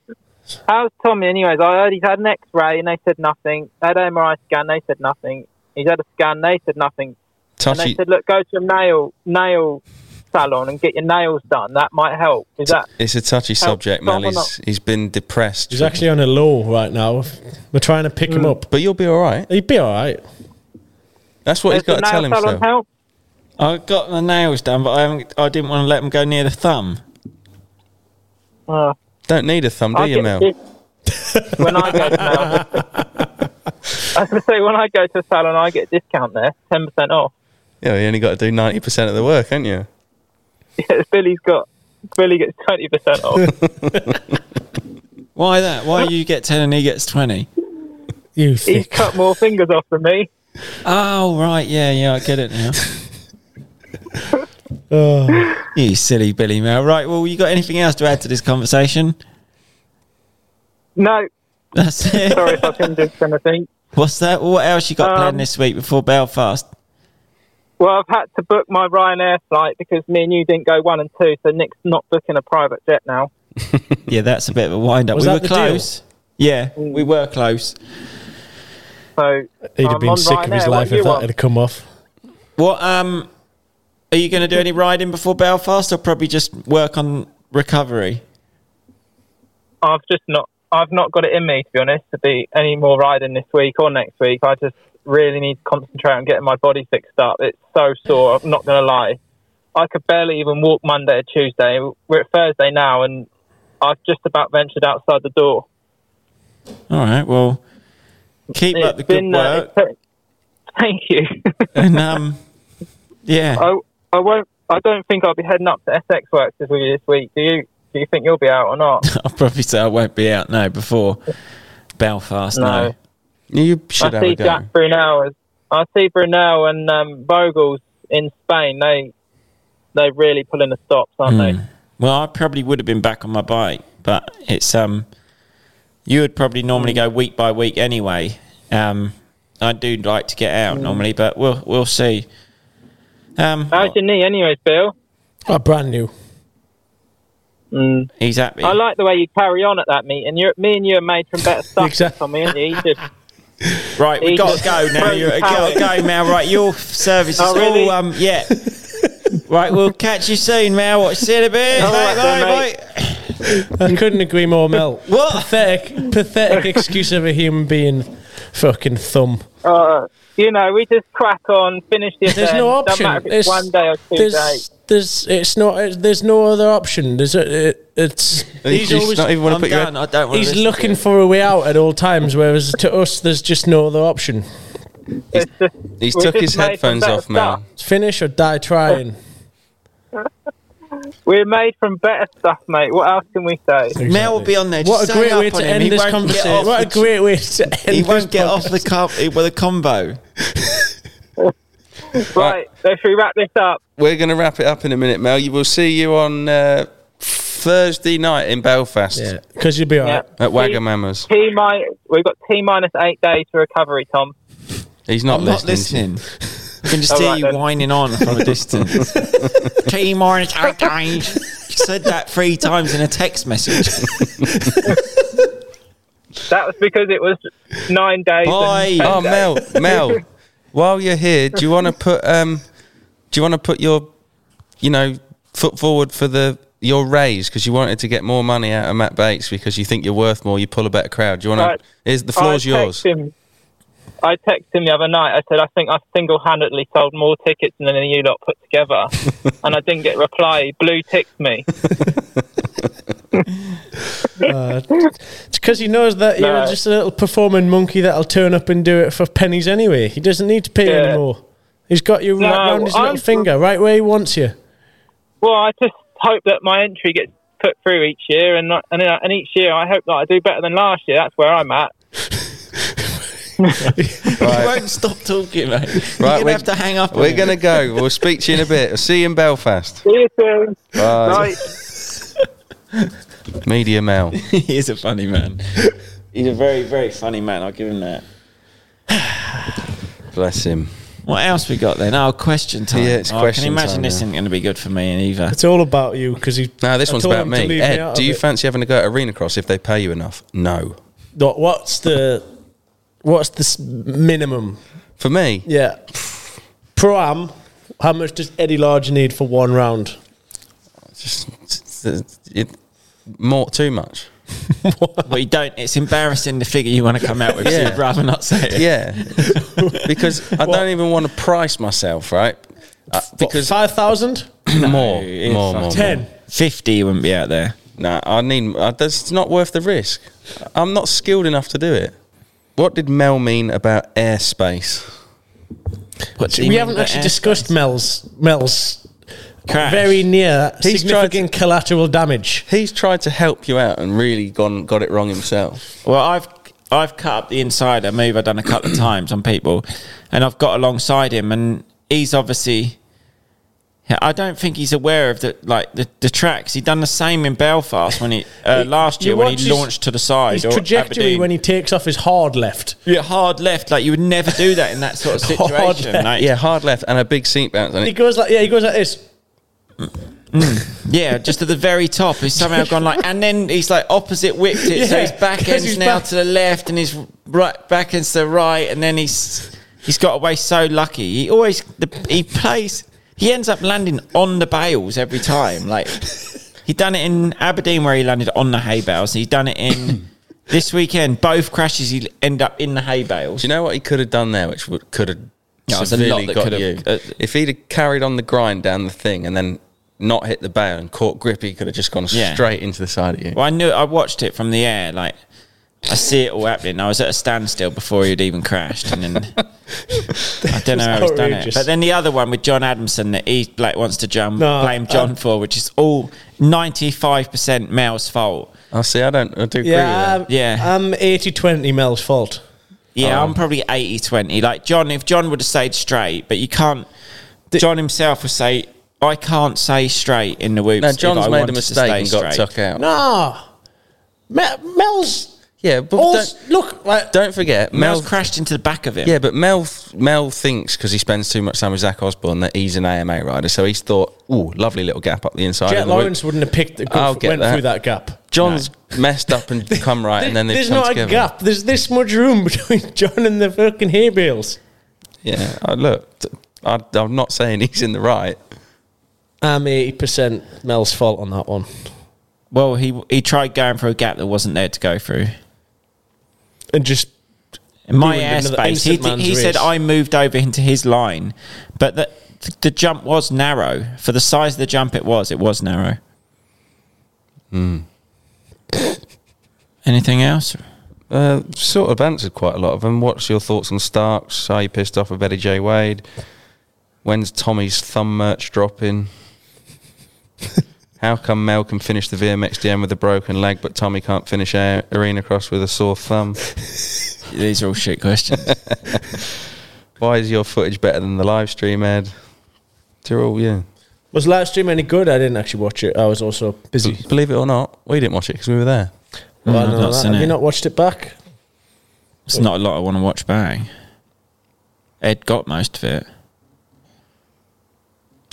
[SPEAKER 7] how's Tommy? Anyways, I heard he's had an X-ray and they said nothing. They had an MRI scan. They said nothing. He's had a scan. They said nothing. And they
[SPEAKER 4] Toshi,
[SPEAKER 7] said, look, go to a nail nail salon and get your nails done. That might help. Is that?
[SPEAKER 4] it's a touchy subject, Mel.
[SPEAKER 7] someone
[SPEAKER 4] He's, he's been depressed.
[SPEAKER 5] He's actually on a low right now. We're trying to pick
[SPEAKER 7] Mm.
[SPEAKER 5] him up.
[SPEAKER 4] but you'll be all right.
[SPEAKER 5] He'd be all right.
[SPEAKER 4] That's what he's got
[SPEAKER 7] Does the
[SPEAKER 4] to tell
[SPEAKER 7] nail salon
[SPEAKER 4] himself.
[SPEAKER 7] help?
[SPEAKER 6] I got the nails done, but I haven't. I didn't want to let them go near the thumb.
[SPEAKER 7] Uh,
[SPEAKER 4] Don't need a thumb, do
[SPEAKER 7] I'll
[SPEAKER 4] you,
[SPEAKER 7] get
[SPEAKER 4] Mel?
[SPEAKER 7] dis- when I go to nail, I was gonna say when I go to a salon, I get a discount there, ten percent off.
[SPEAKER 4] Yeah, you only got to do ninety percent of the work, ain't you?
[SPEAKER 7] Yeah, Billy's got Billy gets twenty percent off.
[SPEAKER 6] Why that?
[SPEAKER 7] Uh,
[SPEAKER 6] Why you get ten and he gets twenty?
[SPEAKER 5] You
[SPEAKER 7] He's
[SPEAKER 5] thick.
[SPEAKER 7] cut more fingers off than me.
[SPEAKER 6] Oh right, yeah, yeah, I get it now.
[SPEAKER 5] Oh,
[SPEAKER 6] you silly Billy Mel. Right, well, you got anything else to add to this conversation?
[SPEAKER 7] No,
[SPEAKER 6] That's it.
[SPEAKER 7] sorry if I've injured anything.
[SPEAKER 6] What's that? What else you got
[SPEAKER 7] Um,
[SPEAKER 6] planned this week before Belfast?
[SPEAKER 7] Well, I've had to book my Ryanair flight because me and you didn't go one and two, so Nick's not booking a private jet now.
[SPEAKER 6] Yeah, that's a bit of a wind up.
[SPEAKER 5] Was
[SPEAKER 6] we
[SPEAKER 5] that the
[SPEAKER 6] were
[SPEAKER 5] deal?
[SPEAKER 6] close. Yeah, we were close.
[SPEAKER 7] So
[SPEAKER 5] he'd
[SPEAKER 7] I'm
[SPEAKER 5] have been
[SPEAKER 7] on
[SPEAKER 5] sick of his
[SPEAKER 7] Ryanair. What
[SPEAKER 5] life
[SPEAKER 7] do you
[SPEAKER 5] if that
[SPEAKER 7] want?
[SPEAKER 5] had come off.
[SPEAKER 6] What um are you gonna do any riding before Belfast or probably just work on recovery?
[SPEAKER 7] I've just not. I've not got it in me to be honest to be any more riding this week or next week. I just really need to concentrate on getting my body fixed up. It's so sore. I'm not going to lie. I could barely even walk Monday or Tuesday. We're at Thursday now, and I've just about ventured outside the door.
[SPEAKER 6] All right, well keep up the
[SPEAKER 7] It's
[SPEAKER 6] good
[SPEAKER 7] been, uh,
[SPEAKER 6] work.
[SPEAKER 7] it's- thank you.
[SPEAKER 6] and um yeah.
[SPEAKER 7] I, I won't. I don't think I'll be heading up to SX Works with you this week. Do you? Do you think you'll be out or not?
[SPEAKER 6] I'll probably say I won't be out now before Belfast. No.
[SPEAKER 7] No.
[SPEAKER 4] You should
[SPEAKER 7] I
[SPEAKER 4] have
[SPEAKER 7] see
[SPEAKER 4] a go.
[SPEAKER 7] Jack Brunel. As, I see Brunel and um, Vogels in Spain. They they really pulling the stops, aren't
[SPEAKER 6] Well, I probably would have been back on my bike, but it's um, you would probably normally go week by week anyway. Um, I do like to get out
[SPEAKER 5] Mm.
[SPEAKER 6] normally, but we'll we'll see. Um,
[SPEAKER 5] Uh,
[SPEAKER 7] they? How's your knee, anyways, Bill?
[SPEAKER 5] Oh, brand new.
[SPEAKER 6] he's happy.
[SPEAKER 7] I like the way you carry on at that meeting. You're, me and you are made from better stuff,
[SPEAKER 5] Exactly.
[SPEAKER 7] Tommy. Aren't you? You just,
[SPEAKER 6] right, we
[SPEAKER 7] he
[SPEAKER 6] got to
[SPEAKER 7] just
[SPEAKER 6] go now.
[SPEAKER 7] throws
[SPEAKER 6] You're
[SPEAKER 7] the
[SPEAKER 6] got to
[SPEAKER 7] towel.
[SPEAKER 6] go, Mel. Right, your service is
[SPEAKER 7] Oh, really?
[SPEAKER 6] all um, yeah. right, we'll catch you soon, Mel. See you in a bit.
[SPEAKER 7] All
[SPEAKER 6] Bye,
[SPEAKER 7] right then,
[SPEAKER 6] bye,
[SPEAKER 7] mate.
[SPEAKER 6] bye.
[SPEAKER 5] I couldn't agree more, Mel.
[SPEAKER 6] What?
[SPEAKER 5] pathetic, pathetic excuse of a human being. Fucking thumb.
[SPEAKER 7] uh, you know, we just crack on, finish the
[SPEAKER 5] There's
[SPEAKER 7] event.
[SPEAKER 5] no
[SPEAKER 7] Doesn't
[SPEAKER 5] option.
[SPEAKER 7] matter if it's one day or two
[SPEAKER 5] there's,
[SPEAKER 7] days.
[SPEAKER 5] there's, it's not. It's, there's no other option. There's a, it, it's.
[SPEAKER 4] He's,
[SPEAKER 5] He's always.
[SPEAKER 4] not even want
[SPEAKER 6] I'm
[SPEAKER 4] to put
[SPEAKER 6] done.
[SPEAKER 4] you.
[SPEAKER 6] I don't want
[SPEAKER 5] He's
[SPEAKER 6] to
[SPEAKER 5] looking for a way out at all times, whereas to us, there's just no other option.
[SPEAKER 7] It's just,
[SPEAKER 4] He's
[SPEAKER 7] we
[SPEAKER 4] took
[SPEAKER 7] just
[SPEAKER 4] his
[SPEAKER 7] made from
[SPEAKER 4] headphones
[SPEAKER 7] better
[SPEAKER 4] off, Mel.
[SPEAKER 7] stuff.
[SPEAKER 5] It's finish or die trying.
[SPEAKER 7] We're made from better stuff, mate. What else can we say?
[SPEAKER 6] Mel will be on there.
[SPEAKER 5] What
[SPEAKER 6] Just
[SPEAKER 5] a
[SPEAKER 6] hang
[SPEAKER 5] great
[SPEAKER 6] up
[SPEAKER 5] way
[SPEAKER 6] on
[SPEAKER 5] to
[SPEAKER 6] him. He
[SPEAKER 5] end this
[SPEAKER 6] won't get off
[SPEAKER 5] conversation. What a
[SPEAKER 6] the-
[SPEAKER 5] great way to end
[SPEAKER 6] He
[SPEAKER 5] this
[SPEAKER 6] won't get off the com- with a combo.
[SPEAKER 7] Right, so should we wrap this up?
[SPEAKER 4] We're going to wrap it up in a minute, Mel. You will see you on uh, Thursday night in Belfast
[SPEAKER 5] Because you'll be all
[SPEAKER 7] Yeah.
[SPEAKER 5] right.
[SPEAKER 4] at Wagamama's.
[SPEAKER 7] T minus, we've got T minus eight days for recovery, Tom.
[SPEAKER 4] He's not
[SPEAKER 6] I'm
[SPEAKER 4] listening.
[SPEAKER 6] not listening. I can just
[SPEAKER 7] All
[SPEAKER 6] hear
[SPEAKER 7] right
[SPEAKER 6] you
[SPEAKER 7] then.
[SPEAKER 6] whining on from a distance. Team Orange, okay. You said that three times in a text message.
[SPEAKER 7] That was because it was nine days.
[SPEAKER 6] Boy.
[SPEAKER 7] and ten
[SPEAKER 4] Oh,
[SPEAKER 7] days.
[SPEAKER 4] Mel, Mel. While you're here, do you want to put um, do you want to put your, you know, foot forward for the your raise because you wanted to get more money out of Matt Bates because you think you're worth more. You pull a better crowd. Do you want
[SPEAKER 7] Right.
[SPEAKER 4] to? Is the floor's
[SPEAKER 7] I
[SPEAKER 4] yours?
[SPEAKER 7] text Him, I texted him the other night. I said, I think I single-handedly sold more tickets than any of you lot put together, and I didn't get a reply. He blue ticked me.
[SPEAKER 5] It's because he knows that
[SPEAKER 7] No.
[SPEAKER 5] you're just a little performing monkey that'll turn up and do it for pennies anyway. He doesn't need to pay
[SPEAKER 7] Yeah.
[SPEAKER 5] anymore. He's got you
[SPEAKER 7] No,
[SPEAKER 5] right round his
[SPEAKER 7] I'm-
[SPEAKER 5] little finger, right where he wants you.
[SPEAKER 7] Well, I just hope that my entry gets put through each year, and and, uh, and each year I hope that I do better than last year. That's where I'm at.
[SPEAKER 6] You won't stop talking, mate. You're
[SPEAKER 4] Right,
[SPEAKER 6] gonna
[SPEAKER 4] we-
[SPEAKER 6] have to hang up. on
[SPEAKER 4] We're
[SPEAKER 6] it.
[SPEAKER 4] gonna go. We'll speak to you in a bit. We'll see you in Belfast.
[SPEAKER 7] See you soon.
[SPEAKER 4] Bye.
[SPEAKER 7] Bye.
[SPEAKER 4] Media Mel.
[SPEAKER 6] he is a funny man. He's a very, very funny man. I'll give him that.
[SPEAKER 4] Bless him.
[SPEAKER 6] What else we got then? Oh, question time.
[SPEAKER 4] Yeah, it's
[SPEAKER 6] oh,
[SPEAKER 4] question
[SPEAKER 6] I can imagine
[SPEAKER 4] time,
[SPEAKER 6] this
[SPEAKER 4] yeah.
[SPEAKER 6] isn't going to be good for me and either.
[SPEAKER 5] It's all about you because he.
[SPEAKER 4] No, this
[SPEAKER 5] I
[SPEAKER 4] one's
[SPEAKER 5] told
[SPEAKER 4] about
[SPEAKER 5] him to
[SPEAKER 4] me.
[SPEAKER 5] leave
[SPEAKER 4] Ed,
[SPEAKER 5] out
[SPEAKER 4] do
[SPEAKER 5] of
[SPEAKER 4] you
[SPEAKER 5] it.
[SPEAKER 4] fancy having a go at Arena Cross if they pay you enough? No.
[SPEAKER 5] What- What's the what's the s- minimum?
[SPEAKER 4] For me,
[SPEAKER 5] Yeah, pro am. How much does Eddie Large need for one round?
[SPEAKER 4] just it's- it's- it, more too much.
[SPEAKER 6] Well, you don't. It's embarrassing the figure you want to come out with.
[SPEAKER 4] Yeah.
[SPEAKER 6] So you'd rather not say it.
[SPEAKER 4] Yeah, because I don't even want to price myself, right? Uh, because
[SPEAKER 5] five thousand,
[SPEAKER 4] more,
[SPEAKER 6] it's
[SPEAKER 4] more, more, more.
[SPEAKER 5] ten.
[SPEAKER 6] Fifty you wouldn't be out there.
[SPEAKER 4] No, I need. I, that's not worth the risk. I'm not skilled enough to do it. What did Mel mean about airspace?
[SPEAKER 6] What do you
[SPEAKER 5] We
[SPEAKER 6] mean
[SPEAKER 5] haven't
[SPEAKER 6] by
[SPEAKER 5] actually
[SPEAKER 6] air-
[SPEAKER 5] discussed Mel's Mel's
[SPEAKER 6] Crash.
[SPEAKER 5] very near
[SPEAKER 4] He's tried to-
[SPEAKER 5] significant collateral damage.
[SPEAKER 4] He's tried to help you out and really gone got it wrong himself.
[SPEAKER 6] Well, I've I've cut up the insider move. I've done a couple of times on people, and I've got alongside him, and he's obviously. I don't think he's aware of the like the, the tracks. He done the same in Belfast when he uh, last
[SPEAKER 5] You
[SPEAKER 6] year when
[SPEAKER 5] watch
[SPEAKER 6] he
[SPEAKER 5] his-
[SPEAKER 6] launched to the side.
[SPEAKER 5] His
[SPEAKER 6] or
[SPEAKER 5] trajectory
[SPEAKER 6] Aberdeen.
[SPEAKER 5] when he takes off his hard left.
[SPEAKER 6] yeah, hard left. Like you would never do that in that sort of
[SPEAKER 5] Hard
[SPEAKER 6] situation.
[SPEAKER 5] left.
[SPEAKER 6] Like,
[SPEAKER 4] Yeah, hard left and a big seat bounce. And
[SPEAKER 5] He
[SPEAKER 4] it,
[SPEAKER 5] goes like yeah, he goes like this.
[SPEAKER 6] Yeah, just at the very top. He's somehow gone like, and then he's like opposite whipped it, so
[SPEAKER 5] Yeah,
[SPEAKER 6] his back
[SPEAKER 5] 'cause
[SPEAKER 6] ends
[SPEAKER 5] he's
[SPEAKER 6] now
[SPEAKER 5] back-
[SPEAKER 6] to the left, and his right back ends to the right, and then he's he's got away so lucky. He always the, he plays. He ends up landing on the bales every time. Like he done it in Aberdeen where he landed on the hay bales. He done it in this weekend. Both crashes he end up in the hay bales.
[SPEAKER 4] do you know what he could have done there, which would, could have
[SPEAKER 6] Yeah, there's a lot
[SPEAKER 4] severely
[SPEAKER 6] that
[SPEAKER 4] got
[SPEAKER 6] could have-
[SPEAKER 4] you?
[SPEAKER 6] uh,
[SPEAKER 4] if he'd have carried on the grind down the thing and then not hit the bail and caught grip, he could have just gone
[SPEAKER 6] Yeah.
[SPEAKER 4] straight into the side of you.
[SPEAKER 6] Well, I knew I watched it from the air. Like I see it all happening. I was at a standstill before he'd even crashed, and then I don't know how he's done it.
[SPEAKER 5] outrageous.
[SPEAKER 6] But then the other one with John Adamson that he like wants to jump,
[SPEAKER 5] No,
[SPEAKER 6] blame John for, which is all ninety five percent Mel's fault.
[SPEAKER 4] I Oh, see. I don't. I do agree
[SPEAKER 5] Yeah, um,
[SPEAKER 4] with
[SPEAKER 5] I'm,
[SPEAKER 4] that.
[SPEAKER 6] Yeah.
[SPEAKER 5] I'm 80-20 Mel's fault.
[SPEAKER 6] Yeah, I'm probably 80-20. Like John, if John would have stayed straight, but you can't. John himself would say, "I can't say straight in the whoops."
[SPEAKER 4] Now
[SPEAKER 6] if
[SPEAKER 4] John's
[SPEAKER 6] I
[SPEAKER 4] made a
[SPEAKER 6] wanted to
[SPEAKER 4] mistake
[SPEAKER 6] stay
[SPEAKER 4] and got
[SPEAKER 6] straight."
[SPEAKER 4] took out.
[SPEAKER 5] No, Mel, Mel's.
[SPEAKER 4] Yeah, but
[SPEAKER 5] All's,
[SPEAKER 4] don't,
[SPEAKER 5] look, like,
[SPEAKER 4] don't forget Mel.
[SPEAKER 6] Mel's crashed into the back of him.
[SPEAKER 4] yeah, but Mel Mel thinks because he spends too much time with Zach Osborne that he's an AMA rider, so he's thought, "Ooh, lovely little gap up the inside."
[SPEAKER 5] Jet
[SPEAKER 4] and the whoop."
[SPEAKER 5] Lawrence wouldn't have picked the
[SPEAKER 4] I'll
[SPEAKER 5] gone-
[SPEAKER 4] get
[SPEAKER 5] went
[SPEAKER 4] that.
[SPEAKER 5] through that gap.
[SPEAKER 4] John's messed up and come right, and then they've
[SPEAKER 5] There's
[SPEAKER 4] come
[SPEAKER 5] not
[SPEAKER 4] together.
[SPEAKER 5] a gap. There's this much room between John and the fucking hay bales.
[SPEAKER 4] Yeah, I, look, t- I, I'm not saying he's in the right.
[SPEAKER 5] I'm 80% Mel's fault on that one.
[SPEAKER 6] Well, he he tried going for a gap that wasn't there to go through.
[SPEAKER 5] And just
[SPEAKER 6] In my
[SPEAKER 5] Ruined another
[SPEAKER 6] airspace, he,
[SPEAKER 5] innocent man's
[SPEAKER 6] he said
[SPEAKER 5] race.
[SPEAKER 6] I moved over into his line, but the, the jump was narrow for the size of the jump. It was, it was narrow. Anything else?
[SPEAKER 4] Uh, sort of answered quite a lot of them. What's your thoughts on Starks? Are you pissed off with Eddie J Wade? When's Tommy's thumb merch dropping? How come Mel can finish the VMXDM with a broken leg, but Tommy can't finish a- Arena Cross with a sore thumb?
[SPEAKER 6] These are all shit questions.
[SPEAKER 4] Why is your footage better than the live stream, Ed? They're all yeah.
[SPEAKER 5] was live stream any good? I didn't actually watch it. I was also busy.
[SPEAKER 4] Believe it or not, we didn't watch it because we were there.
[SPEAKER 5] Well, I
[SPEAKER 6] I've
[SPEAKER 5] know
[SPEAKER 6] Mm, not
[SPEAKER 5] that.
[SPEAKER 6] seen
[SPEAKER 5] Have
[SPEAKER 6] it.
[SPEAKER 5] you not watched it back?
[SPEAKER 6] it's not a lot I want to watch back. Ed got most of it.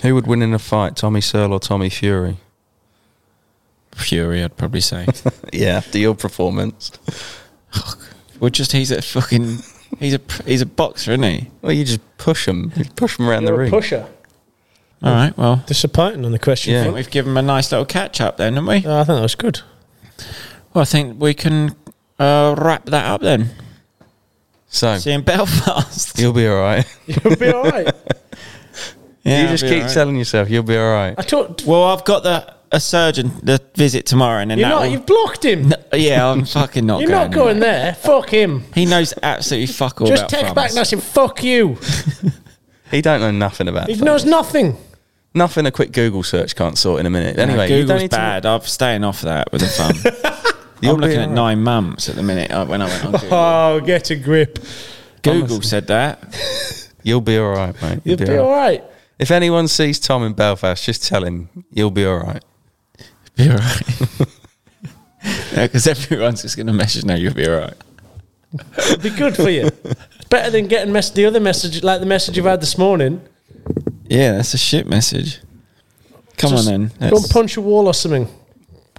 [SPEAKER 4] Who would win in a fight, Tommy Searle or Tommy Fury?
[SPEAKER 6] Fury, I'd probably say.
[SPEAKER 4] Yeah, after your performance.
[SPEAKER 6] well, just he's a fucking he's a he's a boxer, isn't he?
[SPEAKER 4] Well, you just push him, push him around the
[SPEAKER 5] You're a
[SPEAKER 4] ring.
[SPEAKER 5] pusher.
[SPEAKER 6] All right, well,
[SPEAKER 5] Disappointing on the question.
[SPEAKER 4] Yeah.
[SPEAKER 6] I think we've given him a nice little catch up then, haven't we?
[SPEAKER 5] No, I think that was good.
[SPEAKER 6] Well, I think we can uh, wrap that up then.
[SPEAKER 4] So
[SPEAKER 6] See you in Belfast.
[SPEAKER 4] you'll be all right.
[SPEAKER 5] You'll be all right.
[SPEAKER 6] Yeah,
[SPEAKER 4] you
[SPEAKER 6] I'll
[SPEAKER 4] just
[SPEAKER 6] be
[SPEAKER 4] keep
[SPEAKER 6] alright.
[SPEAKER 4] telling yourself you'll be all right.
[SPEAKER 5] I told
[SPEAKER 6] Well, I've got the a surgeon the visit tomorrow, and then
[SPEAKER 5] you're
[SPEAKER 6] that
[SPEAKER 5] not.
[SPEAKER 6] will-
[SPEAKER 5] You've blocked him.
[SPEAKER 6] yeah, I'm fucking not.
[SPEAKER 5] you're
[SPEAKER 6] going
[SPEAKER 5] not going there. Fuck him.
[SPEAKER 6] He knows absolutely fuck all
[SPEAKER 5] Just
[SPEAKER 6] about
[SPEAKER 5] text back
[SPEAKER 6] France.
[SPEAKER 5] and ask him. Fuck you.
[SPEAKER 4] He don't know nothing about.
[SPEAKER 5] He
[SPEAKER 4] that.
[SPEAKER 5] knows nothing.
[SPEAKER 4] Nothing a quick Google search can't sort in a minute. Anyway, you don't
[SPEAKER 6] Google's
[SPEAKER 4] need
[SPEAKER 6] bad. I'm staying off that with the fun.
[SPEAKER 4] You'll
[SPEAKER 6] I'm
[SPEAKER 4] be
[SPEAKER 6] looking at
[SPEAKER 4] alright.
[SPEAKER 6] nine months at the minute uh, when I went on Google.
[SPEAKER 5] Oh, get a grip.
[SPEAKER 6] Google said that.
[SPEAKER 4] To, you'll be all right, mate.
[SPEAKER 5] You'll be all right.
[SPEAKER 4] If anyone sees Tom in Belfast, just tell him you'll be all right.
[SPEAKER 6] Be all right. Because everyone's just going to message now, you'll be all right.
[SPEAKER 5] It'd be good for you. It's better than getting mess- the other message, like the message you've had this morning.
[SPEAKER 6] Yeah, that's a shit message. Come
[SPEAKER 5] Just
[SPEAKER 6] on then.
[SPEAKER 5] Go
[SPEAKER 6] Let's-
[SPEAKER 5] and punch a wall or something.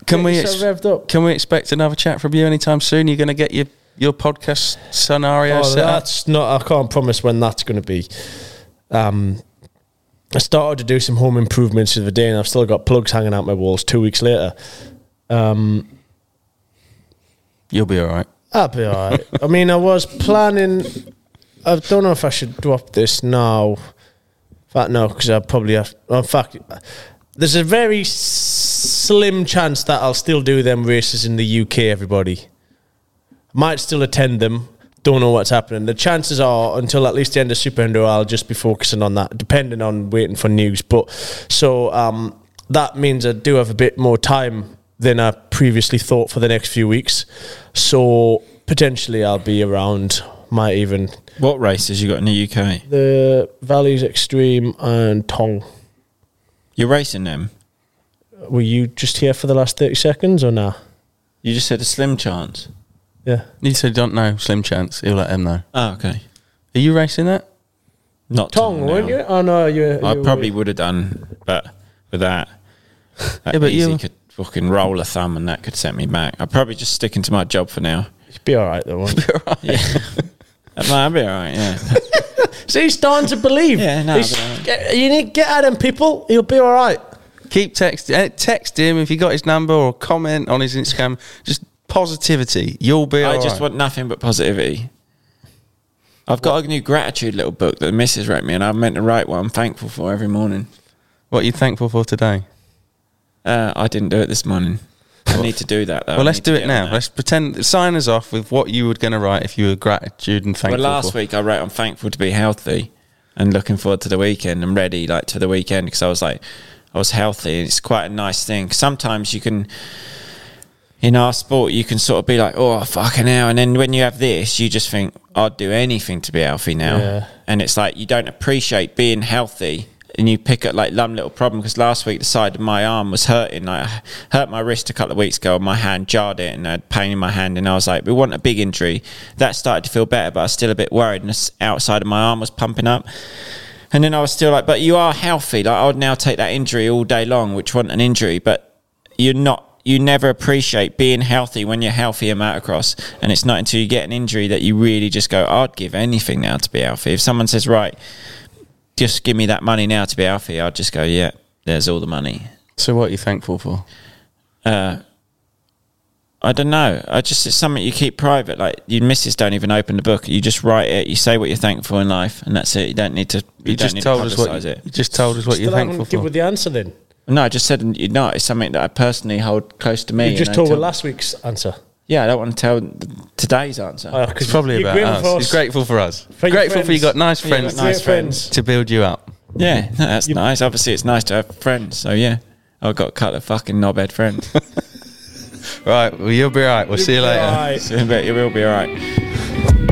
[SPEAKER 4] Can
[SPEAKER 5] Get
[SPEAKER 4] we
[SPEAKER 5] yourself
[SPEAKER 4] ex-
[SPEAKER 5] revved up.
[SPEAKER 4] can we expect another chat from you anytime soon? You're going to get your your podcast scenario
[SPEAKER 5] Oh,
[SPEAKER 4] set up.
[SPEAKER 5] that's not. I can't promise when that's going to be. Um, I started to do some home improvements the other day, and I've still got plugs hanging out my walls. Two weeks later, Um,
[SPEAKER 4] You'll be all right.
[SPEAKER 5] I'll be all right. I mean, I was planning. I don't know if I should drop this now. In fact, no, because I probably have. well, In fact, there's a very s- slim chance that I'll still do them races in the UK. Everybody might still attend them. Don't know what's happening. The chances are until at least the end of Super Hendo, I'll just be focusing on that, depending on waiting for news. But so um, that means I do have a bit more time than I previously thought for the next few weeks. So potentially I'll be around. Might even
[SPEAKER 6] What races you got in the UK?
[SPEAKER 5] the Valleys Extreme and Tong.
[SPEAKER 6] You're racing them.
[SPEAKER 5] Were you just here for the last thirty seconds or nah?
[SPEAKER 6] You just said a slim chance.
[SPEAKER 5] Yeah.
[SPEAKER 4] You said don't know. Slim chance. He'll let him know.
[SPEAKER 6] Oh, okay.
[SPEAKER 4] Are you racing that?
[SPEAKER 6] Not
[SPEAKER 5] Tong,
[SPEAKER 6] Tong,
[SPEAKER 5] weren't
[SPEAKER 6] no.
[SPEAKER 5] you? Oh no, you.
[SPEAKER 6] I
[SPEAKER 5] you
[SPEAKER 6] probably would have done, but with that, that
[SPEAKER 4] Yeah, but
[SPEAKER 6] easy
[SPEAKER 4] you-
[SPEAKER 6] could fucking roll a thumb and that could set me back. I'm probably just sticking to my job for now.
[SPEAKER 5] would be all right though. Won't you?
[SPEAKER 6] I'll be all right. Yeah,
[SPEAKER 5] See, he's starting to believe.
[SPEAKER 6] Yeah, no,
[SPEAKER 5] He's-
[SPEAKER 6] but, uh,
[SPEAKER 5] get- you need to get at him, people. He'll be all right.
[SPEAKER 4] Keep text eh, text him if you got his number or comment on his Instagram. Just positivity. You'll be.
[SPEAKER 6] I
[SPEAKER 4] all
[SPEAKER 6] just
[SPEAKER 4] right.
[SPEAKER 6] want nothing but positivity. I've got a new gratitude little book that the missus wrote me, and I meant to write what I'm thankful for every morning.
[SPEAKER 4] What are you thankful for today?
[SPEAKER 6] Uh, I didn't do it this morning. I need to do that though. I
[SPEAKER 4] well, let's
[SPEAKER 6] need to
[SPEAKER 4] do
[SPEAKER 6] get
[SPEAKER 4] it
[SPEAKER 6] on
[SPEAKER 4] now.
[SPEAKER 6] that.
[SPEAKER 4] Let's pretend sign us off with what you were going to write if you were gratitude and
[SPEAKER 6] Well,
[SPEAKER 4] thankful.
[SPEAKER 6] last
[SPEAKER 4] for.
[SPEAKER 6] week I wrote I'm thankful to be healthy and looking forward to the weekend and ready like to the weekend because I was like I was healthy and it's quite a nice thing. Sometimes you can in our sport you can sort of be like oh fucking hell and then when you have this you just think I'd do anything to be healthy now
[SPEAKER 5] Yeah.
[SPEAKER 6] and it's like you don't appreciate being healthy and you pick up like lumb little problem because last week the side of my arm was hurting like, I hurt my wrist a couple of weeks ago and my hand jarred it and I had pain in my hand and I was like we want a big injury that started to feel better but I was still a bit worried and the s- outside of my arm was pumping up and then I was still like but you are healthy like I would now take that injury all day long which wasn't an injury but you're not you never appreciate being healthy when you're healthy in motocross and it's not until you get an injury that you really just go I'd give anything now to be healthy if someone says right just give me that money now to be healthy I'd just go yeah there's all the money
[SPEAKER 4] So, what are you thankful for?
[SPEAKER 6] I don't know I just it's something you keep private like your missus don't even open the book you just write it you say what you're thankful in life and that's it you don't need to you,
[SPEAKER 4] You,
[SPEAKER 6] don't
[SPEAKER 4] just
[SPEAKER 6] need
[SPEAKER 4] told
[SPEAKER 6] to
[SPEAKER 4] us what.
[SPEAKER 6] publicise
[SPEAKER 4] You,
[SPEAKER 6] it
[SPEAKER 4] you just told us what
[SPEAKER 5] Still
[SPEAKER 4] you're
[SPEAKER 5] haven't
[SPEAKER 4] thankful
[SPEAKER 5] given
[SPEAKER 4] for.
[SPEAKER 5] with the answer then.
[SPEAKER 6] no I just said you know it's something that I personally hold close to me
[SPEAKER 5] You just
[SPEAKER 6] and I
[SPEAKER 5] told her
[SPEAKER 6] tell-
[SPEAKER 5] last week's answer.
[SPEAKER 6] yeah I don't want to tell th- today's answer
[SPEAKER 5] Because
[SPEAKER 4] It's probably about us.
[SPEAKER 5] For
[SPEAKER 4] He's grateful for us.
[SPEAKER 5] For your
[SPEAKER 4] grateful for you.
[SPEAKER 5] friends.
[SPEAKER 4] Got nice friends
[SPEAKER 6] nice friends.
[SPEAKER 4] to build you up.
[SPEAKER 6] Yeah, no, that's nice. Obviously, it's nice to have friends. So yeah, I've got a couple of fucking knobhead friends.
[SPEAKER 4] Right. Well, you'll be all right. We'll see you later.
[SPEAKER 5] Right.
[SPEAKER 6] so I bet you will be all right.